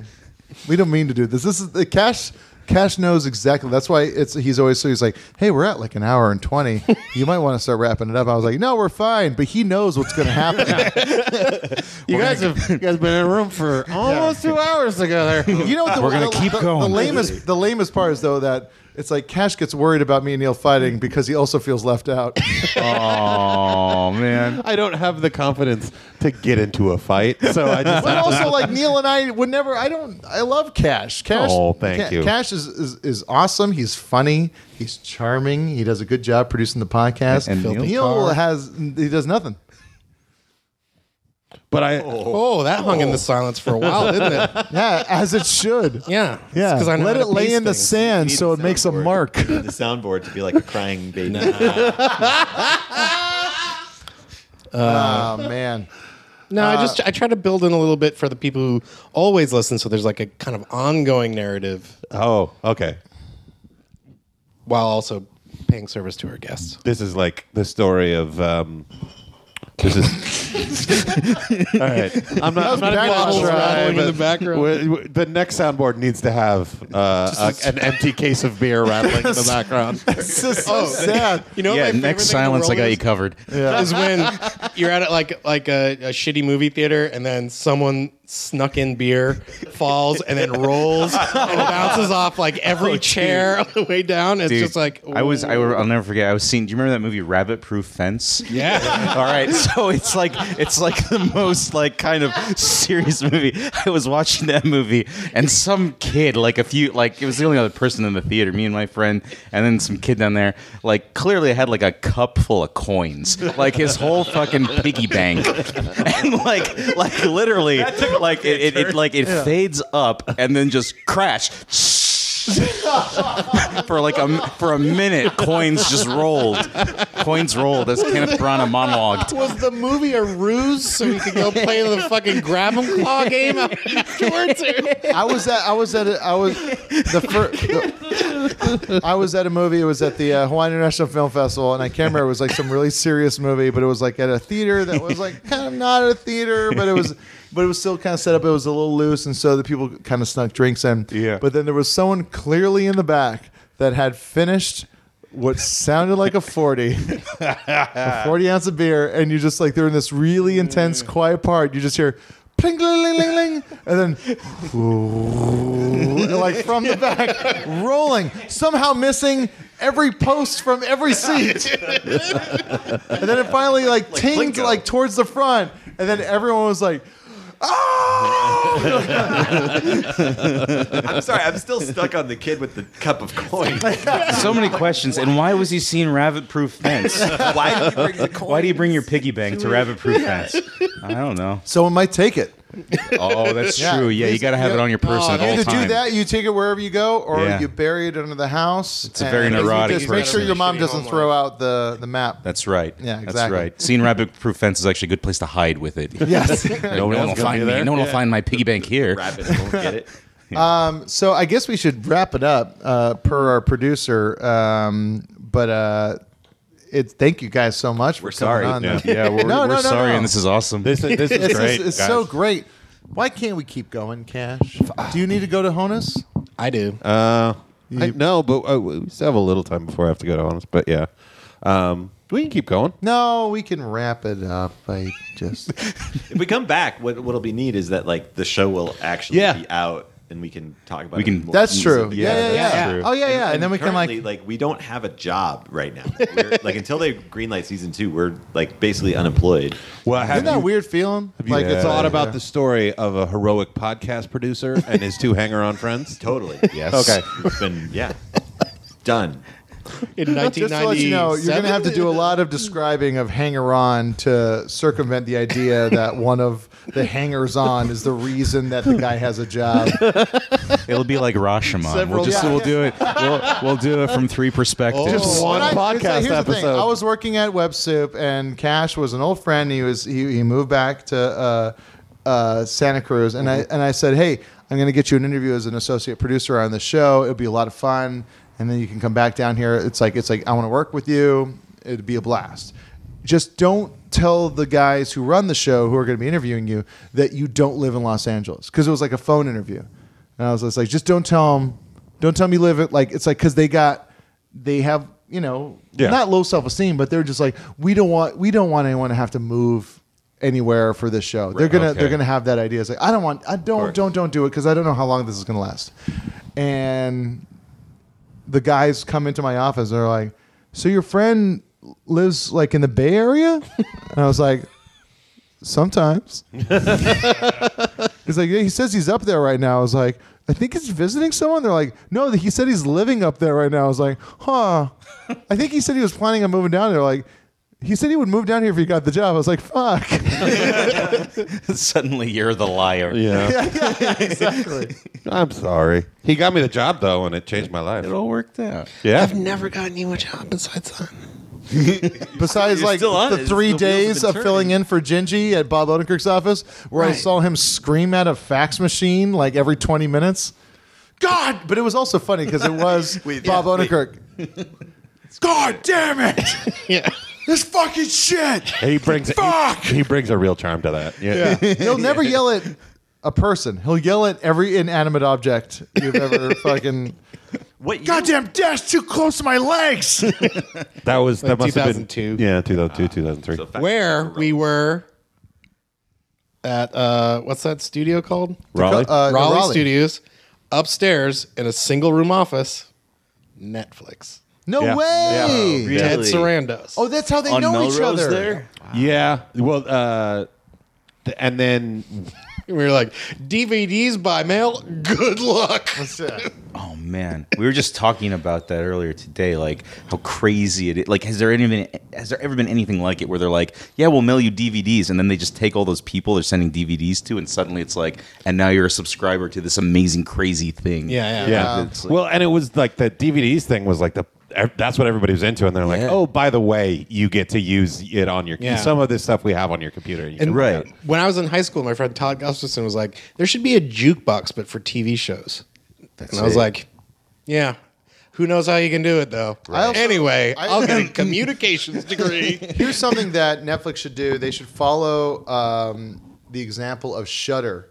We don't mean to do this. This is the cash. Cash knows exactly. That's why it's he's always so he's like, hey, we're at like an hour and (laughs) twenty. You might want to start wrapping it up. I was like, no, we're fine. But he knows what's going to happen. (laughs) you guys have you guys been in a room for almost two hours together. (laughs) you know what? The, We're gonna the- keep the- going. The lamest the lamest part is though that it's like Cash gets worried about me and Neil fighting because he also feels left (laughs) out. Oh man, I don't have the confidence to get into a fight, so (laughs) I just. but also like Neil and I would never. I don't. I love Cash. Cash. Oh, thank you. Cash is, is is awesome. He's funny. He's charming. He does a good job producing the podcast. And Neil, Neil Carr. has he does nothing. But I Oh, that hung in the silence for a while, didn't it? Yeah, as it should. (laughs) Yeah, Yeah. Because I know Let how it to lay pace in the things. sand (laughs) so it makes a (laughs) mark. You need (laughs) the soundboard to be like a crying baby. oh man. No, I Uh, just I try to build in a little bit for the people who always listen, so there's like a kind of ongoing narrative Oh, okay. while also paying service to our guests. This is like the story of. Um, this is. All right, I'm not. I'm not Back gonna bottles try, rattling in but the background. w- w- the next soundboard needs to have uh, a- an empty case of beer rattling in the background. This is Oh, (laughs) so sad. You know, what my Oh, yeah, favorite next thing in the silence, I world got is? you covered. Is when (laughs) you're at like like a, a shitty movie theater, and then someone snuck in beer, falls, and then rolls and bounces off like Oh, every chair on the way down. It's Dude, just like I was. I, will never forget. I was seeing. Do you remember that movie Rabbit Proof Fence? Yeah. (laughs) All right. So it's like it's like the most like kind of serious movie. I was watching that movie, and some kid, like a few, like it was the only other person in the theater, me and my friend, and then some kid down there. Like clearly, had like a cup full of coins, like his whole fucking piggy bank, (laughs) and like like literally, like it, it, it like it Yeah. fades up and then just crash. for like a for a minute, coins just rolled. Coins rolled as Kenneth Branagh monologued. Was the movie a ruse so you could go play the fucking grab 'em claw (laughs) game afterwards? I was at I was at a, I was the first I was at a movie. It was at the uh, Hawaiian International Film Festival, and I can't remember. It was like some really serious movie, but it was like at a theater that was like kind of not a theater, but it was but it was still kind of set up. It was a little loose, and so the people kind of snuck drinks in. Yeah. But then there was someone clearly in the back that had finished. What sounded like a 40, a 40 ounce of beer, and you just like, they're in this really intense, quiet part. You just hear, pling, ling, ling, ling, and then like from the back, rolling, somehow missing every post from every seat. and then it finally like, Like tinged Plinko. like towards the front, and then everyone was like, I'm sorry, I'm still stuck on the kid with the cup (laughs) of coin. so many questions. And why was he seeing rabbit proof fence? Why did you bring the Why do you bring your piggy bank to rabbit proof fence? I don't know. someone might take it. Oh, that's Yeah, true. Yeah, Oh, you please- got to have yeah. it on your person at all Either time. do that, you take it wherever you go, or Yeah. you bury it under the house. It's a very and neurotic Just make sure person. your mom doesn't throw out the, the map. That's right. Yeah, That's exactly. right. Seeing rabbit proof fence is actually a good place to hide with (laughs) it. Yes. no one Rabbit's will gonna be find me. there. No one will Yeah. find my piggy bank here. Rabbit won't get it. Um, so I guess we should wrap it up uh, per our producer. Um, but uh, it, thank you guys so much. We're sorry. On (laughs) Yeah. though. Yeah, we're- we're sorry, and this is awesome. This is- this is It's- great, It's, guys. so great. Why can't we keep going, Cash? Do you need to go to Honus? I do. Uh, I, no, but uh, we still have a little time before I have to go to honest. But yeah, um, we can keep going. No, we can wrap it up. I just If we come back, what what'll be neat is that like the show will actually be out and we can talk about We it. can- (laughs) more That's true. easily. Yeah, Yeah, yeah, that's yeah. true. Oh, yeah, yeah, and then we can, like- currently, like we don't have a job right now. We're, like until they greenlight season two, we're like basically unemployed. Well, Isn't that a weird feeling? Have you thought about the story of a heroic podcast producer and his two hanger-on friends? Totally. (laughs) Yes. Okay. It's been yeah. (laughs) Done. In Just to let you know, you're going to have to do a lot of describing of hanger-on to circumvent the idea that one of the hangers-on is the reason that the guy has a job. It'll be like Rashomon. Several- we'll (laughs) just yeah. we'll do it. We'll, we'll do it from three perspectives. When Oh. I- it's like, here's The thing. I was working at Web Soup, and Cash was an old friend. He was he, he moved back to uh, uh, Santa Cruz, and I and I said, hey, I'm going to get you an interview as an associate producer on the show. It'll be a lot of fun, and then you can come back down here. It's like it's like I want to work with you. It'd be a blast. Just don't tell the guys who run the show who are going to be interviewing you that you don't live in Los Angeles because it was like a phone interview, and I was just like, just don't tell them, don't tell me you live it. Like it's like because they got they have you know Yeah. not low self esteem, but they're just like we don't want we don't want anyone to have to move anywhere for this show. They're gonna okay. they're gonna have that idea. It's like I don't want I don't don't don't do it because I don't know how long this is gonna last. And the guys come into my office. They're like, so your friend lives like in the Bay Area, (laughs) and I was like. Sometimes (laughs) he's like, yeah, he says he's up there right now. I was like, I think he's visiting someone. They're like, no, he said he's living up there right now. I was like, huh. I think he said he was planning on moving down there. Like, he said he would move down here if he got the job. I was like, fuck. (laughs) Suddenly, you're the liar. Yeah. exactly. I'm sorry. He got me the job though, and it changed my life. It all worked out. Yeah. I've never gotten you a job besides that. Besides, You're like still on the it. The three wheels have days been of filling in for Gingy at Bob Odenkirk's office, where I Right. saw him scream at a fax machine like every 20 minutes. God! But it was also funny because it (laughs) was Bob Odenkirk. God damn it! yeah. This fucking shit. He brings Fuck! He, he brings a real charm to that. Yeah. He'll (laughs) never yell at a person. He'll yell at every inanimate object (laughs) you've ever fucking. What goddamn dash too close to my legs? (laughs) That was that Like must have been 2002. Yeah, 2002, 2003. Where we were at uh, what's that studio called? Raleigh? uh, Raleigh, Raleigh. Studios, upstairs in a single room office, Netflix. No Yeah. way! Yeah. Ted Really? Sarandos. Oh, that's how they On know each Melrose other. there? Yeah. Well, uh, th- and then we were like DVDs by mail. Good luck. Oh man, we were just talking about that earlier today. Like how crazy it is. Like, has there any been, has there ever been anything like it where they're like, "Yeah, we'll mail you DVDs," and then they just take all those people they're sending DVDs to, and suddenly it's like, and now you're a subscriber to this amazing, crazy thing. It's like- well, and it was like the DVDs thing was like the ev- that's what everybody was into, and they're like, oh, by the way, you get to use it on your Yeah. some of this stuff we have on your computer. You And can- when I was in high school, my friend Todd Gustafson was like, "There should be a jukebox, but for TV shows." and I was it. like, "Yeah, who knows how you can do it though?" anyway, I, will get a communications degree. Here's something that Netflix should do. They should follow um, the example of Shudder,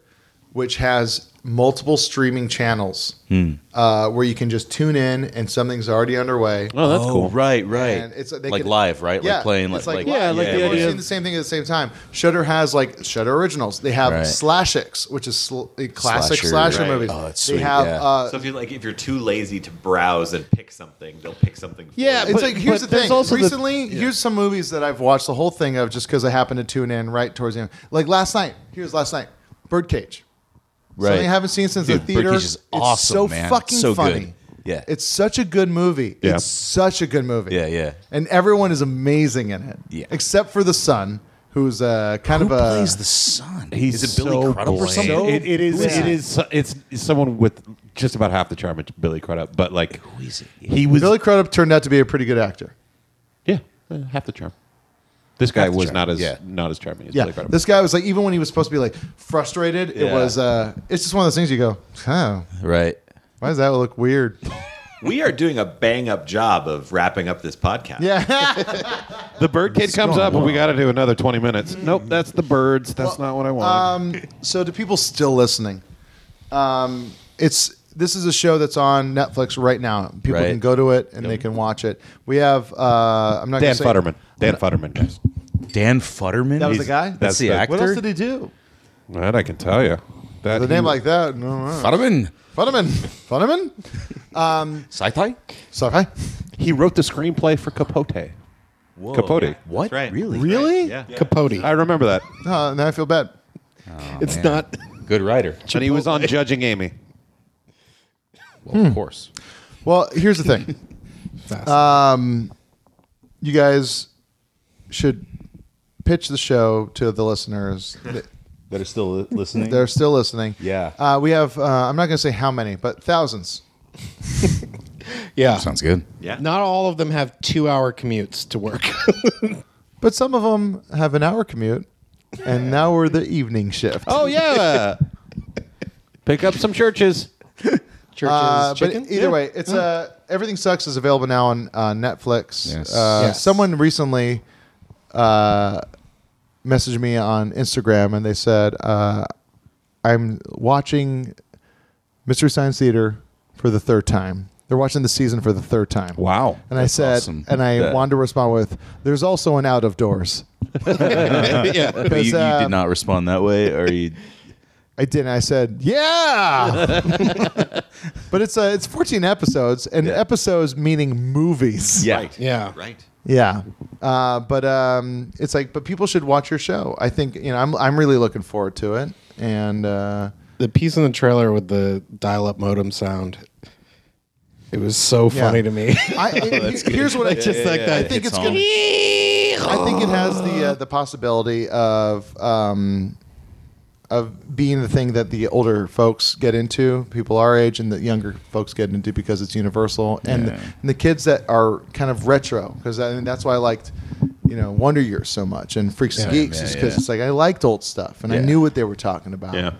which has multiple streaming channels Hmm. uh, where you can just tune in and something's alady underway. Oh, that's cool. Right, right. And it's they Like could- live, right? Like Yeah, playing, it's like- like, like- Yeah, like the we're idea seeing of- the same thing at the same time. Shutter has like Shutter Originals. They have Right. Slash X, which is sl- a classic Slasher, slasher, right. movies. Oh, that's they sweet, have yeah. uh, so if you like, if you're too lazy to browse and pick something, they'll pick something. For Yeah, you. it's like here's the thing. Recently, here's some movies that I've watched the whole thing of just because I happened to tune in right towards the end. Like last night, here's last night, Birdcage. Right. Something I haven't seen since Dude, the theater. Birdcage is awesome, it's so man. fucking So funny. good. Yeah. it's such a good movie. Yeah. It's such a good movie. Yeah, yeah. And everyone is amazing in it. Yeah, except for the son, who's uh, kind of a plays the son. He's so bland. It, it is. It is. It's someone with just about half the charm of Billy Crudup, but like he was Billy Crudup turned out to be a pretty good actor. Yeah, uh, half the charm. This guy Half the was charm. not as not as charming as Yeah, Billy Crudup. this guy was like even when he was supposed to be like frustrated, it Yeah. was. uh It's just one of those things you go, oh, right. Why does that look weird? We are doing a bang up job of wrapping up this podcast. Yeah. the bird kid What's comes going up, and we on? got to do another twenty minutes. Nope, that's the birds. That's not what I want. um, so to people still listening, um, it's this is a show that's on Netflix right now. People Right. can go to it and they can watch it. We have. Uh, I'm not gonna Dan say- Futterman. Dan Futterman, guys. Dan Futterman. That was the He's- guy. that's the What else actor? did he do? That I can tell you. That With a he- name like that, no. no. Futterman. Futterman. Futterman. Um, Sci-fi. Sci-fi. He wrote the screenplay for Capote. Oh, Whoa. Capote. Yeah, What? that's right. Really? Really? That's right, yeah. Capote. I remember that. Oh, now I feel bad. It's man. not- good writer. And he was on Judging Amy. Well, of course. Well, here's the (laughs) thing. um, you guys should pitch the show to the listeners. That are still (laughs) li- listening. They're still listening. Yeah. Uh, we have. Uh, I'm not going to say how many, but thousands. Yeah. Sounds good. Yeah. Not all of them have two hour commutes to work. But some of them have an hour commute, and now we're the evening shift. Oh yeah. (laughs) Pick up some churches. Churches, Uh, but chicken? either Yeah. way, it's Yeah. uh, everything sucks is available now on uh, Netflix. Yes. Uh, Yes. Someone recently uh, messaged me on Instagram and they said, uh, "I'm watching Mystery Science Theater for the third time." They're watching the season for the third time. Wow! And I said, awesome. and I Yeah. wanted to respond with, "There's also an out (laughs) of doors." (laughs) uh, But you, you did not respond that way, or you? I didn't. I said, (laughs) "Yeah," but it's uh, it's 14 episodes, and episodes meaning movies. Yeah. Right. yeah. Uh, but um, it's like, but people should watch your show. I think you know, I'm I'm really looking forward to it, and uh, The piece in the trailer with the dial up modem sound. It was so Yeah. funny to me. (laughs) I, it- here's what I just like that. I think it's gonna. I think it has the uh, the possibility of um, of being the thing that the older folks get into, people our age, and the younger folks get into because it's universal, and, Yeah. and the kids that are kind of retro because I mean, that's why I liked you know Wonder Years so much and Freaks and Yeah. Geeks Yeah, is because yeah. it's like I liked old stuff and I Yeah. knew what they were talking about. Yeah.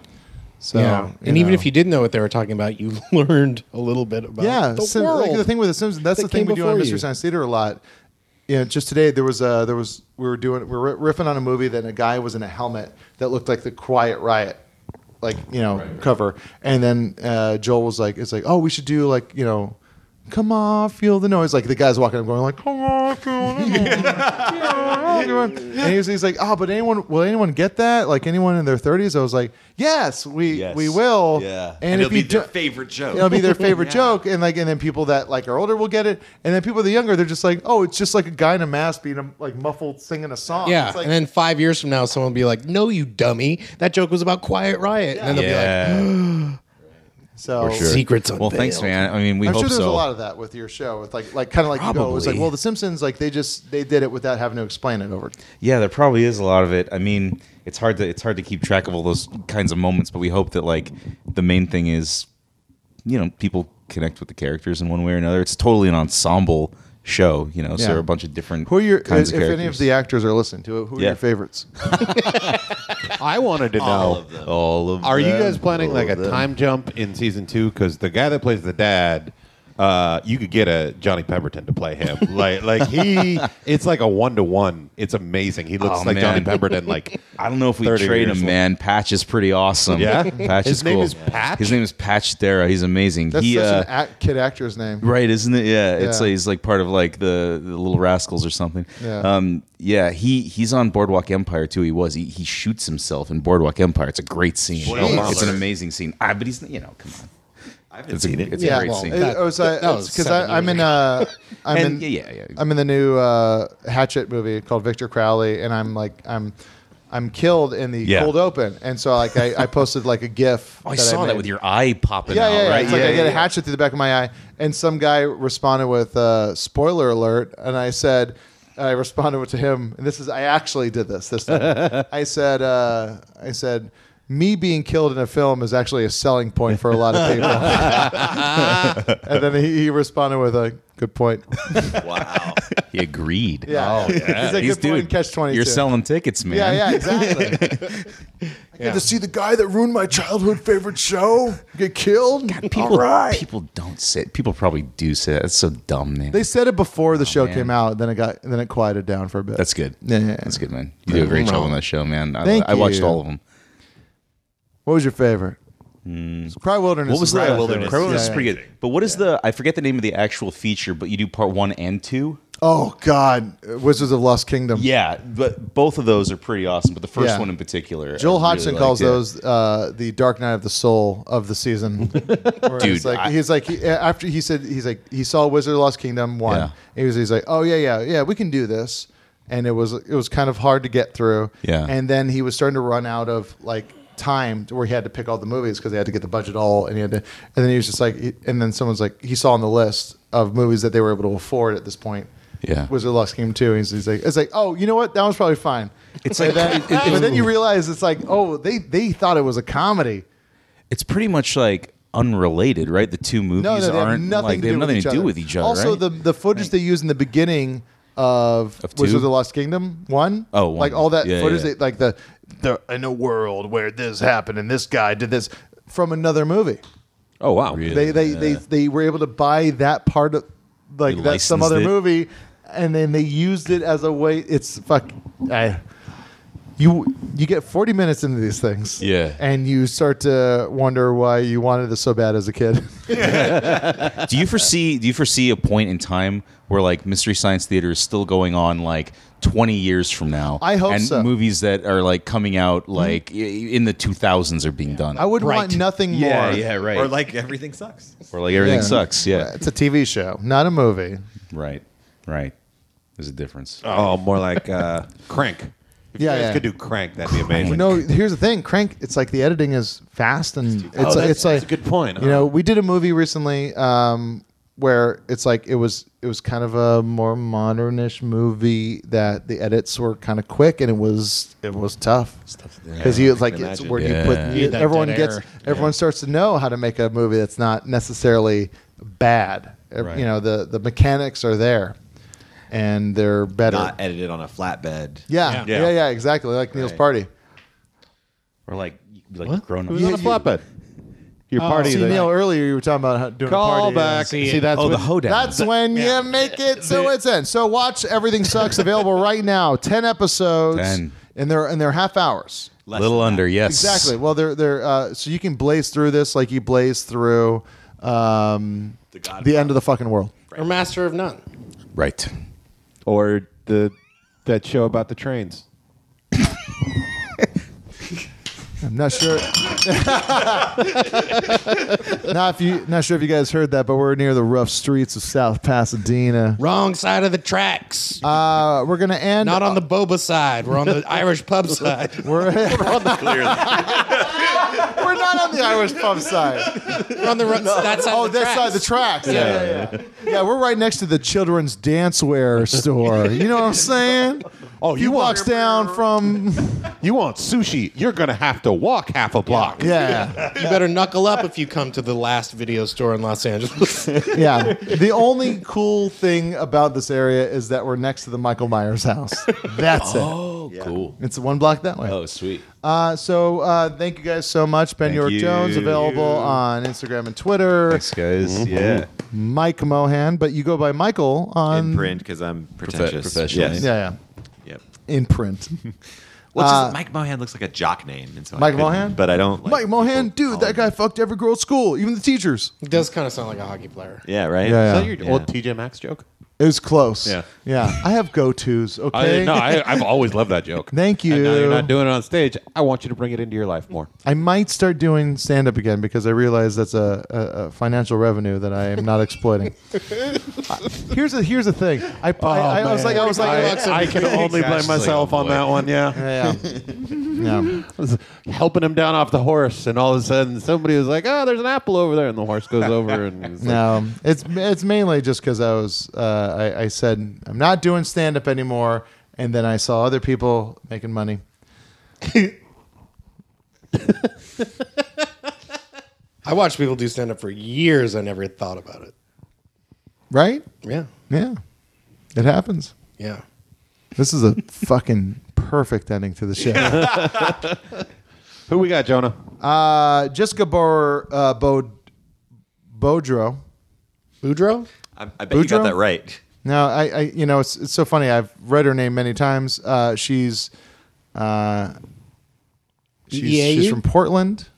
So (laughs) and even if you did know what they were talking about, you (laughs) learned a little bit about yeah, the Sim- world. like the thing with the Simpsons. That's that the thing came we do on before Mystery you. Science Theater a lot. Yeah, just today there was a there was we were doing we were riffing on a movie that a guy was in a helmet that looked like the Quiet Riot, like you know cover, and then uh, Joel was like, it's like oh we should do like you know. Come on, feel the noise. Like the guy's walking up, going like, "Come on, feel the (laughs) noise." and he's, he's like, "Oh, but anyone will anyone get that? Like anyone in their 30s? I was like, "Yes, we we will." Yeah. And, And if it'll be you their don't- (laughs) favorite joke. It'll (laughs) be their favorite Yeah. joke joke, and like and then people that like are older will get it and then people that are younger they're just like oh it's just like a guy in a mask being a, like muffled singing a song yeah, it's like, and then five years from now, someone will be like, "No, you dummy! That joke was about Quiet Riot," and then they'll be like, so For sure. Secrets Well, thanks, unveiled. man. I mean, we I'm hope sure there's so. a lot of that with your show with like like kind of like you go it was like Probably. well the Simpsons like they just they did it without having to explain it over Yeah, there probably is a lot of it. I mean, it's hard to it's hard to keep track of all those kinds of moments, but we hope that like the main thing is, you know, people connect with the characters in one way or another. It's totally an ensemble show, you know. So Yeah. there are a bunch of different who are your kinds if, of if characters. any of the actors are listening to it who are Yeah. your favorites I wanted to All know. of them. All of Are you them. guys planning All like a of them. time jump in season two? Because the guy that plays the dad uh, you could get a Johnny Pemberton to play him. like like he, it's like a one to one. It's amazing. He looks Oh, like Johnny man. Pemberton. Like I don't know if we 30 trade years him, old. man. Patch is pretty awesome. Yeah? Patch His is name cool. is Patch? His name is Patch Thera. He's amazing. That's he, such uh, an act, kid actor's name. Right, isn't it? Yeah, it's Yeah. like, he's like part of like the, the Little Rascals or something. Yeah. um, yeah. He he's on Boardwalk Empire too. He was. He, he shoots himself in Boardwalk Empire. It's a great scene. Jeez. It's an amazing scene. Ah, but he's you know, come on. I've it's a, It's a great scene. It, oh, so that was because seven I'm years in ago. uh, I'm And- in yeah, yeah, yeah. I'm in the new uh, Hatchet movie called Victor Crowley, and I'm like I'm I'm killed in the Yeah. cold open, and so like I, I posted like a GIF. (laughs) Oh, I saw that made. with your eye popping Yeah, out, yeah, yeah. right? It's like yeah, I get yeah, a hatchet through the back of my eye, and some guy responded with uh, "spoiler alert," and I said, I responded to him, and this is I actually did this this (laughs) time. I said, uh, I said. Me being killed in a film is actually a selling point for a lot of (laughs) people. and then he, he responded with a good point. Wow. he agreed. Yeah. Oh, yeah. He's like, "Good point, catch 22." You're selling tickets, man. Yeah, yeah, (laughs) exactly. I get to see the guy that ruined my childhood favorite show get killed. People, All right. people don't sit. People probably do sit. That's so dumb, man. They said it before the show Oh, man. came out. Then it got then it quieted down for a bit. That's good. Yeah, yeah, yeah. That's good, man. You do a great job on that show, man. I, Thank I watched you. all of them. What was your favorite? Cry Wilderness. Hmm. What was is the right Cry up there. Wilderness? is pretty good. But what is the? I forget the name of the actual feature, but you do part one and two. Oh God, Wizards of Lost Kingdom. Yeah, but both of those are pretty awesome. But the first Yeah. one in particular, I Joel really Hodgson liked, calls yeah. those uh, the Dark Night of the Soul of the season. (laughs) Where Dude, it's like, he's like he, after he said he's like he saw Wizard of the Lost Kingdom one. Yeah. He was he's like oh yeah yeah yeah we can do this, and it was it was kind of hard to get through. Yeah. and then he was starting to run out of like time to where he had to pick all the movies because they had to get the budget all and he had to and then he was just like he- and then someone's like he saw on the list of movies that they were able to afford at this point. Yeah. Wizard of the Lost Kingdom two. He's, he's like it's like oh you know what that one's probably fine. It's And like- then- it- it- but then you realize it's like oh they they thought it was a comedy. It's pretty much like unrelated, right? The two movies No, no, they have aren't nothing like to they have do nothing with to each do other. with each other. Also, right? the the footage they use in the beginning of, Of Wizard two? of the Lost Kingdom one, Oh, one. like all that Yeah, footage, yeah. They, like the the in a world where this happened and this guy did this from another movie. Oh wow! They they, they they were able to buy that part of like They that some licensed other it. movie, and then they used it as a way. It's fuck. I, you you get forty minutes into these things, Yeah. and you start to wonder why you wanted this so bad as a kid. (laughs) do you foresee do you foresee a point in time where like mystery science theater is still going on like 20 years from now I hope and so. Hmm? movies that are like coming out like i in the 2000s are being done I would want nothing more. yeah yeah right Or like everything sucks. or like everything Yeah. sucks yeah It's a TV show, not a movie. right right there's a difference Oh, more like uh, (laughs) Crank. If Yeah, you guys yeah. could do Crank, that'd be amazing. You know, here's the thing, Crank. It's like the editing is fast, and it's Oh, that's- it's like that's a good point, uh-huh. You huh? know, we did a movie recently um, where it's like it was it was kind of a more modernish movie that the edits were kind of quick and it was it was tough because you it's like it's imagine. where Yeah. you Need put that everyone dead gets air. everyone starts to know how to make a movie that's not necessarily bad. Ev- Right. You know, the the mechanics are there, and they're better. Not edited on a flatbed. Yeah, yeah, Yeah. yeah, exactly. Like Neil's Right. party. or like like grown It up was on a flatbed. Your party. Oh, See, there. Neil, earlier you were talking about how- doing a Call party. back. See, See, that's oh the what- hoedown That's when you make it so it's in. So watch Everything Sucks available right now. Ten episodes, 10. and they're and they're half hours. a little under yes Exactly. Well, they're they're uh, so you can blaze through this like you blaze through um, the, end of the fucking world. Or Master of None. right or the that show about the trains. I'm not sure. (laughs) not if you not sure if you guys heard that, but we're near the rough streets of South Pasadena. Wrong side of the tracks. Uh, we're gonna end Not on the boba side. We're on (laughs) the Irish pub side. We're, Clearly. We're not on the Irish pub side. We're on the ro- that side. Oh, of the that side, tracks. the tracks. Yeah, yeah, yeah. yeah. we're right next to the children's dancewear store. You know what I'm saying? Oh, He walks down from You want sushi? You're gonna have to walk half a block. yeah, You better knuckle up if you come to the last video store in Los Angeles. (laughs) yeah. The only cool thing about this area is that we're next to the Michael Myers house. That's it. Oh, cool. It's one block that way. Oh, sweet. Uh, so uh, thank you guys so much. Ben Thank York Jones you. available on Instagram and Twitter. Thanks, guys. Mm-hmm. Yeah. Mike Mohan, but you go by Michael on in print because I'm pretentious. professionally. Yes. Yeah, yeah. Yep. in print. Well, it's just, Uh, Mike Mohan looks like a jock name, and so I Mike couldn't- Mohan? But I don't. Like, Mike Mohan, dude, that guy fucked every girl at school, even the teachers. He does kind of sound like a hockey player. yeah, right. Yeah, yeah. Is that your old TJ Maxx joke? It was close. Yeah. Yeah. I have go tos. Okay. I, no, I, I've always loved that (laughs) joke. Thank And now you. you're not doing it on stage. I want you to bring it into your life more. I might start doing stand up again because I realize that's a, a, a financial revenue that I am not exploiting. here's the here's the thing. I, I, I was like I was like I, I can only blame myself on that one. Yeah, Yeah, yeah. yeah. I (laughs) was helping him down off the horse, and all of a sudden somebody was like, "Oh, there's an apple over there," and the horse goes over and (laughs) he's like, No, Um, it's it's mainly just because I was uh, I, I said I'm not doing stand up anymore, and then I saw other people making money. I watched people do stand up for years. I never thought about it. Right? Yeah. Yeah, it happens. Yeah. This is a fucking perfect ending to the show. Who we got, Jonah? Uh, Jessica Bo- uh, Bo- Bodro. Boudreaux? I, I bet you got Boudreaux? that right. (laughs) No, I, I you know, it's, it's so funny. I've read her name many times. Uh, she's, uh, she's, EAU? she's from Portland,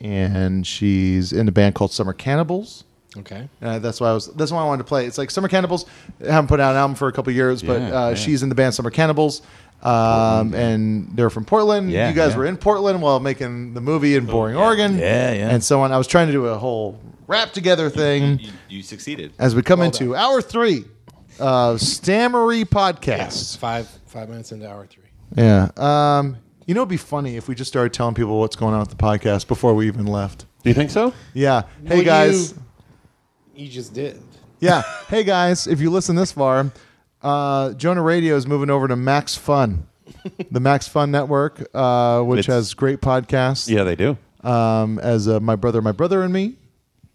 and she's in a band called Summer Cannibals. Okay. Uh, that's why I was. That's why I wanted to play. It's like Summer Cannibals. Haven't put out an album for a couple years, but Yeah, uh, yeah. she's in the band Summer Cannibals, um, and they're from Portland. Yeah, you guys yeah. Oh, were in Portland while making the movie in Boring, Oregon. Yeah, yeah. and so on. I was trying to do a whole wrap together thing (laughs) You, you succeeded. as we come into hour three of Stammery Podcast. Five five minutes into hour three. Yeah. Um, you know, it'd be funny if we just started telling people what's going on with the podcast before we even left. Do you think so? Yeah. Hey Well, guys. You, you just did. Yeah. hey guys, if you listen this far, uh, Jonah Radio is moving over to Max Fun, the Max Fun Network, uh, which It's- has great podcasts. Yeah, they do. Um, as uh, my brother, my brother and me.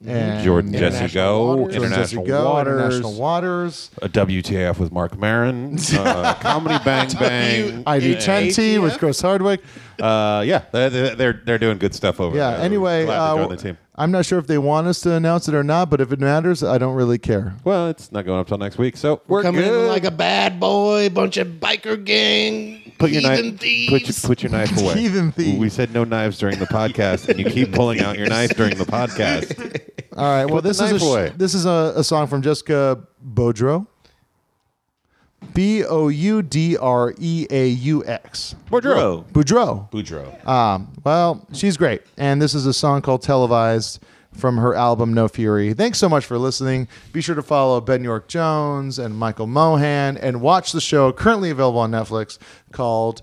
And Mm-hmm. Jordan Jesse Go, Waters. Jordan Jesse Um, International Go, Waters. International Waters, A WTF with Mark (laughs) Marin, uh, Comedy Bang Bang, ID10T with Chris Hardwick. Uh, yeah, they're, they're they're doing good stuff over Yeah. there. Anyway, Glad uh, they joined the team. I'm not sure if they want us to announce it or not, but if it matters, I don't really care. Well, it's not going up till next week, so we're, Coming good. in like a bad boy, bunch of biker gang. put your heathen knife, put your, thieves. put your knife (laughs) away. Heathen thieves. We said no knives during the podcast, and you keep pulling out your knife during (laughs) the podcast. All right. Well, Put the this is a knife away. sh- this is a, a song from Jessica Bodro. B o u d r e a u x. Boudreaux. Boudreaux. Boudreaux. Um, well, she's great, and this is a song called "Televised" from her album "No Fury." Thanks so much for listening. Be sure to follow Ben York Jones and Michael Mohan, and watch the show currently available on Netflix called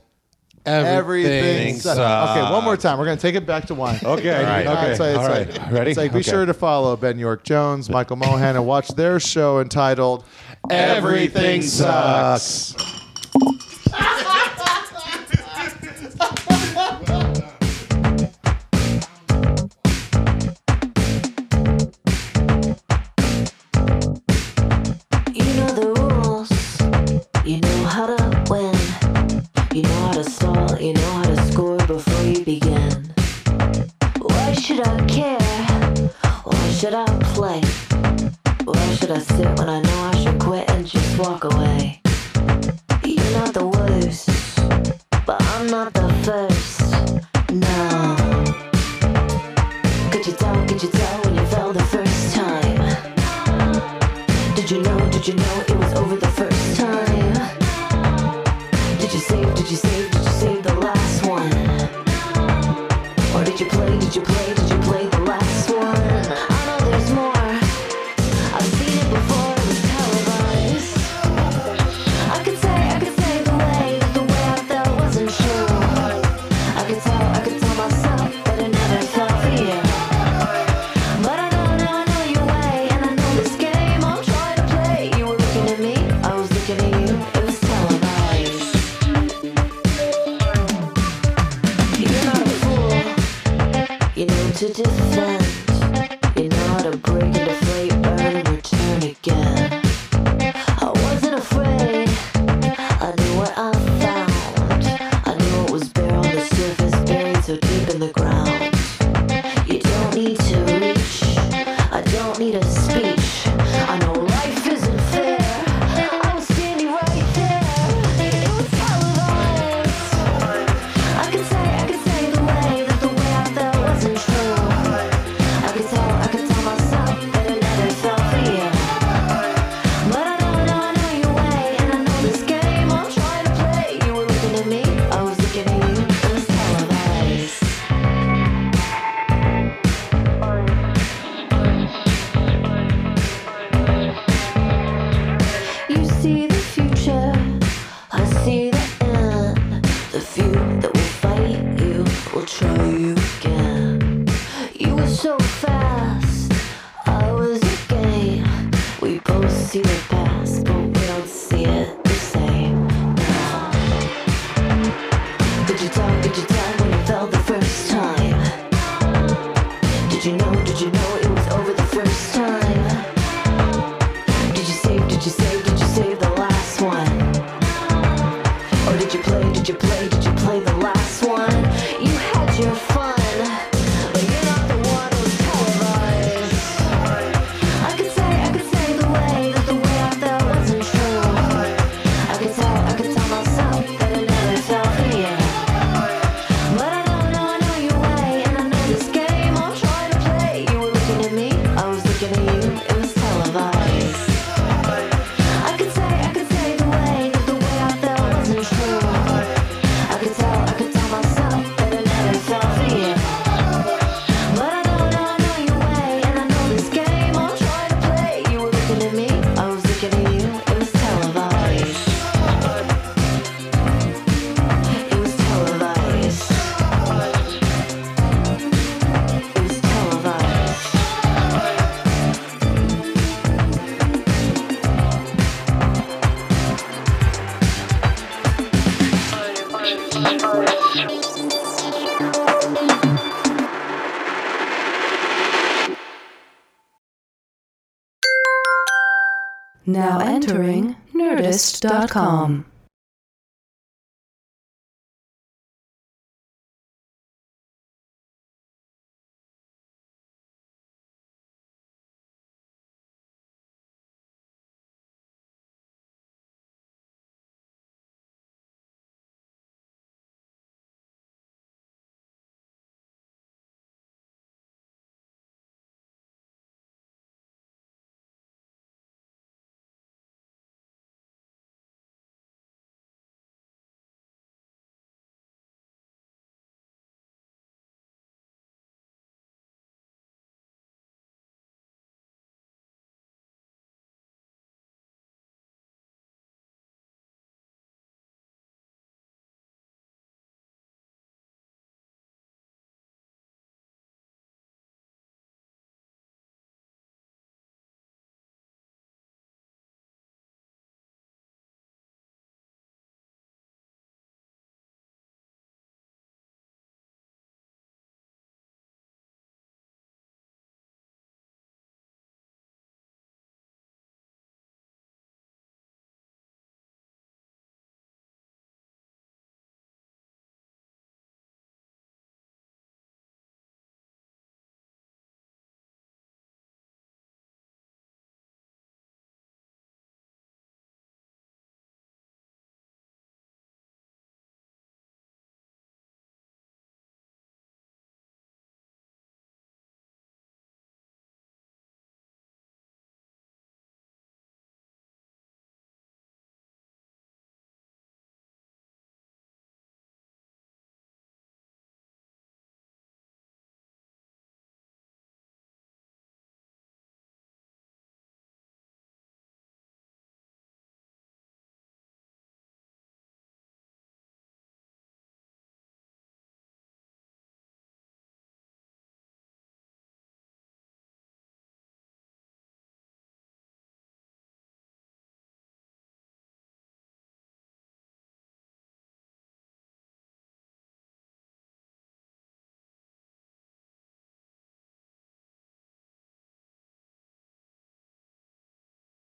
Everything, Sucks. Okay, one more time. We're gonna take it back to one. Okay. All right. Okay. Uh, it's like- it's All right. like- Ready? It's like, be Okay. sure to follow Ben York Jones, Michael Mohan, and watch their show entitled Everything Sucks. You know the rules. You know how to win. You know how to stall. You know how to score before you begin. Why should I care? Why should I play? Why should I sit when I know I should quit and just walk away? You're not the worst, but I'm not the first. No. Could you tell? Could you tell when you fell the first time? Did you know, did you know it was over the first time? Did you save, did you save, did you save the last one? Or did you play, did you play, did you play the last one? I know there's more. I've seen it before, it was televised. I could say, I could say the way, the way I felt wasn't true. I could tell, I could tell myself that I never felt for you. But I know, now I know your way, and I know this game I'm trying to play. You were looking at me, I was looking at you. need a speech. I know life isn't fair. I was standing right there. It was televised. I can say, I can say the way that the way I felt wasn't true. I could tell, I could tell myself that it never felt for you. But I know, I know, I know your way, and I know this game I'm trying to play. You were looking at me, I was looking at you. It was televised. You see the future, I see the end. The few that will fight you will try you again. You were so fast, I was a game. We both see the past, but we don't see it the same now. Did you tell, did you tell when you fell the first time? Did you know, did you know it was over the first time? Did you save, did you save, did you save the last one? Or did you play, did you play, did you play the last one? You had your fun, but you're not the one who's televised. I could say, I could say the way that the way I felt wasn't true. I could tell, I could tell myself that it never felt for you. But I know, know, I know your way, and I know this game I'm trying to play. You were looking at me, I was looking at you, it was televised. I could say, I could say the way that the way I felt wasn't true. I could tell, I could tell myself that it never felt for you. But I know, know, I know your way, and I know this game I'm trying to play. You were looking at me, I was looking at you, it was televised. It was televised. It was televised. Now entering Nerdist.com.